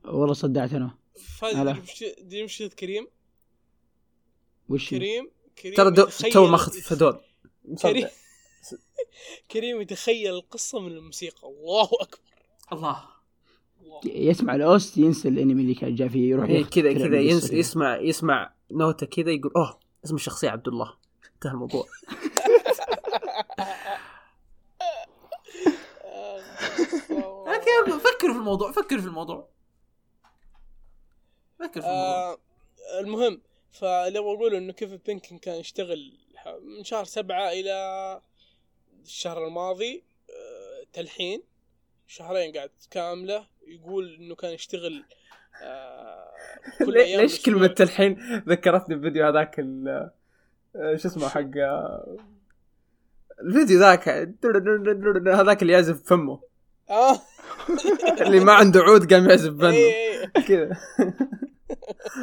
S3: والله صدعت انا
S1: فادي
S3: هلا.
S1: تدري مش- تدري مش كريم
S3: وش
S1: كريم كريم
S4: ترى دو-
S1: يتخيل-
S4: تو ماخذ في دول
S1: كريم كريم يتخيل القصه من الموسيقى الله اكبر
S2: الله
S1: الله
S3: يسمع الاوست ينسى الانمي اللي كان جاء فيه يروح
S4: إيه،
S3: يخ-
S4: كذا
S3: يلعب
S4: كذا
S3: بالقصة
S4: ينس- يسمع يسمع نوته كذا يقول اوه اسم الشخصيه عبد الله انتهى الموضوع
S2: اوكي فكروا في الموضوع فكروا في الموضوع فكر في الموضوع
S1: آه، المهم فاللي ابغى اقوله انه كيفن بينكن كان يشتغل ح- من شهر سبعة الى الشهر الماضي آه، تلحين شهرين قاعد كاملة يقول انه كان يشتغل آه، كل أيام
S4: ليش
S1: الأسبوع.
S4: كلمه الحين ذكرتني بفيديو هذاك ال- آه، شو اسمه حق آه، الفيديو ذاك هذاك اللي يعزف فمه
S1: اه
S4: اللي ما عنده عود قام يعزف بنه
S1: إيه، إيه.
S4: كذا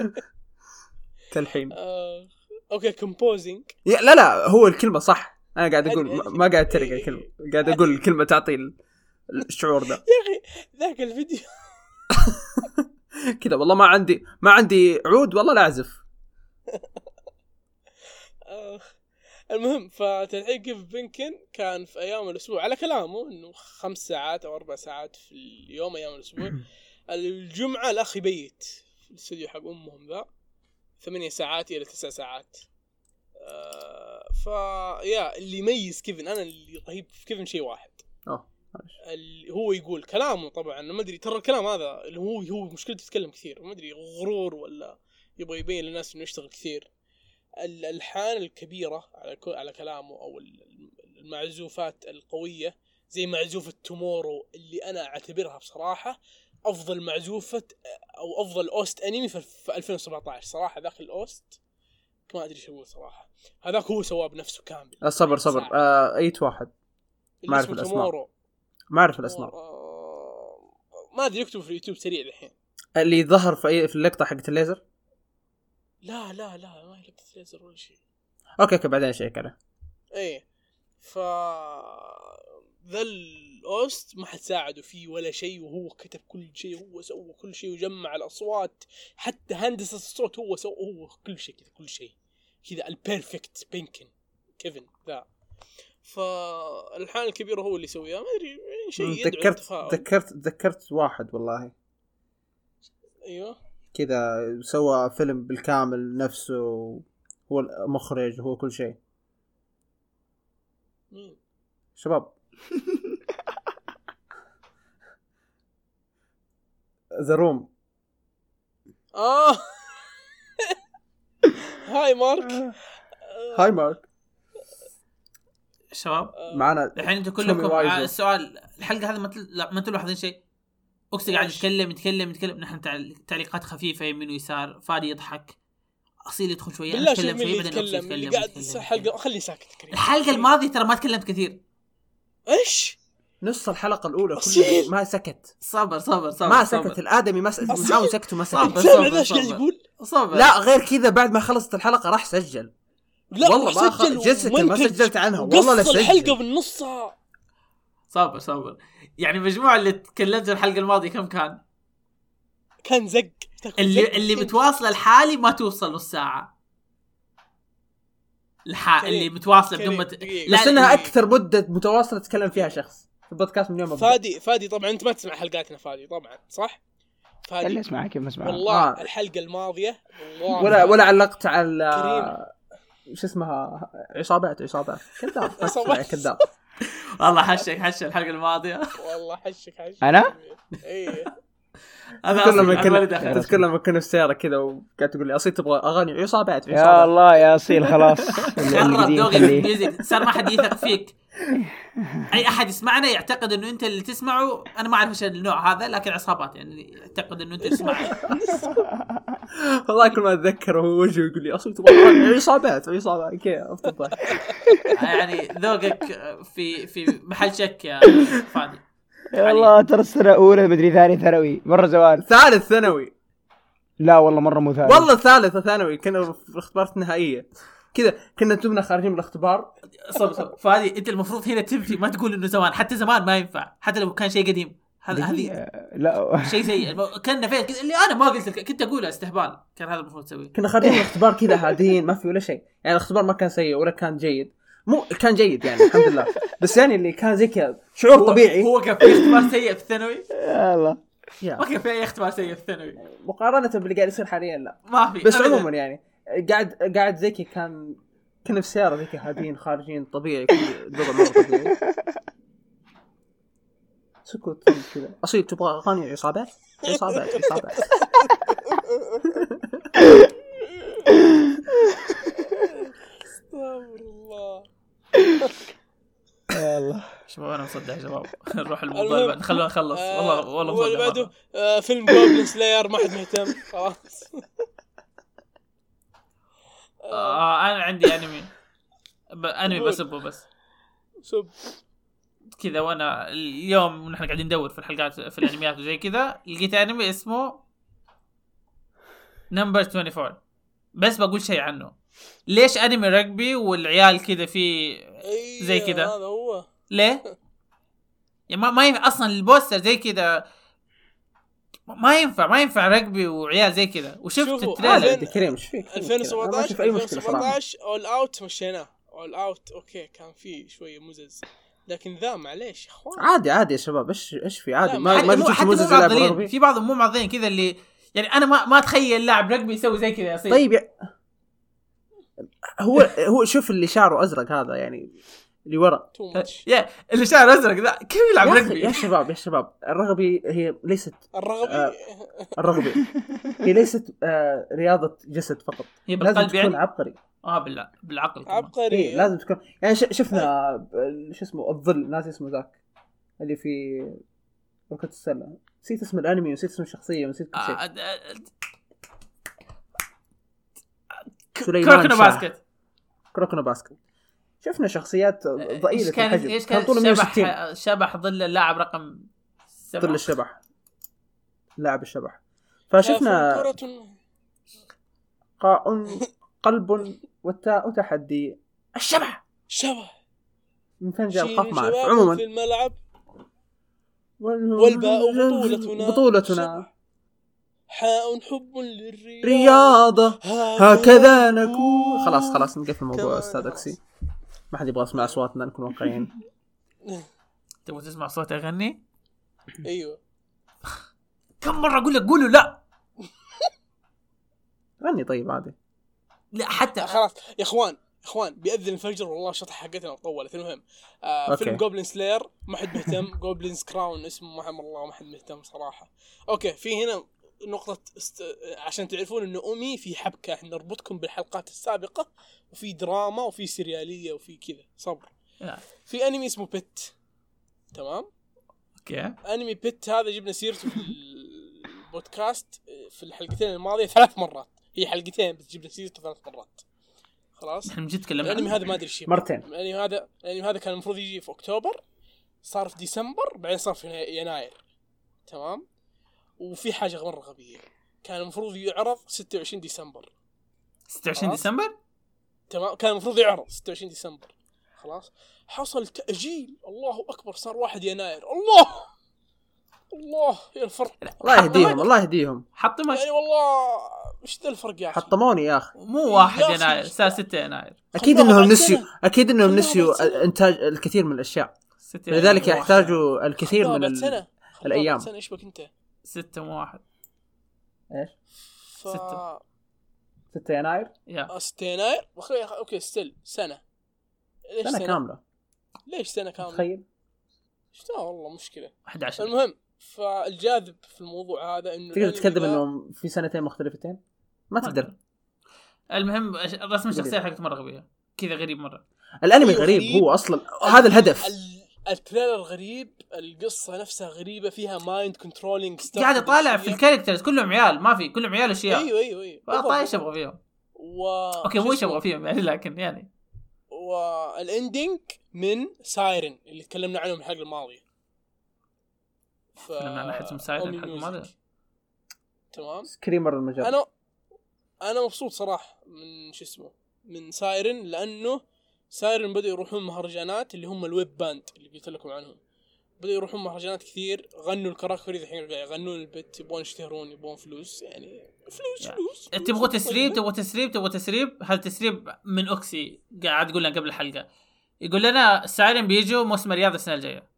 S4: تلحين
S1: آه، اوكي كومبوزنج
S4: يا- لا لا هو الكلمه صح انا قاعد اقول ما- ما قاعد اتريق
S1: إيه، إيه.
S4: الكلمه قاعد اقول الكلمه تعطي ال- الشعور ده
S1: يا اخي ذاك الفيديو
S4: كذا والله ما عندي ما عندي عود والله لا اعزف
S1: آخ. المهم فتلحيق كيف بنكن كان في ايام الاسبوع على كلامه انه خمس ساعات او اربع ساعات في اليوم ايام الاسبوع الجمعه الاخ يبيت في الاستوديو حق امهم ذا ثمانية ساعات الى تسع ساعات آه فا يا اللي يميز كيفن انا اللي رهيب في كيفن شيء واحد
S4: أوه.
S1: اللي هو يقول كلامه طبعا ما ادري ترى الكلام هذا اللي هو هو مشكلته يتكلم كثير ما ادري غرور ولا يبغى يبين للناس انه يشتغل كثير الالحان الكبيره على ك- على كلامه او ال- المعزوفات القويه زي معزوفه تومورو اللي انا اعتبرها بصراحه افضل معزوفه او افضل اوست انمي في في 2017 صراحه ذاك الاوست ما ادري شو اقول صراحه هذاك هو سواه بنفسه كامل
S4: آه، صبر صبر آه ايت واحد
S1: اللي
S4: ما أعرف
S1: اسمه
S4: الأسماء.
S1: تومورو
S4: ما اعرف الاسماء
S1: آه، ما ادري يكتب في اليوتيوب سريع الحين
S4: اللي ظهر في أي- في اللقطه حقت الليزر
S1: لا لا لا ما هي لقطه ليزر ولا شيء
S4: اوكي اوكي بعدين شيك عليه
S1: ايه ف ذا الاوست ما حد ساعده فيه ولا شيء وهو كتب كل شيء وهو سوى كل شيء وجمع الاصوات حتى هندسه الصوت هو سوى هو كل شيء كذا كل شيء كذا البيرفكت بينكن كيفن ذا فالحان الكبيره هو اللي يسويها ما ادري شيء يدعو
S4: تذكرت
S1: التفاؤل.
S4: تذكرت تذكرت واحد والله
S1: ايوه
S4: كذا سوى فيلم بالكامل نفسه هو المخرج وهو كل شيء
S1: مين؟
S4: شباب ذا روم
S1: اه هاي مارك
S4: هاي مارك
S2: شباب
S1: آه.
S4: معنا
S2: الحين انتم
S4: تومي
S2: كلكم
S4: وايزو.
S2: ع- السؤال الحلقه هذه ما تل... لا، ما انتم لاحظين شيء اوكسي قاعد يتكلم يتكلم يتكلم نحن تعل- تعليقات خفيفه يمين ويسار فادي يضحك اصيل يدخل شويه
S1: بالله
S2: انا
S1: شوف
S2: اتكلم
S1: مين
S2: شويه
S1: اللي
S2: بعدين
S1: يتكلم اللي قاعد
S2: اوكسي يتكلم يتكلم،
S1: حلقه
S2: يتكلم.
S1: خليه ساكت كريم
S2: الحلقه الماضيه ترى ما تكلمت كثير
S1: ايش؟
S4: نص الحلقه الاولى
S1: أصيل. آه،
S4: كلها ما سكت
S2: صبر صبر صبر
S4: ما
S2: صبر.
S4: سكت الادمي ما سكت
S1: أصيل.
S4: معاهم سكت وما
S2: صعب.
S4: سكت
S2: بس
S1: سامع
S2: صبر،
S1: ذا ايش قاعد
S2: صبر.
S1: يقول؟
S2: صبر
S4: لا غير كذا بعد ما خلصت الحلقه راح سجل
S1: لا
S4: والله ما
S1: سجل
S4: أخ- جلست ما
S1: ومنتج
S4: سجلت عنها
S1: وقص
S4: والله لا
S1: الحلقه
S4: سجل
S1: بالنصها
S2: صبر صبر يعني مجموع اللي تكلمت الحلقه الماضيه كم كان؟
S1: كان زق
S2: اللي اللي متواصله الحالي ما توصل نص ساعه الح...
S1: كريم،
S2: اللي متواصله بدون ما
S1: كريم،
S2: ت-
S1: دقيقة.
S2: لا،
S4: بس
S2: لا،
S4: انها
S1: يعني-
S4: اكثر مده متواصله تكلم فيها شخص في البودكاست من يوم ما بدأ.
S1: فادي فادي طبعا انت ما تسمع حلقاتنا فادي طبعا صح؟
S3: اللي
S1: فادي
S3: اسمعها كيف ما اسمعها
S1: والله
S4: آه.
S1: الحلقه الماضيه والله
S4: ولا ولا علقت على
S1: كريم.
S4: شو اسمها عصابات عصابات كذاب بس
S1: عصابات.
S4: كذاب
S2: والله حشك حش الحلقه الماضيه
S1: والله حشك حشك إيه.
S3: أنا؟
S1: اي
S2: انا
S4: تذكر لما
S2: اصلا أنا ماني
S3: يعني
S4: كنا
S2: داخل
S4: تذكر لما كنا في السياره كذا وقاعد تقول لي اصيل تبغى اغاني عصابات
S3: يا
S4: عصابات
S3: الله يا اصيل خلاص
S2: خرب
S3: القديم
S2: ذوقي
S3: خليه.
S2: الميوزك صار ما حد يثق فيك اي احد يسمعنا يعتقد انه انت اللي تسمعه انا ما اعرف ايش النوع هذا لكن عصابات يعني يعتقد انه انت تسمعه
S4: والله كل ما اتذكر هو وجهه يقول لي اصيل تبغى اغاني عصابات عصابات كذا أفضل ضحك.
S2: يعني ذوقك في في محل شك يا فادي
S3: يا الله ترى السنه اولى مدري ثاني ثانوي مره زوال
S4: ثالث ثانوي
S3: لا والله مره مو ثاني
S4: والله ثالث ثانوي كنا في الاختبارات النهائيه كذا كنا تبنا خارجين من الاختبار
S2: صب صب فادي انت المفروض هنا تبكي ما تقول انه زمان حتى زمان ما ينفع حتى لو كان شيء قديم هذا هذه
S3: دقيقة. آه، لا
S2: شيء يعني سيء المو- كان نفيت كذا- اللي انا ما قلت لك كنت اقولها استهبال كان هذا المفروض تسويه
S4: كنا خارجين من الاختبار كذا هادين ما في ولا شيء يعني الاختبار ما كان سيء ولا كان جيد مو كان جيد يعني الحمد لله بس يعني اللي كان زي كذا شعور طبيعي
S2: هو كان في اختبار سيء في الثانوي
S3: يا الله
S4: يا.
S2: ما كان في اي اختبار سيء في الثانوي
S4: مقارنه باللي قاعد يصير حاليا لا
S2: ما في
S4: بس
S2: أبداً.
S4: عموما يعني قاعد قاعد زكي كان كنا في سياره زكي هادين خارجين طبيعي كذا، الوضع مره طبيعي سكوت طيب كذا اصيل تبغى اغاني عصابات؟ عصابات عصابات
S1: استغفر الله
S3: يا الله
S2: شباب انا مصدع يا شباب نروح
S1: المهم.
S2: الموضوع بعد خلونا نخلص والله والله
S1: هو اللي
S2: مصدع
S1: بعده
S2: مرة.
S1: آه، فيلم جوبلن سلاير ما حد مهتم خلاص
S2: آه انا عندي انمي ب- انمي
S1: قول.
S2: بسبه بس
S1: سب
S2: كذا وانا اليوم ونحن قاعدين ندور في الحلقات في الانميات وزي كذا لقيت انمي اسمه نمبر 24 بس بقول شيء عنه ليش انمي رجبي والعيال كذا في
S1: أي،
S2: زي كده.
S1: إيه، هذا هو
S2: ليه؟ يعني ما ما ينفع اصلا البوستر زي كذا ما ينفع ما ينفع رجبي وعيال زي كذا وشفت
S1: شوفوا،
S2: التريلر
S1: هذا-
S4: عادي كريم ايش فيك؟ أنا ما
S1: 2017
S4: اشوف اي مشكله صراحه
S1: 2017 اول اوت مشيناه اول اوت اوكي كان فيه شويه مزز لكن ذا معليش يا اخوان
S4: عادي عادي يا شباب ايش ايش في عادي
S1: لا،
S4: ما
S2: حتى
S4: ما
S2: مو-
S4: بيجيك
S2: حتى مو
S4: مزز لاعب
S2: معضلين
S4: غربي
S2: في بعضهم مو معضلين كذا اللي يعني انا ما ما اتخيل لاعب رقبي يسوي زي كذا يا سيد
S4: طيب يع- هو هو شوف اللي شعره ازرق هذا يعني اللي ورا
S1: تو ماتش
S2: يا اللي شعره ازرق ذا كيف يلعب
S4: يا أخي-
S2: طيب، رقبي؟
S4: يا شباب يا شباب الرغبي هي ليست
S1: الرغبي
S4: آه. الرغبي هي ليست آه، رياضة جسد فقط
S2: هي
S4: لازم
S2: بالقلب
S4: تكون
S2: يعني
S4: عبقري
S2: اه بالله بالعقل كمان.
S1: عبقري
S4: إيه لازم تكون يعني ش- شفنا آه، شو اسمه الظل ناس اسمه ذاك اللي في كرة السلة نسيت اسم الانمي ونسيت اسم الشخصية ونسيت كل شيء
S2: آه، آه، آه، ك-
S4: سليمان
S2: كوكنا
S4: شاه.
S2: باسكت
S4: كروكونو باسكت شفنا شخصيات ضئيلة
S2: ايش كان
S4: الحجم
S2: ايش
S4: كان طوله
S2: كان
S4: 160
S2: شبح شبح ظل اللاعب رقم سبعة.
S4: طول الشبح لاعب الشبح
S1: شاف
S4: فشفنا
S1: كرة
S4: قاء قلب والتاء تحدي الشبح
S1: شبه
S4: من فين جاء القاف
S1: شيلوا
S4: ما اعرف
S1: شباب
S4: عموما
S1: في الملعب والباء
S4: والباء
S1: بطولتنا
S4: بطولتنا
S1: حاء حب للرياض
S4: رياضة هكذا نكون خلاص خلاص نقفل الموضوع
S1: تمام،
S4: استاذ
S1: خلاص.
S4: اكسي ما حد يبغى يسمع اصواتنا نكون واقعيين
S2: تبغى تسمع صوتي اغني؟
S1: ايوه
S2: كم مره اقول لك قولوا لا
S4: غني طيب عادي
S2: لا حتى
S1: خلاص يا اخوان يا اخوان بيأذن الفجر والله الشطحه حقتنا طولت المهم آه
S4: أوكي.
S1: فيلم جوبلين سلاير ما حد مهتم جوبلينز كراون اسمه ما حد والله ما حد مهتم صراحه اوكي في هنا نقطة است... عشان تعرفون انه امي في حبكة احنا نربطكم بالحلقات السابقة وفي دراما وفي سريالية وفي كذا صبر
S2: لا.
S1: في انمي اسمه بت تمام
S2: اوكي
S1: انمي بيت هذا جبنا سيرته في البودكاست في الحلقتين الماضيه ثلاث مرات هي حلقتين بس جبنا سيرته ثلاث مرات خلاص
S2: نحن من جد تكلمنا
S1: الانمي
S2: عنه.
S1: هذا يعني ما ادري شيء
S4: مرتين
S1: الانمي هذا الانمي هذا كان المفروض يجي في اكتوبر صار في ديسمبر بعدين صار في يناير تمام وفي حاجه مره غبيه كان المفروض يعرض 26 ديسمبر
S2: 26
S1: خلاص.
S2: ديسمبر
S1: تمام كان المفروض يعرض 26 ديسمبر خلاص حصل تاجيل الله اكبر صار 1 يناير الله الله يا الفرق
S4: الله يهديهم الله يهديهم
S2: حط مش
S1: يعني والله ايش ذا الفرق يا اخي
S4: حطموني يا اخي
S2: مو واحد
S1: يا أخي.
S2: يناير الساعه 6 يناير
S4: اكيد
S1: خلوها
S4: انهم
S1: بعد
S4: نسيوا
S1: سنة.
S4: اكيد انهم
S1: خلوها بعد
S4: نسيوا
S1: سنة.
S4: الانتاج الكثير من الاشياء
S2: 6
S4: لذلك
S1: يعني
S4: يحتاجوا الكثير
S1: خلاص
S4: من
S1: بعد
S4: ال-
S1: سنة. خلاص
S4: الأيام.
S1: بعد سنة ايش بك انت؟
S2: 6 مو واحد
S1: ف...
S2: ستة.
S4: 6 يناير
S2: يا
S1: آه، 6 يناير وخلي- اوكي ستيل سنة ليش
S4: سنه كامله
S1: ليش سنة كاملة؟
S4: تخيل
S1: لا والله مشكلة
S2: 11
S1: المهم فالجاذب في الموضوع هذا انه
S4: تقدر
S1: الأنمي
S4: تتكذب
S1: ذا-
S4: انهم في سنتين مختلفتين ما تقدر
S2: المهم أش- رسم الشخصيه
S4: غريب.
S2: حقته مره غبيه كذا غريب مره
S4: الانمي
S1: أيوة،
S4: غريب
S1: غريب.
S4: هو اصلا هذا الهدف
S1: ال- التريلر غريب القصة نفسها غريبة فيها مايند كنترولينج
S2: قاعد اطالع
S1: يعني-
S2: في الكاركترز كلهم عيال ما في كلهم عيال اشياء
S1: ايوه ايوه ايوه
S2: والله ايش ابغى فيهم
S1: و...
S2: اوكي مو ايش
S1: شو اسمه؟
S2: ابغى فيهم يعني لكن يعني
S1: والاندنج من سايرن اللي تكلمنا عنه من الحلقه الماضيه ف...
S2: تكلمنا عن أحد اسمه سايرن
S1: أومي
S2: الحلقة
S1: ميوزك.
S2: الماضية.
S1: تمام
S4: سكريمر المجال
S1: انا انا مبسوط صراحه من شو اسمه من سايرن لانه سايرن بدأوا يروحون مهرجانات اللي هم الويب باند اللي قلت لكم عنهم بدأوا يروحون مهرجانات كثير غنوا الكراكوري الحين قاعد يغنون البت يبغون يشتهرون يبغون فلوس يعني فلوس
S2: يعني.
S1: فلوس
S2: تبغوا تسريب تبغوا تسريب تبغوا تسريب هذا تسريب من اوكسي قاعد يقول لنا قبل الحلقه يقول لنا السعرين بيجوا موسم الرياض السنه الجايه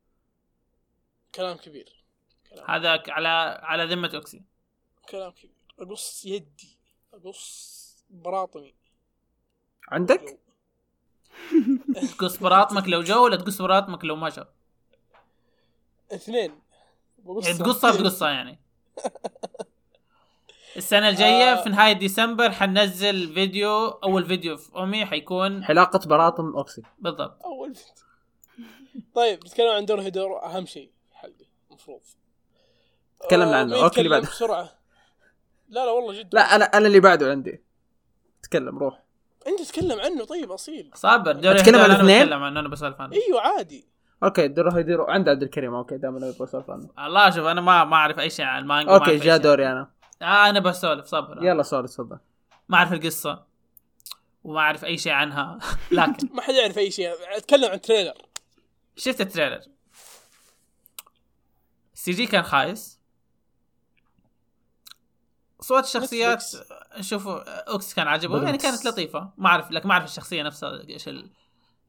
S1: كلام كبير كلام
S2: هذا ك- على على ذمه اوكسي
S1: كلام كبير اقص يدي اقص براطمي
S4: عندك
S2: تقص براطمك لو جو ولا تقص براطمك لو ما جو
S1: اثنين بقص
S4: إيه،
S2: يعني تقصها بقصها يعني السنه الجايه
S1: آه.
S2: في نهايه ديسمبر حننزل فيديو اول فيديو في امي حيكون
S4: حلاقه براطم اوكسي
S2: بالضبط
S1: اول بنت طيب نتكلم عن دور هيدور اهم شيء في الحلقه المفروض
S4: تكلمنا
S1: آه،
S4: عنه.
S1: مين
S4: أوكي، اللي
S1: يتكلم
S4: بعده.
S1: بسرعه لا لا والله جد
S4: لا انا انا اللي بعده عندي تكلم روح
S1: انت تتكلم عنه طيب اصيل
S2: صابر دوري
S4: أتكلم عن
S2: أنا
S4: الاثنين؟
S2: بتكلم عنه انا بسولف عنه
S1: ايوه عادي
S4: اوكي دور هيديرو عند عبد الكريم اوكي دائما انا بسولف عنه
S2: الله شوف انا ما يعني. ما اعرف اي شيء عن المانجا ما
S4: اوكي
S2: أعرف أي
S4: جاء
S2: شيء.
S4: دوري انا
S2: آه انا بسولف صبر
S4: يلا سوري تفضل
S2: ما اعرف القصه وما اعرف اي شيء عنها لكن
S1: ما حد يعرف اي شيء اتكلم عن تريلر
S2: شفت التريلر السي جي كان خايس صوت الشخصيات شوفوا اوكس كان عجبه يعني كانت لطيفه ما اعرف لك ما اعرف الشخصيه نفسها ايش ال...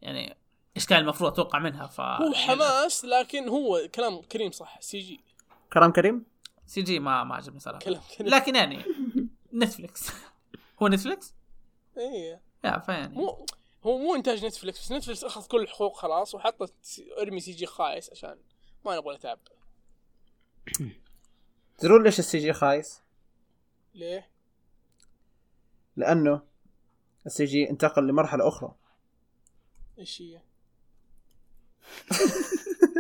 S2: يعني ايش كان المفروض اتوقع منها ف يعني
S4: آه،
S1: هو حماس لكن هو كلام كريم صح سي جي
S4: كلام كريم
S2: سي جي ما ما عجبني
S4: آه.
S2: صراحه
S1: كلام كريم
S2: لكن يعني نتفلكس هو نتفلكس؟
S1: ايه
S2: لا فيعني
S1: مو هو مو انتاج نتفلكس بس نتفلكس اخذ كل الحقوق خلاص وحطت ارمي سي جي خايس عشان ما نبغى نتعب
S4: تدرون ليش السي جي خايس؟
S1: ليه؟
S4: لانه السي جي انتقل لمرحله اخرى
S1: ايش هي؟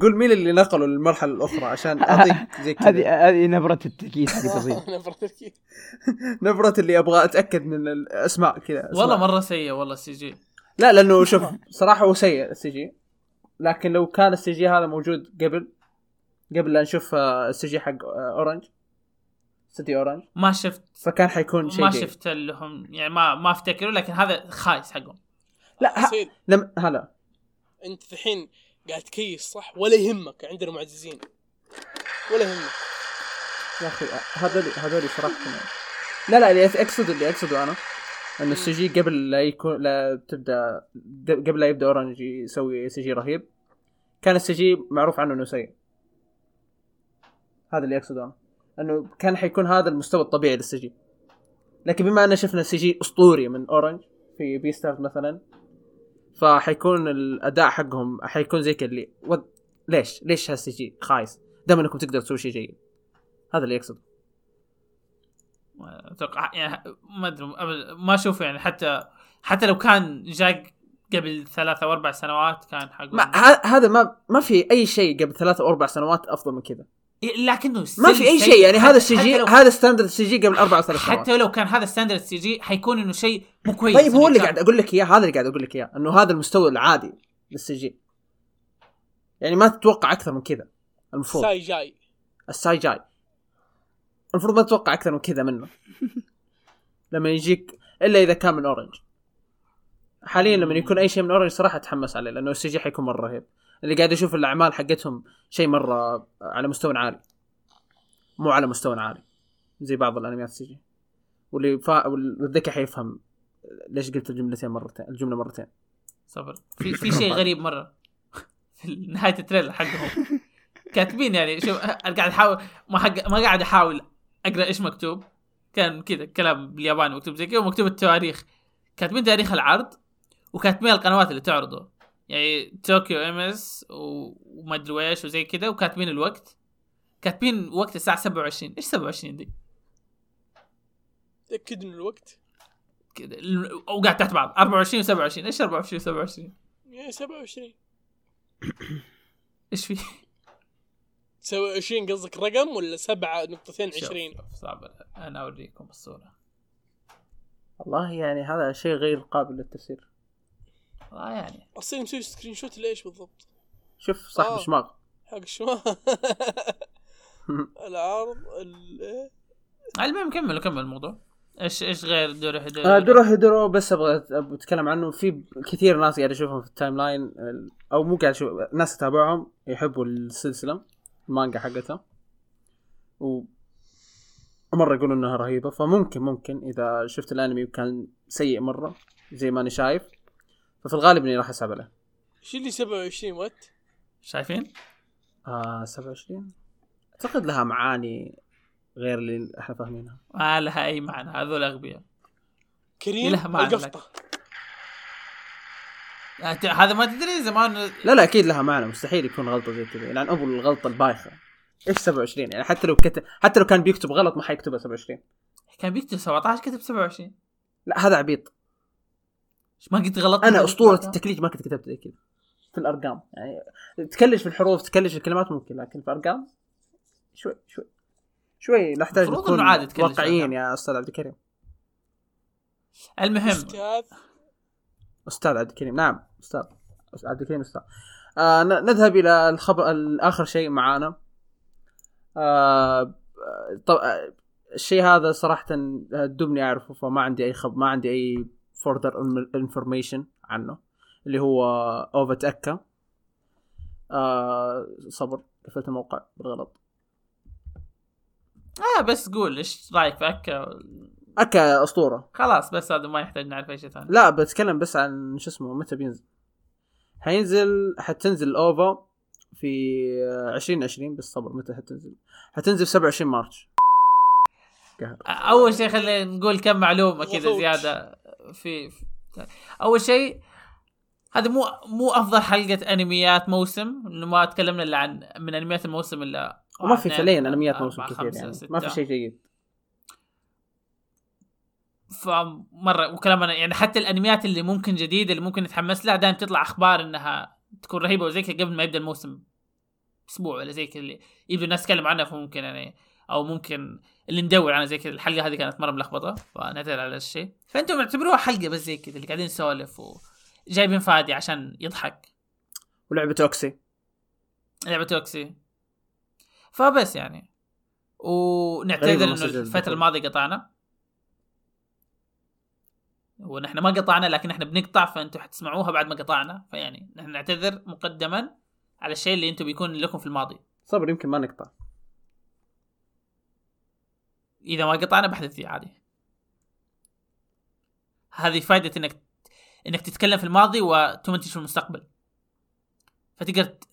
S4: قول مين اللي نقله للمرحله الاخرى عشان اعطيك زي كذا
S3: هذه هذه نبرة التركيز حقت اصيل
S1: انا برتكي
S4: نبره اللي ابغى اتاكد من الاسماء كذا أسماء.
S2: والله مره سيء والله السي جي
S4: لا لانه شوف صراحه هو سيء السي جي لكن لو كان السي جي هذا موجود قبل قبل لا نشوف آه، السي جي حق آه، اورنج سيتي اورنج
S2: ما شفت
S4: فكان حيكون شيء
S2: ما
S4: جيد.
S2: شفت لهم يعني ما ما افتكره لكن هذا خايس حقهم
S4: لا ه...
S1: حسين
S4: لم... هلا
S1: انت الحين قاعد تكيس صح ولا يهمك عندنا معززين ولا يهمك
S4: يا اخي هذول هذول صراحه لا لا اللي اقصد اللي اقصده انا انه السي جي قبل لا يكون لا تبدا د- قبل لا يبدا اورنج يسوي سي جي رهيب كان السي جي معروف عنه انه سيء هذا اللي اقصده انا انه كان حيكون هذا المستوى الطبيعي للسي جي لكن بما ان شفنا سي جي اسطوري من اورنج في بيستارز مثلا فحيكون الاداء حقهم حيكون زي كذا اللي "What- ليش ليش هالسي جي خايس دام انكم تقدروا تسوي شيء جيد هذا اللي يقصد
S2: اتوقع يعني ما ادري أبد- ما اشوفه يعني حتى حتى لو كان جاء قبل ثلاث او اربع سنوات كان حقهم
S4: ما ه- هذا ما ما في اي شيء قبل ثلاث او اربع سنوات افضل من كذا
S2: إيه، لكنه
S4: ما في اي شيء يعني هذا السي جي
S2: حتى
S4: هذا ستاندرد سي جي قبل اربع او
S2: لو,
S4: ثلاث سنوات
S2: حتى لو كان هذا ستاندرد سي جي حيكون انه شيء مو كويس
S4: طيب هو اللي
S2: إنه
S4: قاعد اقول لك اياه هذا اللي قاعد اقول لك اياه انه هذا المستوى العادي للسي جي يعني ما تتوقع اكثر من كذا المفروض
S1: ساي جاي
S4: الساي جاي المفروض ما تتوقع اكثر من كذا منه لما يجيك الا اذا كان من اورنج حاليا لما يكون اي شيء من اورنج صراحه اتحمس عليه لانه السي جي حيكون مره رهيب اللي قاعد يشوف الاعمال حقتهم شيء مره على مستوى عالي مو على مستوى عالي زي بعض الانميات السجي واللي فا... والذكي حيفهم ليش قلت الجملتين مرتين الجمله مرتين
S2: صبر في في شيء غريب مره في نهايه التريلر حقهم كاتبين يعني شوف أنا قاعد احاول ما حق ما قاعد احاول اقرا ايش مكتوب كان كذا كلام بالياباني مكتوب زي كذا ومكتوب التواريخ كاتبين تاريخ العرض وكاتبين القنوات اللي تعرضه يعني طوكيو ام اس وما ادري ايش وزي كذا وكاتبين الوقت كاتبين وقت الساعه 27 ايش 27 دي
S1: تاكد من الوقت
S2: كذا اوقات تحت بعض 24 و27 ايش 24 و27
S1: يا 27
S2: ايش في
S1: 27 قصدك رقم ولا 7 نقطتين
S2: شوف،
S1: 20
S2: شوف، صعب انا اوريكم الصوره
S4: والله يعني هذا شيء غير قابل للتفسير
S2: والله يعني
S1: اصير مسوي سكرين شوت ليش بالضبط
S4: شوف صاحب
S1: آه.
S4: الشماغ
S1: حق شو العرض ال- إيه؟
S2: المهم كملوا كمل الموضوع ايش ايش غير دوري هدوري
S4: آه، درو هيدرو بس ابغى أبغى اتكلم عنه في كثير ناس قاعد اشوفهم في التايم لاين ال- او مو قاعد اشوف ناس اتابعهم يحبوا السلسله المانجا حقتها و مرة يقولوا انها رهيبة فممكن ممكن اذا شفت الانمي وكان سيء مرة زي ما انا شايف ففي الغالب اني راح اسحب عليه
S1: شو اللي 27 وات؟
S2: شايفين؟
S4: آه 27 اعتقد لها معاني غير اللي احنا فاهمينها
S2: ما لها اي معنى هذول اغبياء
S1: كريم
S2: يلها ما
S1: القفطه
S2: آه، ت- هذا ما تدري زمان
S4: لا لا اكيد لها معنى مستحيل يكون غلطه زي كذا يعني ابو الغلطه البايخه ايش 27 يعني حتى لو كتب حتى لو كان بيكتب غلط ما حيكتبها 27
S2: كان بيكتب 17 كتب 27
S4: لا هذا عبيط
S2: ايش ما قلت غلط
S4: انا اسطوره التكليج ما كنت كتبت زي كذا في الارقام يعني تكلج في الحروف تكلج في الكلمات ممكن لكن في الارقام شوي شوي شوي نحتاج
S2: المفروض
S4: نكون
S2: إنه عادي تكلج في
S4: واقعيين
S2: الأرقام.
S4: يا استاذ عبد الكريم
S2: المهم
S1: استاذ
S4: استاذ عبد الكريم نعم استاذ أستاذ عبد الكريم استاذ آه ن- نذهب الى الخبر الاخر شيء معانا آه طب آه، الشيء هذا صراحه آه، دوبني اعرفه فما عندي اي خب ما عندي اي فوردر انفورميشن عنه اللي هو اوفت اكا آه صبر قفلت الموقع بالغلط
S2: اه بس قول ايش رايك في اكا
S4: اكا اسطوره
S2: خلاص بس هذا ما يحتاج نعرف اي شيء ثاني
S4: لا بتكلم بس عن شو اسمه متى بينزل حينزل حتنزل الاوفا في 2020 بس صبر متى حتنزل حتنزل في 27 مارش
S2: اول شيء خلينا نقول كم معلومه كذا
S1: وفوت.
S2: زياده في في- اول شيء هذا مو مو افضل حلقه انميات موسم انه ما تكلمنا الا عن من انميات الموسم الا
S4: وما في
S2: واحد،
S4: فعليا
S2: اثنين،
S4: انميات
S2: أربعة،
S4: موسم كثير
S2: خمسة،
S4: يعني
S2: ستة.
S4: ما في شيء جيد
S2: فمره وكلامنا يعني حتى الانميات اللي ممكن جديده اللي ممكن نتحمس لها دائما تطلع اخبار انها تكون رهيبه وزي كذا قبل ما يبدا الموسم اسبوع ولا زي كذا اللي يبدو الناس تتكلم عنها فممكن يعني او ممكن اللي ندور عنها زي كذا الحلقه هذه كانت مره ملخبطه فنعتذر على الشيء فانتم اعتبروها حلقه بس زي كذا اللي قاعدين نسولف وجايبين فادي عشان يضحك
S4: ولعبه اوكسي
S2: لعبه توكسي فبس يعني
S4: غريبة
S2: ونعتذر انه
S4: مسج
S2: الفتره
S4: الدخول.
S2: الماضيه قطعنا ونحن ما قطعنا لكن احنا بنقطع فانتم حتسمعوها بعد ما قطعنا فيعني نحن نعتذر مقدما على الشيء اللي انتم بيكون لكم في الماضي
S4: صبر يمكن ما نقطع
S2: اذا ما قطعنا بحدث فيه عادي هذه فائده انك انك تتكلم في الماضي وتمنتج في المستقبل فتقدر ت-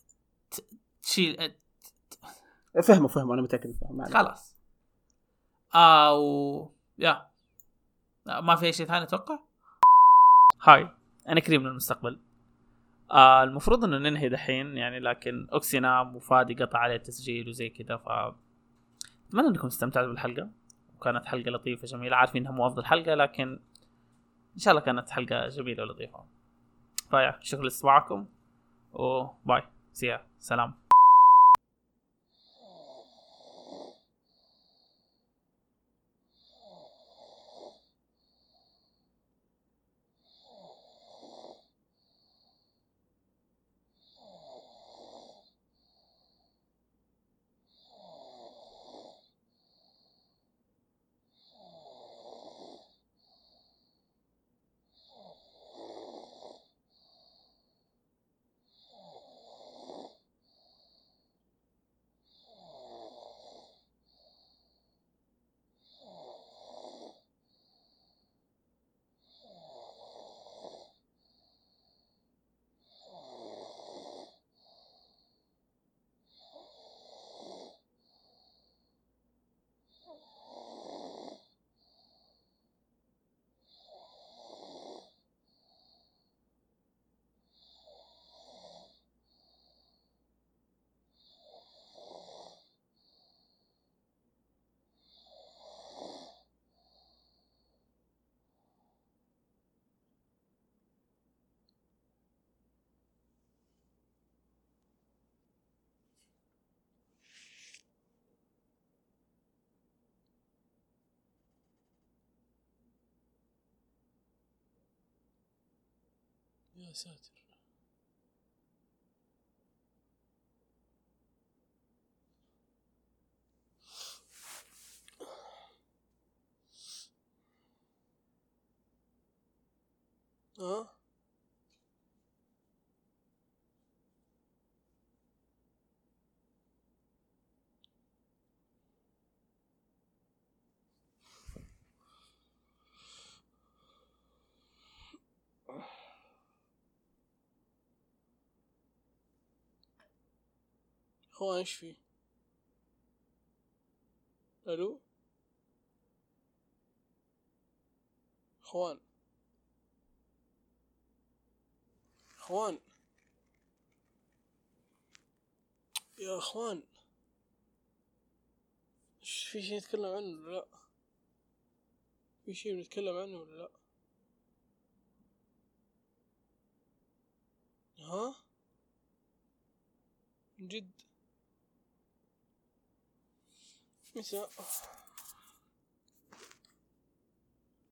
S2: ت- تشيل
S4: فهموا فهموا انا متاكد فهموا ما عليك.
S2: خلاص او يا آه، ما في اي شيء ثاني اتوقع هاي انا كريم من المستقبل آه المفروض انه ننهي دحين يعني لكن اوكسي نام وفادي قطع عليه التسجيل وزي كذا ف اتمنى انكم استمتعتوا بالحلقه وكانت حلقه لطيفه جميله عارفين انها مو افضل حلقه لكن ان شاء الله كانت حلقه جميله ولطيفه فيا شكرا لاستماعكم وباي سيا سلام
S1: يا ساتر ها اخوان ايش في الو اخوان اخوان يا اخوان ايش في شيء نتكلم عنه ولا لا في شيء بنتكلم عنه ولا لا ها من جد مساء